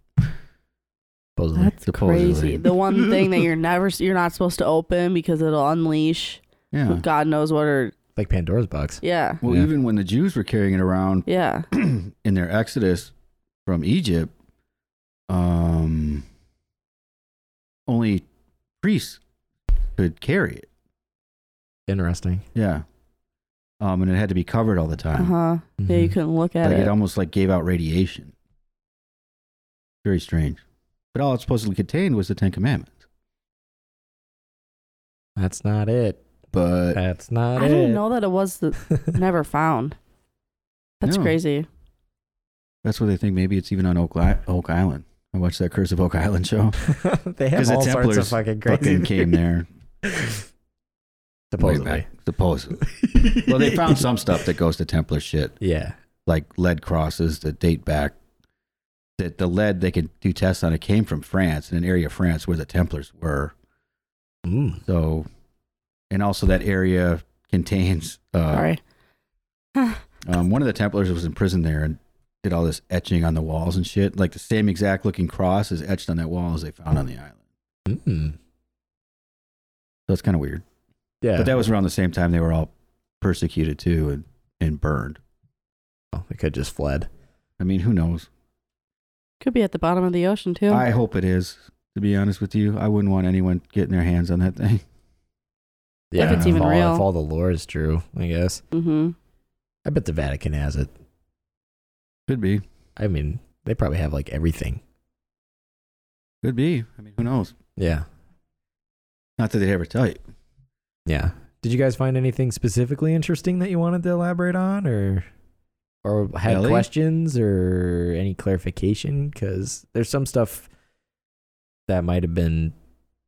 [SPEAKER 2] Supposedly.
[SPEAKER 3] That's
[SPEAKER 1] Supposedly.
[SPEAKER 3] crazy. The one thing that you're never you're not supposed to open because it'll unleash
[SPEAKER 1] Yeah.
[SPEAKER 3] God knows what or
[SPEAKER 2] like Pandora's box.
[SPEAKER 3] yeah.
[SPEAKER 1] Well,
[SPEAKER 2] Yeah.
[SPEAKER 1] even when the Jews were carrying it around
[SPEAKER 3] Yeah.
[SPEAKER 1] in their exodus from Egypt, um, only priests could carry it.
[SPEAKER 2] Interesting.
[SPEAKER 1] Yeah. Um, and it had to be covered all the
[SPEAKER 3] Uh
[SPEAKER 1] time.
[SPEAKER 3] huh. Yeah, you
[SPEAKER 2] Mhm.
[SPEAKER 3] couldn't look at
[SPEAKER 1] Like it.
[SPEAKER 3] it.
[SPEAKER 1] almost like gave out radiation. Very strange. But all it supposedly contained was the Ten Commandments.
[SPEAKER 2] That's not it.
[SPEAKER 1] But
[SPEAKER 2] That's not
[SPEAKER 3] I
[SPEAKER 2] it.
[SPEAKER 3] didn't know that it was the never found. That's
[SPEAKER 1] No.
[SPEAKER 3] crazy.
[SPEAKER 1] that's what they think. Maybe it's even on Oak, I- Oak Island. I watched that Curse of Oak Island show.
[SPEAKER 2] they
[SPEAKER 1] 'Cause
[SPEAKER 2] have
[SPEAKER 1] the
[SPEAKER 2] all sorts of
[SPEAKER 1] Templars
[SPEAKER 2] fucking crazy.
[SPEAKER 1] Fucking came there.
[SPEAKER 2] theories.
[SPEAKER 1] way
[SPEAKER 2] Supposedly.
[SPEAKER 1] back. Supposedly. well, they found some stuff that goes to Templar shit,
[SPEAKER 2] Yeah.
[SPEAKER 1] like lead crosses that date back. That the lead they could do tests on it came from France, in an area of France where the Templars were.
[SPEAKER 2] Mm.
[SPEAKER 1] So, and also that area contains uh,
[SPEAKER 3] Sorry.
[SPEAKER 1] um, one of the Templars was in prison there and did all this etching on the walls and shit. Like the same exact looking cross is etched on that wall as they found on the island.
[SPEAKER 2] Mm.
[SPEAKER 1] So it's kind of weird.
[SPEAKER 2] Yeah.
[SPEAKER 1] But that was around the same time they were all persecuted too and, and burned.
[SPEAKER 2] Well, they could just fled.
[SPEAKER 1] I mean, who knows?
[SPEAKER 3] Could be at the bottom of the ocean too.
[SPEAKER 1] I hope it is. To be honest with you, I wouldn't want anyone getting their hands on that thing.
[SPEAKER 3] If it's even
[SPEAKER 2] all,
[SPEAKER 3] real.
[SPEAKER 2] If all the lore is true, I guess.
[SPEAKER 3] mm-hmm.
[SPEAKER 2] I bet the Vatican has it.
[SPEAKER 1] Could be.
[SPEAKER 2] I mean, they probably have like everything.
[SPEAKER 1] Could be. I mean, who knows?
[SPEAKER 2] Yeah.
[SPEAKER 1] Not that they'd ever tell you.
[SPEAKER 2] Yeah. Did you guys find anything specifically interesting that you wanted to elaborate on or or had
[SPEAKER 1] Ellie?
[SPEAKER 2] questions or any clarification cuz there's some stuff that might have been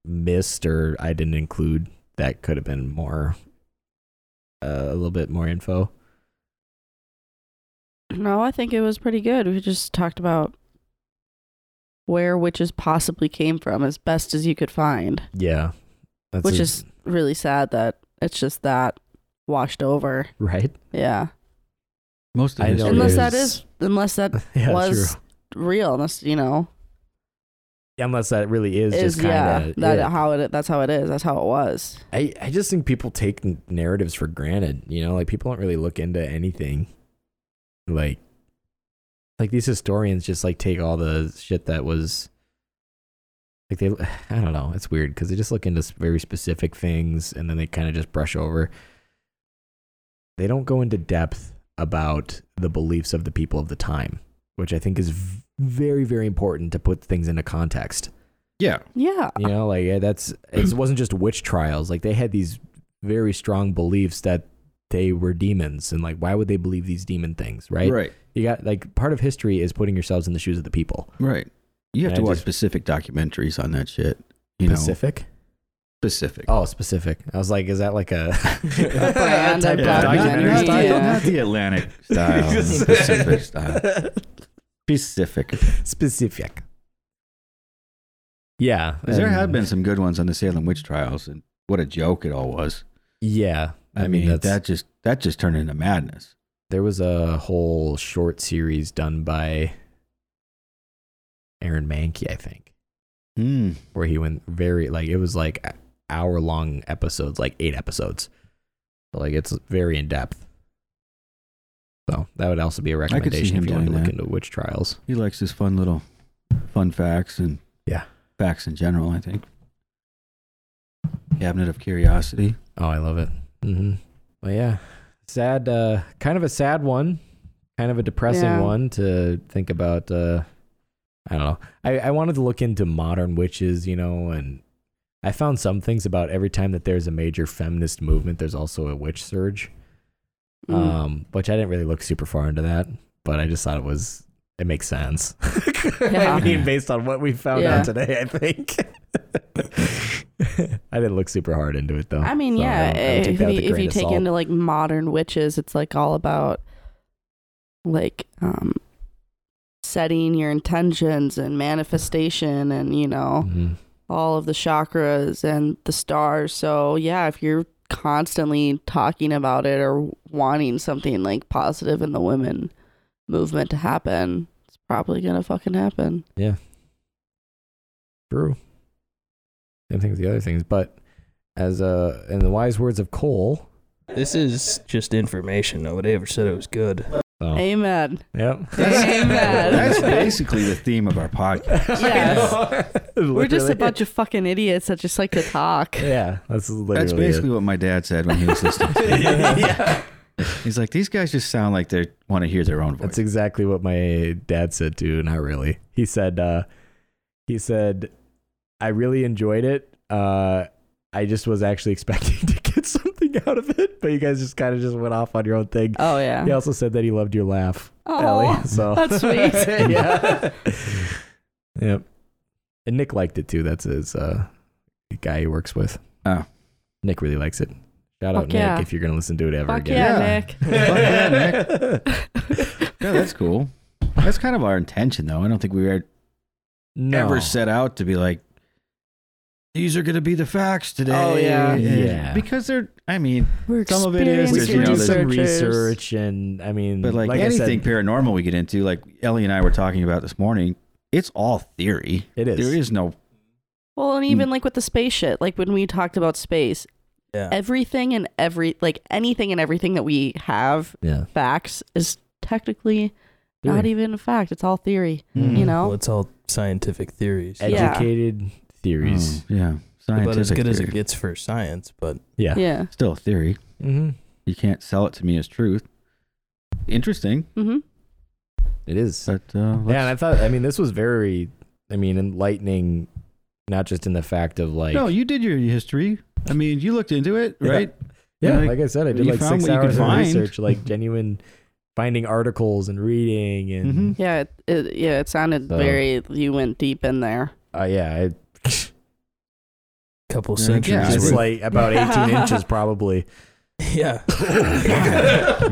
[SPEAKER 2] missed or I didn't include that could have been more uh, a little bit more info.
[SPEAKER 3] No, I think it was pretty good. We just talked about where witches possibly came from as best as you could find,
[SPEAKER 2] Yeah. That's
[SPEAKER 3] which
[SPEAKER 2] a-
[SPEAKER 3] is really sad that it's just that washed over.
[SPEAKER 2] right.
[SPEAKER 3] Yeah.
[SPEAKER 1] Most of
[SPEAKER 2] I
[SPEAKER 1] history
[SPEAKER 2] know
[SPEAKER 3] unless
[SPEAKER 1] is-
[SPEAKER 3] that
[SPEAKER 2] there's-
[SPEAKER 3] is unless that
[SPEAKER 2] Yeah,
[SPEAKER 3] was
[SPEAKER 2] true.
[SPEAKER 3] real, unless you know
[SPEAKER 2] Unless that really is,
[SPEAKER 3] is
[SPEAKER 2] just kind
[SPEAKER 3] yeah
[SPEAKER 2] of
[SPEAKER 3] that how it that's how it is that's how it was.
[SPEAKER 2] I, I just think people take n- narratives for granted, you know, like people don't really look into anything. Like like these historians just like take all the shit that was like they I don't know, it's weird cuz they just look into s- very specific things and then they kind of just brush over. They don't go into depth about the beliefs of the people of the time, which I think is v- very very important to put things into context
[SPEAKER 1] Yeah.
[SPEAKER 3] Yeah.
[SPEAKER 2] you know like eh, that's it wasn't just witch trials like they had these very strong beliefs that they were demons and like why would they believe these demon things right,
[SPEAKER 1] Right.
[SPEAKER 2] you got like part of history is putting yourselves in the shoes of the people
[SPEAKER 1] Right. You have
[SPEAKER 2] Yeah,
[SPEAKER 1] to
[SPEAKER 2] I
[SPEAKER 1] watch
[SPEAKER 2] just-
[SPEAKER 1] specific documentaries on that shit. You
[SPEAKER 2] specific
[SPEAKER 1] know, specific.
[SPEAKER 2] oh specific i was like is that like a,
[SPEAKER 3] brand, a
[SPEAKER 1] Yeah,
[SPEAKER 3] Documentary
[SPEAKER 1] not, not-
[SPEAKER 3] style.
[SPEAKER 1] not the Atlantic style,
[SPEAKER 2] Just-
[SPEAKER 1] Pacific style. Pacific.
[SPEAKER 2] specific yeah
[SPEAKER 1] 'Cause There
[SPEAKER 2] and-
[SPEAKER 1] have been some good ones on the Salem witch trials, and what a joke it all was.
[SPEAKER 2] yeah
[SPEAKER 1] I, mean, that just that just turned into madness.
[SPEAKER 2] There was a whole short series done by Aaron Mankey, I think,
[SPEAKER 1] Hmm.
[SPEAKER 2] where he went very like it was like hour long episodes, like eight episodes. So like it's very in depth. So that would also be a
[SPEAKER 1] see
[SPEAKER 2] recommendation
[SPEAKER 1] him
[SPEAKER 2] if you want to
[SPEAKER 1] doing
[SPEAKER 2] look
[SPEAKER 1] that.
[SPEAKER 2] into witch trials.
[SPEAKER 1] He likes his fun little fun facts and
[SPEAKER 2] Yeah.
[SPEAKER 1] facts in general. I think cabinet of curiosity.
[SPEAKER 2] Oh, I love it. Mm-hmm. But yeah, sad. Uh, kind of a sad one. Kind of a depressing
[SPEAKER 3] Yeah.
[SPEAKER 2] one to think about. Uh, I don't know. I, I wanted to look into modern witches, you know, and I found some things about every time that there's a major feminist movement, there's also a witch surge.
[SPEAKER 3] Mm.
[SPEAKER 2] Um, which I didn't really look super far into that, but I just thought it was it makes sense. I
[SPEAKER 3] Yeah.
[SPEAKER 2] mean, based on what we found
[SPEAKER 3] Yeah.
[SPEAKER 2] out today, I think. I didn't look super hard into it though.
[SPEAKER 3] I mean,
[SPEAKER 2] so
[SPEAKER 3] yeah. eh,
[SPEAKER 2] don't- I don't take
[SPEAKER 3] if,
[SPEAKER 2] that
[SPEAKER 3] you,
[SPEAKER 2] with a
[SPEAKER 3] if
[SPEAKER 2] grain
[SPEAKER 3] you
[SPEAKER 2] of
[SPEAKER 3] take
[SPEAKER 2] salt.
[SPEAKER 3] into like modern witches, it's like all about like um setting your intentions and manifestation and you know
[SPEAKER 2] Mhm.
[SPEAKER 3] all of the chakras and the stars. So yeah, if you're constantly talking about it or wanting something like positive in the women movement to happen, it's probably gonna fucking happen.
[SPEAKER 2] Yeah. True. Same thing with the other things, but as uh, in the wise words of Cole.
[SPEAKER 4] This is just information. Nobody ever said it was good.
[SPEAKER 2] Oh.
[SPEAKER 3] Amen.
[SPEAKER 2] Yep.
[SPEAKER 1] That's
[SPEAKER 3] Amen.
[SPEAKER 1] basically the theme of our podcast.
[SPEAKER 3] yes. We're just
[SPEAKER 2] Literally.
[SPEAKER 3] a bunch of fucking idiots that just like to talk.
[SPEAKER 2] Yeah, that's literally
[SPEAKER 1] That's basically what my dad said when he was listening. to it.
[SPEAKER 2] it.
[SPEAKER 1] He's like, these guys just sound like they want to hear their own voice.
[SPEAKER 2] That's exactly what my dad said too. Not really. He said, uh, he said, I really enjoyed it. Uh, I just was actually expecting to get something out of it, but you guys just kind of just went off on your own thing.
[SPEAKER 3] Oh yeah.
[SPEAKER 2] He also said that he loved your laugh,
[SPEAKER 3] Oh,
[SPEAKER 2] Ellie. So
[SPEAKER 3] that's sweet.
[SPEAKER 2] yeah. yep. And Nick liked it too. That's his uh, the guy he works with.
[SPEAKER 1] Oh.
[SPEAKER 2] Nick really likes it. Shout out
[SPEAKER 3] Fuck
[SPEAKER 2] Nick
[SPEAKER 3] yeah.
[SPEAKER 2] if you're gonna listen to it ever
[SPEAKER 3] Fuck
[SPEAKER 2] again.
[SPEAKER 3] yeah,
[SPEAKER 1] Yeah.
[SPEAKER 3] Nick.
[SPEAKER 1] Fuck yeah, that's cool. That's kind of our intention, though. I don't think we were
[SPEAKER 2] No.
[SPEAKER 1] ever set out to be like, these are going to be the facts today.
[SPEAKER 3] Oh, yeah.
[SPEAKER 1] And-
[SPEAKER 2] Yeah.
[SPEAKER 1] Because they're, I mean,
[SPEAKER 3] We're
[SPEAKER 1] Some of it is,
[SPEAKER 2] we
[SPEAKER 1] There's,
[SPEAKER 2] should
[SPEAKER 1] you know,
[SPEAKER 2] do some
[SPEAKER 3] researchers.
[SPEAKER 2] research and I mean,
[SPEAKER 1] but like,
[SPEAKER 2] I
[SPEAKER 1] anything
[SPEAKER 2] said,
[SPEAKER 1] paranormal we get into, like Ellie and I were talking about this morning, it's all theory.
[SPEAKER 2] it is.
[SPEAKER 1] There is no,
[SPEAKER 3] Well, and even like with the space shit, like when we talked about space,
[SPEAKER 4] Yeah.
[SPEAKER 3] everything and every like anything and everything that we have
[SPEAKER 2] yeah,
[SPEAKER 3] facts is technically not
[SPEAKER 2] Theory. Mm-hmm.
[SPEAKER 3] even a fact. It's all theory,
[SPEAKER 1] Mm.
[SPEAKER 3] you
[SPEAKER 4] Well,
[SPEAKER 3] know.
[SPEAKER 4] it's all scientific theories.
[SPEAKER 3] Ed- Yeah.
[SPEAKER 2] educated theories.
[SPEAKER 1] oh, yeah, scientific
[SPEAKER 4] About as good as
[SPEAKER 1] theory.
[SPEAKER 4] it gets for science, but
[SPEAKER 2] Yeah,
[SPEAKER 3] Yeah.
[SPEAKER 1] Still a theory.
[SPEAKER 2] Mm-hmm.
[SPEAKER 1] You can't sell it to me as truth. Interesting,
[SPEAKER 3] Mm-hmm.
[SPEAKER 2] it is.
[SPEAKER 1] but uh,
[SPEAKER 2] yeah, and
[SPEAKER 1] let's-
[SPEAKER 2] I thought. I mean, this was very. I mean, enlightening, not just in the fact of like.
[SPEAKER 1] no, you did your history. I mean, you looked into it,
[SPEAKER 2] Yeah.
[SPEAKER 1] right?
[SPEAKER 2] yeah,
[SPEAKER 1] like,
[SPEAKER 2] like, I said, I did
[SPEAKER 1] you
[SPEAKER 2] like
[SPEAKER 1] found
[SPEAKER 2] six
[SPEAKER 1] what you could
[SPEAKER 2] hours of
[SPEAKER 1] find.
[SPEAKER 2] research, like genuine finding articles and reading, and
[SPEAKER 1] Mhm.
[SPEAKER 3] Yeah. It, it, yeah. It sounded
[SPEAKER 2] So-
[SPEAKER 3] very. You went deep in there.
[SPEAKER 2] uh, yeah, I,
[SPEAKER 4] a couple
[SPEAKER 1] Yeah,
[SPEAKER 4] centuries.
[SPEAKER 1] yeah.
[SPEAKER 2] it's
[SPEAKER 1] we're-
[SPEAKER 2] like
[SPEAKER 4] worth-
[SPEAKER 2] about eighteen inches probably.
[SPEAKER 4] yeah.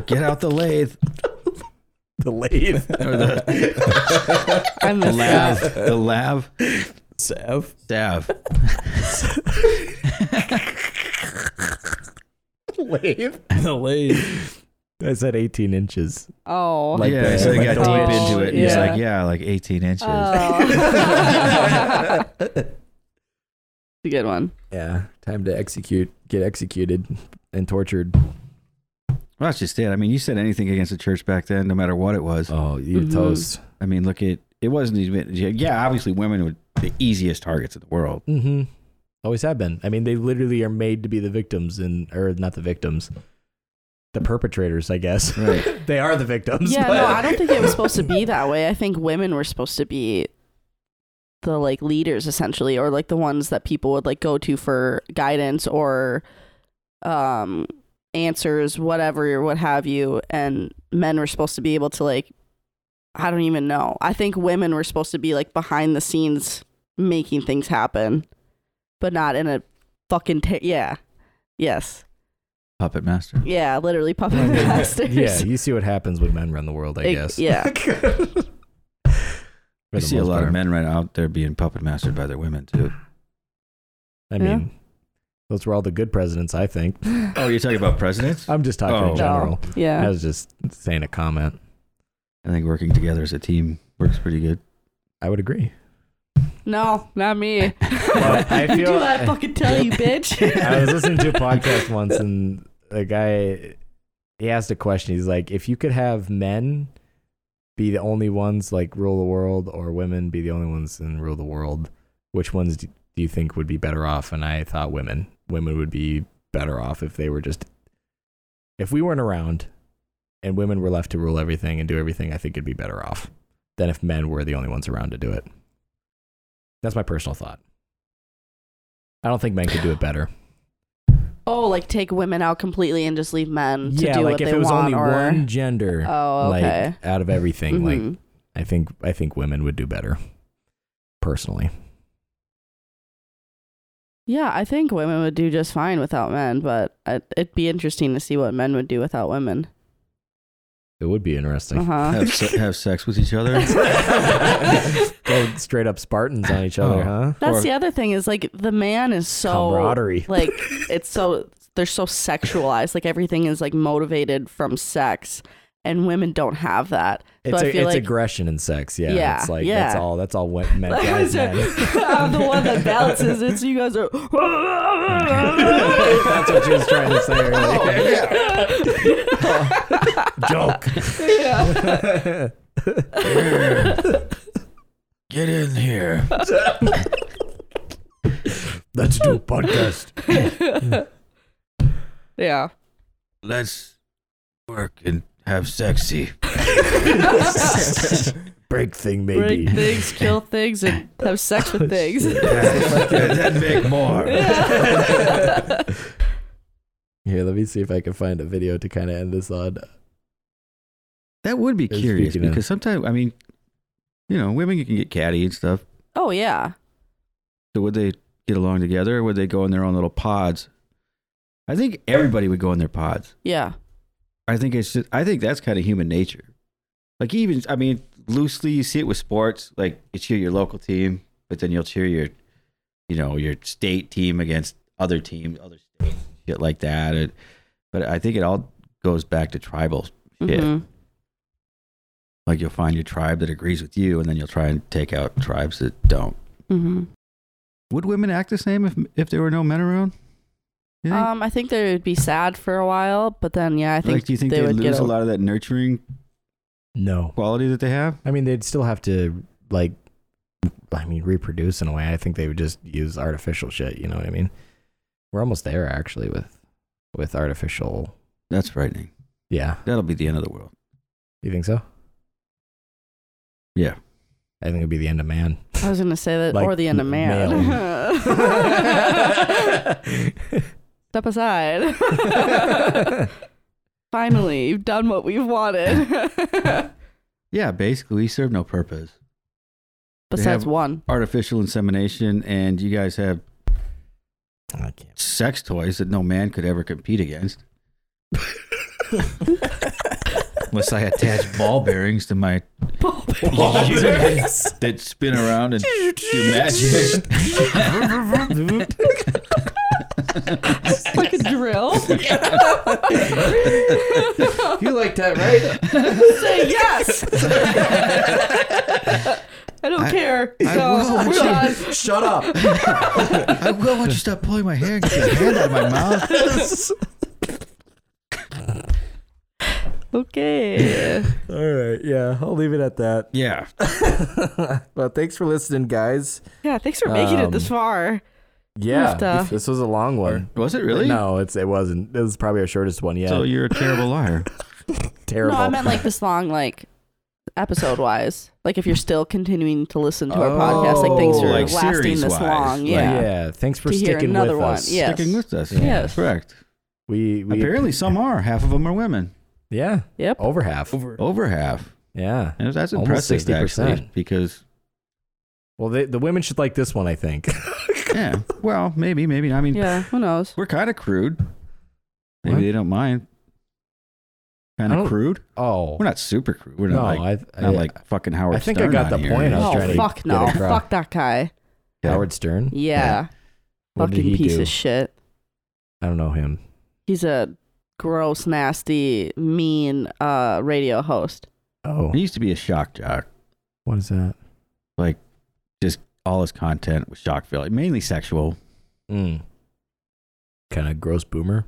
[SPEAKER 1] Get out the lathe.
[SPEAKER 2] The lathe.
[SPEAKER 1] Or the,
[SPEAKER 3] I
[SPEAKER 1] the
[SPEAKER 3] missed that.
[SPEAKER 1] lav. The lav.
[SPEAKER 4] Sav.
[SPEAKER 1] Sav.
[SPEAKER 2] lathe.
[SPEAKER 4] The lathe.
[SPEAKER 2] I said eighteen inches.
[SPEAKER 3] Oh.
[SPEAKER 2] Like
[SPEAKER 1] yeah,
[SPEAKER 2] the-
[SPEAKER 1] so they got
[SPEAKER 2] like the
[SPEAKER 1] deep
[SPEAKER 3] lathe.
[SPEAKER 1] into it. and He's
[SPEAKER 3] Yeah.
[SPEAKER 1] like, yeah, like 18 inches.
[SPEAKER 3] Oh. It's a good one.
[SPEAKER 2] Yeah, time to execute, get executed and tortured.
[SPEAKER 1] well, that's just it. I mean, you said anything against the church back then, no matter what it was.
[SPEAKER 2] Oh, you
[SPEAKER 3] Mhm.
[SPEAKER 2] toast.
[SPEAKER 1] I mean, look at it wasn't even. Yeah, obviously, women were the easiest targets in the world.
[SPEAKER 2] Mm-hmm. Always have been. I mean, they literally are made to be the victims, and or not the victims, the perpetrators. I guess
[SPEAKER 1] Right.
[SPEAKER 2] they are the victims.
[SPEAKER 3] Yeah,
[SPEAKER 2] but-
[SPEAKER 3] no, I don't think it was supposed to be that way. I think women were supposed to be the like leaders essentially or like the ones that people would like go to for guidance or um answers whatever or what have you and men were supposed to be able to like I don't even know. I think women were supposed to be like behind the scenes making things happen but not in a fucking ta- yeah. Yes.
[SPEAKER 1] Puppet master.
[SPEAKER 3] Yeah, literally puppet
[SPEAKER 2] I mean,
[SPEAKER 3] masters.
[SPEAKER 2] yeah, you see what happens when men run the world. I
[SPEAKER 3] Ex-
[SPEAKER 2] guess.
[SPEAKER 3] yeah.
[SPEAKER 1] I see a lot of men right out there being puppet mastered by their women too.
[SPEAKER 2] I
[SPEAKER 3] Yeah.
[SPEAKER 2] mean, those were all the good presidents. I think.
[SPEAKER 1] Oh, you're talking about presidents?
[SPEAKER 2] I'm just talking
[SPEAKER 1] Oh.
[SPEAKER 2] in general.
[SPEAKER 3] Yeah.
[SPEAKER 2] I was just saying a comment.
[SPEAKER 1] I think working together as a team works pretty good.
[SPEAKER 2] I would agree.
[SPEAKER 3] No, not me.
[SPEAKER 2] Well, I
[SPEAKER 3] you do
[SPEAKER 2] feel-
[SPEAKER 3] what I fucking tell you, bitch.
[SPEAKER 2] I was listening to a podcast once, and a guy he asked a question. He's like, "If you could have men be the only ones like rule the world, or women be the only ones and rule the world, which ones do do you think would be better off?" And I thought women. Women would be better off if they were just if we weren't around, and women were left to rule everything and do everything. I think it'd be better off than if men were the only ones around to do it. That's my personal thought. I don't think men could do it better.
[SPEAKER 3] oh, like take women out completely and just leave men to
[SPEAKER 2] yeah,
[SPEAKER 3] do
[SPEAKER 2] like
[SPEAKER 3] what
[SPEAKER 2] if
[SPEAKER 3] they
[SPEAKER 2] it was
[SPEAKER 3] want,
[SPEAKER 2] only
[SPEAKER 3] or
[SPEAKER 2] one gender,
[SPEAKER 3] oh, okay.
[SPEAKER 2] like out of everything, like
[SPEAKER 3] Mhm.
[SPEAKER 2] I think I think women would do better, personally.
[SPEAKER 3] Yeah, I think women would do just fine without men, but I- it'd be interesting to see what men would do without women.
[SPEAKER 2] It would be interesting.
[SPEAKER 3] Uh-huh.
[SPEAKER 1] Have, se- have sex with each other.
[SPEAKER 3] Mm-hmm.
[SPEAKER 2] Go straight up Spartans on each other,
[SPEAKER 1] Oh.
[SPEAKER 2] huh?
[SPEAKER 3] That's
[SPEAKER 1] Or-
[SPEAKER 3] the other thing is like the man is so
[SPEAKER 2] Camaraderie.
[SPEAKER 3] Like it's so they're so sexualized. Like everything is like motivated from sex, and women don't have that. So
[SPEAKER 2] It's,
[SPEAKER 3] I
[SPEAKER 2] a,
[SPEAKER 3] feel
[SPEAKER 2] it's
[SPEAKER 3] like
[SPEAKER 2] aggression in sex, yeah.
[SPEAKER 3] Yeah,
[SPEAKER 2] it's like that's
[SPEAKER 3] yeah.
[SPEAKER 2] all. That's all what men.
[SPEAKER 7] Like I
[SPEAKER 2] guys
[SPEAKER 7] said,
[SPEAKER 2] men.
[SPEAKER 7] I'm the one that balances it. So you guys are.
[SPEAKER 2] that's what she was trying to say. earlier.
[SPEAKER 3] Oh,
[SPEAKER 2] Joke.
[SPEAKER 7] yeah.
[SPEAKER 6] Get in here.
[SPEAKER 2] Let's do a podcast.
[SPEAKER 3] yeah.
[SPEAKER 6] Let's work and have sexy.
[SPEAKER 2] Break thing,
[SPEAKER 3] Break
[SPEAKER 2] maybe.
[SPEAKER 3] things, kill things, and have sex
[SPEAKER 2] Oh,
[SPEAKER 3] with things.
[SPEAKER 6] then make more.
[SPEAKER 2] Here, let me see if I can find a video to kind of end this on.
[SPEAKER 1] That would be
[SPEAKER 2] And
[SPEAKER 1] curious
[SPEAKER 2] speaking of-
[SPEAKER 1] because sometimes I mean, you know, women can get catty and stuff.
[SPEAKER 3] oh yeah.
[SPEAKER 1] So would they get along together, or would they go in their own little pods? I think everybody would go in their pods.
[SPEAKER 3] Yeah.
[SPEAKER 1] I think it's just, I think that's kind of human nature. Like even I mean loosely you see it with sports like you cheer your local team but then you'll cheer your you know your state team against other teams other states shit like that It- but I think it all goes back to tribal shit.
[SPEAKER 3] Mhm.
[SPEAKER 1] Like you'll find your tribe that agrees with you and then you'll try and take out tribes that don't.
[SPEAKER 3] Mhm.
[SPEAKER 1] Would women act the same if if there were no men around? You think?
[SPEAKER 3] Um, I think they would be sad for a while, but then yeah, I think
[SPEAKER 1] like do you think
[SPEAKER 3] they
[SPEAKER 1] they would
[SPEAKER 3] would get
[SPEAKER 1] lose a
[SPEAKER 3] o-
[SPEAKER 1] lot of that nurturing
[SPEAKER 2] No.
[SPEAKER 1] quality that they have?
[SPEAKER 2] I mean, they'd still have to like, I mean, reproduce in a way. I think they would just use artificial shit. You know what I mean? We're almost there actually with with artificial.
[SPEAKER 1] That's frightening.
[SPEAKER 2] Yeah,
[SPEAKER 1] That'll be the end of the world.
[SPEAKER 2] you think so?
[SPEAKER 1] Yeah.
[SPEAKER 2] I think it'd be the end of man.
[SPEAKER 3] I was gonna say that,
[SPEAKER 2] Like,
[SPEAKER 3] or the end of man. Step aside. Finally, you've done what we've wanted.
[SPEAKER 1] Yeah, basically, we serve no purpose.
[SPEAKER 3] Besides
[SPEAKER 1] have-
[SPEAKER 3] one.
[SPEAKER 1] Artificial insemination, and you guys have
[SPEAKER 2] I can't.
[SPEAKER 1] sex toys that no man could ever compete against. Unless I attach ball bearings to my that spin around and do magic.
[SPEAKER 7] like a drill.
[SPEAKER 2] You like that, right?
[SPEAKER 7] Say yes. I don't
[SPEAKER 1] I-
[SPEAKER 7] care.
[SPEAKER 1] I
[SPEAKER 7] so
[SPEAKER 1] will
[SPEAKER 7] we're
[SPEAKER 1] watch
[SPEAKER 7] done.
[SPEAKER 2] Shut up.
[SPEAKER 1] I will want you to stop pulling my hair and get your hand out of my mouth.
[SPEAKER 3] Okay.
[SPEAKER 2] All right. Yeah, I'll leave it at that.
[SPEAKER 1] Yeah.
[SPEAKER 2] well, thanks for listening, guys.
[SPEAKER 3] Yeah, thanks for making it
[SPEAKER 2] Um,
[SPEAKER 3] this far.
[SPEAKER 2] Yeah,
[SPEAKER 3] Stuff.
[SPEAKER 2] this was a long one.
[SPEAKER 1] Was it really?
[SPEAKER 2] No, it's it wasn't. It was probably our shortest one yet.
[SPEAKER 1] So you're a terrible liar.
[SPEAKER 2] Terrible.
[SPEAKER 3] No, I meant like this long, like episode wise. Like if you're still continuing to listen to our podcast, like things
[SPEAKER 1] Oh,
[SPEAKER 3] are
[SPEAKER 1] like
[SPEAKER 3] lasting this
[SPEAKER 1] series-wise.
[SPEAKER 3] long.
[SPEAKER 1] Like,
[SPEAKER 3] Yeah.
[SPEAKER 2] Thanks for
[SPEAKER 3] To hear
[SPEAKER 2] sticking
[SPEAKER 3] another
[SPEAKER 2] with
[SPEAKER 3] one,
[SPEAKER 2] us.
[SPEAKER 3] yeah. Yes.
[SPEAKER 1] Sticking with us.
[SPEAKER 3] Yes.
[SPEAKER 1] Correct.
[SPEAKER 2] We, we
[SPEAKER 1] Apparently, some are. Half of them are women.
[SPEAKER 2] Yeah.
[SPEAKER 3] Yep.
[SPEAKER 2] Over half.
[SPEAKER 1] Over half.
[SPEAKER 2] Yeah.
[SPEAKER 1] And that's
[SPEAKER 2] Almost
[SPEAKER 1] impressive,
[SPEAKER 2] 60%.
[SPEAKER 1] actually, because
[SPEAKER 2] Well, they, the women should like this one, I think.
[SPEAKER 1] yeah, well, maybe, maybe. I mean,
[SPEAKER 3] Yeah. Who knows?
[SPEAKER 1] we're kind of crude. Maybe
[SPEAKER 2] What?
[SPEAKER 1] they don't mind. Kind
[SPEAKER 2] I don't-
[SPEAKER 1] of crude.
[SPEAKER 2] Oh.
[SPEAKER 1] We're not super crude. We're
[SPEAKER 2] no,
[SPEAKER 1] not like
[SPEAKER 2] I,
[SPEAKER 1] not
[SPEAKER 2] I,
[SPEAKER 1] like fucking Howard.
[SPEAKER 2] I think I
[SPEAKER 1] Stern
[SPEAKER 2] got
[SPEAKER 1] on
[SPEAKER 2] the
[SPEAKER 1] here.
[SPEAKER 2] point I was
[SPEAKER 3] Oh
[SPEAKER 2] trying to
[SPEAKER 3] fuck
[SPEAKER 2] get
[SPEAKER 3] no!
[SPEAKER 2] across.
[SPEAKER 3] Fuck that guy.
[SPEAKER 2] Howard Stern.
[SPEAKER 3] Yeah.
[SPEAKER 2] What did
[SPEAKER 3] Fucking
[SPEAKER 2] he
[SPEAKER 3] piece
[SPEAKER 2] do?
[SPEAKER 3] of shit.
[SPEAKER 2] I don't know him.
[SPEAKER 3] He's a gross, nasty, mean uh, radio host.
[SPEAKER 2] Oh.
[SPEAKER 1] He used to be a shock jock.
[SPEAKER 2] What is that?
[SPEAKER 1] All his content was shock value, mainly sexual.
[SPEAKER 2] Mm. Kind of gross boomer.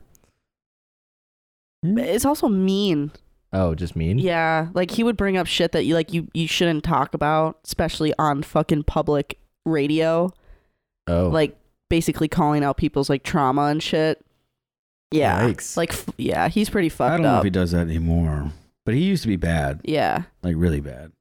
[SPEAKER 3] It's also mean.
[SPEAKER 2] Oh, just mean?
[SPEAKER 3] Yeah, like he would bring up shit that you like you you shouldn't talk about, especially on fucking public radio.
[SPEAKER 2] Oh.
[SPEAKER 3] Like basically calling out people's like trauma and shit. Yeah.
[SPEAKER 2] Yikes.
[SPEAKER 3] Like f- yeah, he's pretty fucked
[SPEAKER 1] I don't know
[SPEAKER 3] up.
[SPEAKER 1] if he does that anymore, but he used to be bad,
[SPEAKER 3] yeah.
[SPEAKER 1] like really bad.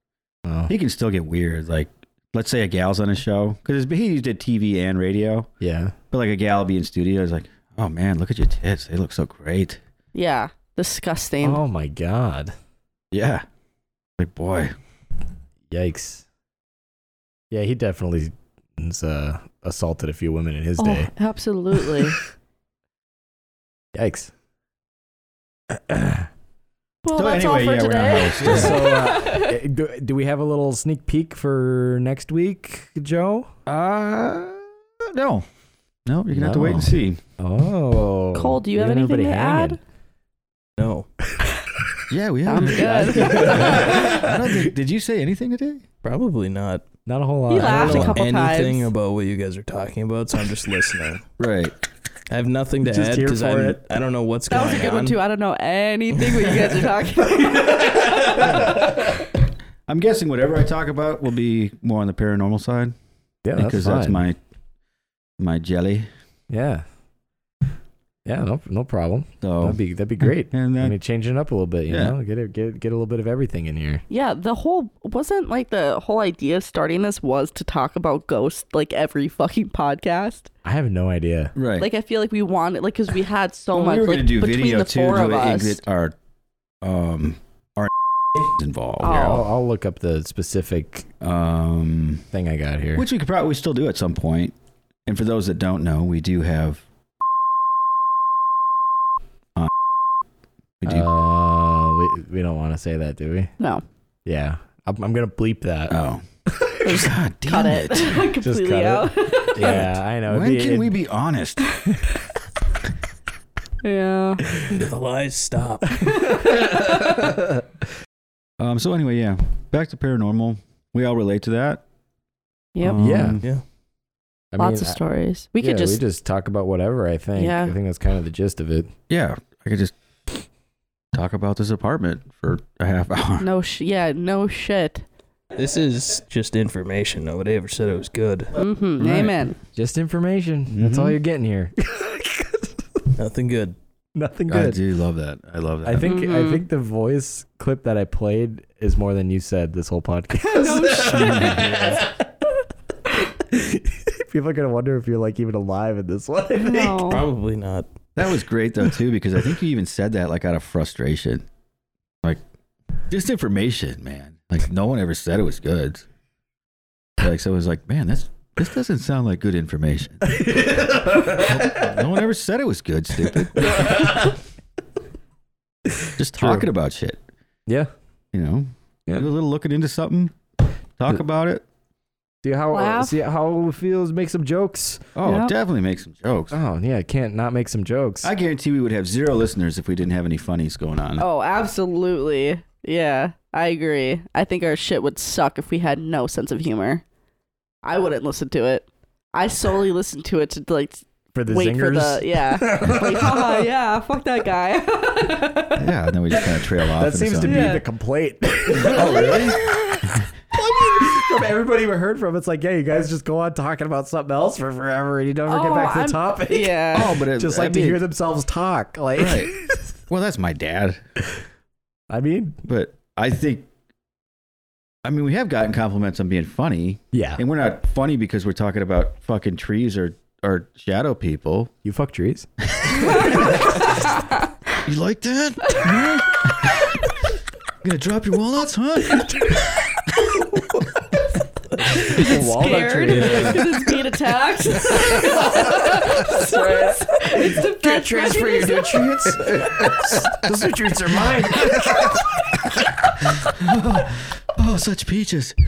[SPEAKER 2] Oh.
[SPEAKER 1] He can still get weird. Like, let's say a gal's on a show because he did TV and radio,
[SPEAKER 2] Yeah.
[SPEAKER 1] but like a gal would be in studio is like, oh man, look at your tits, they look so great.
[SPEAKER 3] Yeah. Disgusting.
[SPEAKER 2] Oh, my God.
[SPEAKER 1] Yeah, like boy,
[SPEAKER 2] Yikes. Yeah, he definitely He's, uh, assaulted a few women in his
[SPEAKER 3] Oh,
[SPEAKER 2] day.
[SPEAKER 3] absolutely.
[SPEAKER 2] Yikes.
[SPEAKER 3] well,
[SPEAKER 2] So
[SPEAKER 3] that's
[SPEAKER 2] anyway,
[SPEAKER 3] all
[SPEAKER 2] yeah,
[SPEAKER 3] for
[SPEAKER 2] we're not
[SPEAKER 3] today.
[SPEAKER 2] hosts, yeah. So, uh, do, do we have a little sneak peek for next week, Joe?
[SPEAKER 1] Uh, no. No, you're going to have to
[SPEAKER 2] No.
[SPEAKER 1] wait and see.
[SPEAKER 2] Oh.
[SPEAKER 3] Cole, do you have
[SPEAKER 2] anybody
[SPEAKER 3] anything to add?
[SPEAKER 2] hanging.
[SPEAKER 1] No. yeah, we have.
[SPEAKER 3] Sounds good.
[SPEAKER 1] I don't think, did you say anything today?
[SPEAKER 4] Probably not.
[SPEAKER 2] Not a whole lot.
[SPEAKER 3] He
[SPEAKER 4] I
[SPEAKER 3] laughed
[SPEAKER 4] don't
[SPEAKER 3] a
[SPEAKER 4] know
[SPEAKER 3] couple
[SPEAKER 4] anything
[SPEAKER 3] times.
[SPEAKER 4] about what you guys are talking about, so I'm just listening.
[SPEAKER 1] Right.
[SPEAKER 4] I have nothing to
[SPEAKER 2] Just
[SPEAKER 4] add
[SPEAKER 2] here
[SPEAKER 4] because
[SPEAKER 2] for
[SPEAKER 4] I
[SPEAKER 2] it.
[SPEAKER 4] I don't know what's
[SPEAKER 3] That
[SPEAKER 4] going
[SPEAKER 3] was a good one
[SPEAKER 4] on.
[SPEAKER 3] too. I don't know anything what you guys are talking about.
[SPEAKER 1] I'm guessing whatever I talk about will be more on the paranormal side
[SPEAKER 2] Yeah, that's
[SPEAKER 1] because that's
[SPEAKER 2] fine.
[SPEAKER 1] my my jelly.
[SPEAKER 2] Yeah. Yeah, no, no problem.
[SPEAKER 1] So
[SPEAKER 2] That'd be that'd be great.
[SPEAKER 1] And
[SPEAKER 2] I
[SPEAKER 1] that,
[SPEAKER 2] mean, change it up a little bit, you
[SPEAKER 1] Oh. Yeah.
[SPEAKER 2] know, get it, get get a little bit of everything in here.
[SPEAKER 3] yeah, the whole wasn't like the whole idea of starting this was to talk about ghosts like every fucking podcast.
[SPEAKER 2] I have no idea.
[SPEAKER 1] right.
[SPEAKER 3] Like I feel like we wanted like because we had so
[SPEAKER 1] Well,
[SPEAKER 3] much
[SPEAKER 1] we were
[SPEAKER 3] like
[SPEAKER 1] gonna do
[SPEAKER 3] between
[SPEAKER 1] video
[SPEAKER 3] the
[SPEAKER 1] too
[SPEAKER 3] four
[SPEAKER 1] to
[SPEAKER 3] of us.
[SPEAKER 1] exit our um our involved.
[SPEAKER 3] Oh.
[SPEAKER 2] Here, I'll, I'll look up the specific
[SPEAKER 1] Um,
[SPEAKER 2] thing I got here.
[SPEAKER 1] which we could probably still do at some point. And for those that don't know, we do have. on- We do.
[SPEAKER 2] Uh, we, we don't want to say that, do we?
[SPEAKER 3] No,
[SPEAKER 2] Yeah, I'm, I'm gonna bleep that.
[SPEAKER 1] oh. God damn
[SPEAKER 3] cut it completely
[SPEAKER 2] cut it.
[SPEAKER 3] out.
[SPEAKER 2] yeah, I know.
[SPEAKER 1] When
[SPEAKER 2] It'd be-
[SPEAKER 1] can we
[SPEAKER 2] it'd-
[SPEAKER 1] be honest?
[SPEAKER 3] yeah.
[SPEAKER 4] The lies stop.
[SPEAKER 1] Um, so anyway, yeah, back to paranormal. We all relate to that.
[SPEAKER 3] Yep.
[SPEAKER 1] Um,
[SPEAKER 2] Yeah.
[SPEAKER 4] Yeah.
[SPEAKER 2] I
[SPEAKER 3] Lots
[SPEAKER 2] mean,
[SPEAKER 3] of
[SPEAKER 2] I-
[SPEAKER 3] stories. We
[SPEAKER 2] yeah,
[SPEAKER 3] could just,
[SPEAKER 2] we just talk about whatever. I think.
[SPEAKER 3] Yeah.
[SPEAKER 2] I think that's kind of the gist of it.
[SPEAKER 1] yeah. I could just talk about this apartment for a half hour.
[SPEAKER 3] no sh- yeah, no shit.
[SPEAKER 4] This is just information. Nobody ever said it was good.
[SPEAKER 3] Mm-hmm.
[SPEAKER 1] Right.
[SPEAKER 3] Amen.
[SPEAKER 2] Just information. That's all
[SPEAKER 1] Mhm.
[SPEAKER 2] you're getting here.
[SPEAKER 4] Nothing good.
[SPEAKER 2] Nothing
[SPEAKER 3] Mm,
[SPEAKER 1] I
[SPEAKER 2] good.
[SPEAKER 1] do love that. I love that.
[SPEAKER 2] I think I
[SPEAKER 3] Mhm.
[SPEAKER 2] think the voice clip that I played is more than you said this whole podcast. People are gonna wonder if you're like even alive in this one. I think.
[SPEAKER 3] No.
[SPEAKER 4] Probably not.
[SPEAKER 1] that was great though too, because I think you even said that like out of frustration, like just information, man. Like no one ever said it was good. Like so, it was like, man, that's this doesn't sound like good information. no one ever said it was good, stupid. just
[SPEAKER 2] True.
[SPEAKER 1] talking about shit.
[SPEAKER 2] Yeah.
[SPEAKER 1] you know,
[SPEAKER 2] Yeah.
[SPEAKER 1] do a little looking into something, talk
[SPEAKER 2] Yeah.
[SPEAKER 1] about it.
[SPEAKER 2] See how uh,
[SPEAKER 3] Laugh.
[SPEAKER 2] see how it feels. Make some jokes.
[SPEAKER 1] Oh,
[SPEAKER 3] Yeah.
[SPEAKER 1] definitely make some jokes.
[SPEAKER 2] Oh yeah, I can't not make some jokes.
[SPEAKER 1] I guarantee we would have zero listeners if we didn't have any funnies going on.
[SPEAKER 3] Oh, absolutely. Yeah, I agree. I think our shit would suck if we had no sense of humor. I wouldn't listen to it. I solely listen to it to like
[SPEAKER 2] for the
[SPEAKER 3] wait
[SPEAKER 2] zingers.
[SPEAKER 3] for the yeah. like, haha, yeah, fuck that guy.
[SPEAKER 1] Yeah, and then we just kind of trail off.
[SPEAKER 2] that
[SPEAKER 1] into
[SPEAKER 2] seems to be
[SPEAKER 1] something.
[SPEAKER 2] the complaint. oh from everybody we heard from, it's like, yeah, you guys just go on talking about something else for forever, and you never get
[SPEAKER 3] Oh,
[SPEAKER 2] back to
[SPEAKER 3] I'm-
[SPEAKER 2] the topic.
[SPEAKER 3] yeah.
[SPEAKER 1] Oh, but it,
[SPEAKER 2] just
[SPEAKER 1] I
[SPEAKER 2] like to
[SPEAKER 1] mean-
[SPEAKER 2] hear themselves talk. Like,
[SPEAKER 1] Right. Well, that's my dad,
[SPEAKER 2] I mean,
[SPEAKER 1] but I think. I mean, we have gotten compliments on being funny,
[SPEAKER 2] yeah,
[SPEAKER 1] and we're not funny because we're talking about fucking trees or or shadow people.
[SPEAKER 2] you fuck trees.
[SPEAKER 1] You like that? Yeah? You gonna drop your walnuts, huh?
[SPEAKER 2] Walnut
[SPEAKER 3] scared
[SPEAKER 2] tree.
[SPEAKER 3] because it's being attacked. So it's, it's the best mechanism.
[SPEAKER 2] nutrients. Those nutrients are mine.
[SPEAKER 1] Oh, such peaches.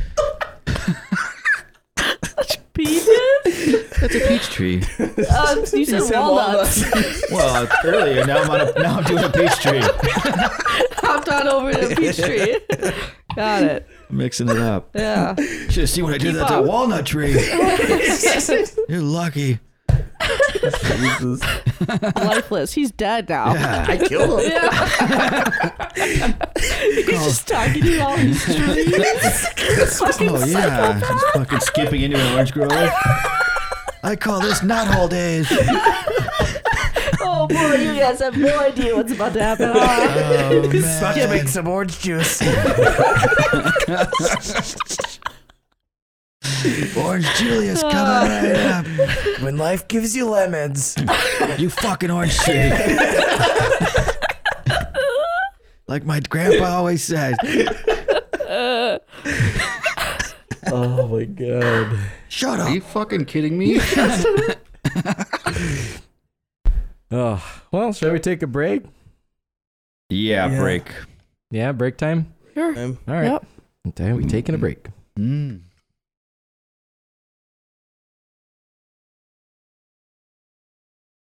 [SPEAKER 3] Peaches?
[SPEAKER 1] That's a peach tree.
[SPEAKER 3] Um, you said walnuts.
[SPEAKER 1] Well, earlier now I'm on a, now I'm doing a peach tree.
[SPEAKER 3] Hopped on over to the peach tree. Got it.
[SPEAKER 1] Mixing it up.
[SPEAKER 3] Yeah.
[SPEAKER 1] Should have seen what I did
[SPEAKER 3] Keep
[SPEAKER 1] at that
[SPEAKER 3] up.
[SPEAKER 1] walnut tree. You're lucky.
[SPEAKER 3] Lifeless. He's dead now.
[SPEAKER 1] Yeah.
[SPEAKER 2] Kill them.
[SPEAKER 3] He's just talking to all these trees. Fucking
[SPEAKER 1] Oh yeah. Just fucking skipping into an orange grove. I call this not hole days.
[SPEAKER 3] Oh boy, you guys have no idea what's about to happen. huh?
[SPEAKER 1] Oh,
[SPEAKER 2] About to
[SPEAKER 1] man.
[SPEAKER 2] make some orange juice.
[SPEAKER 1] Orange Julius coming right
[SPEAKER 2] when life gives you lemons.
[SPEAKER 1] up. You fucking orange tree. Like my grandpa always said.
[SPEAKER 2] Oh my god.
[SPEAKER 1] Shut up.
[SPEAKER 8] Are you fucking kidding me?
[SPEAKER 2] Ugh. well, shall we take a break?
[SPEAKER 1] Yeah,
[SPEAKER 4] Yeah.
[SPEAKER 1] break.
[SPEAKER 2] Yeah, break time.
[SPEAKER 3] Sure.
[SPEAKER 4] Um,
[SPEAKER 2] All right.
[SPEAKER 3] Yep.
[SPEAKER 2] Okay, we're taking a break.
[SPEAKER 1] Mm.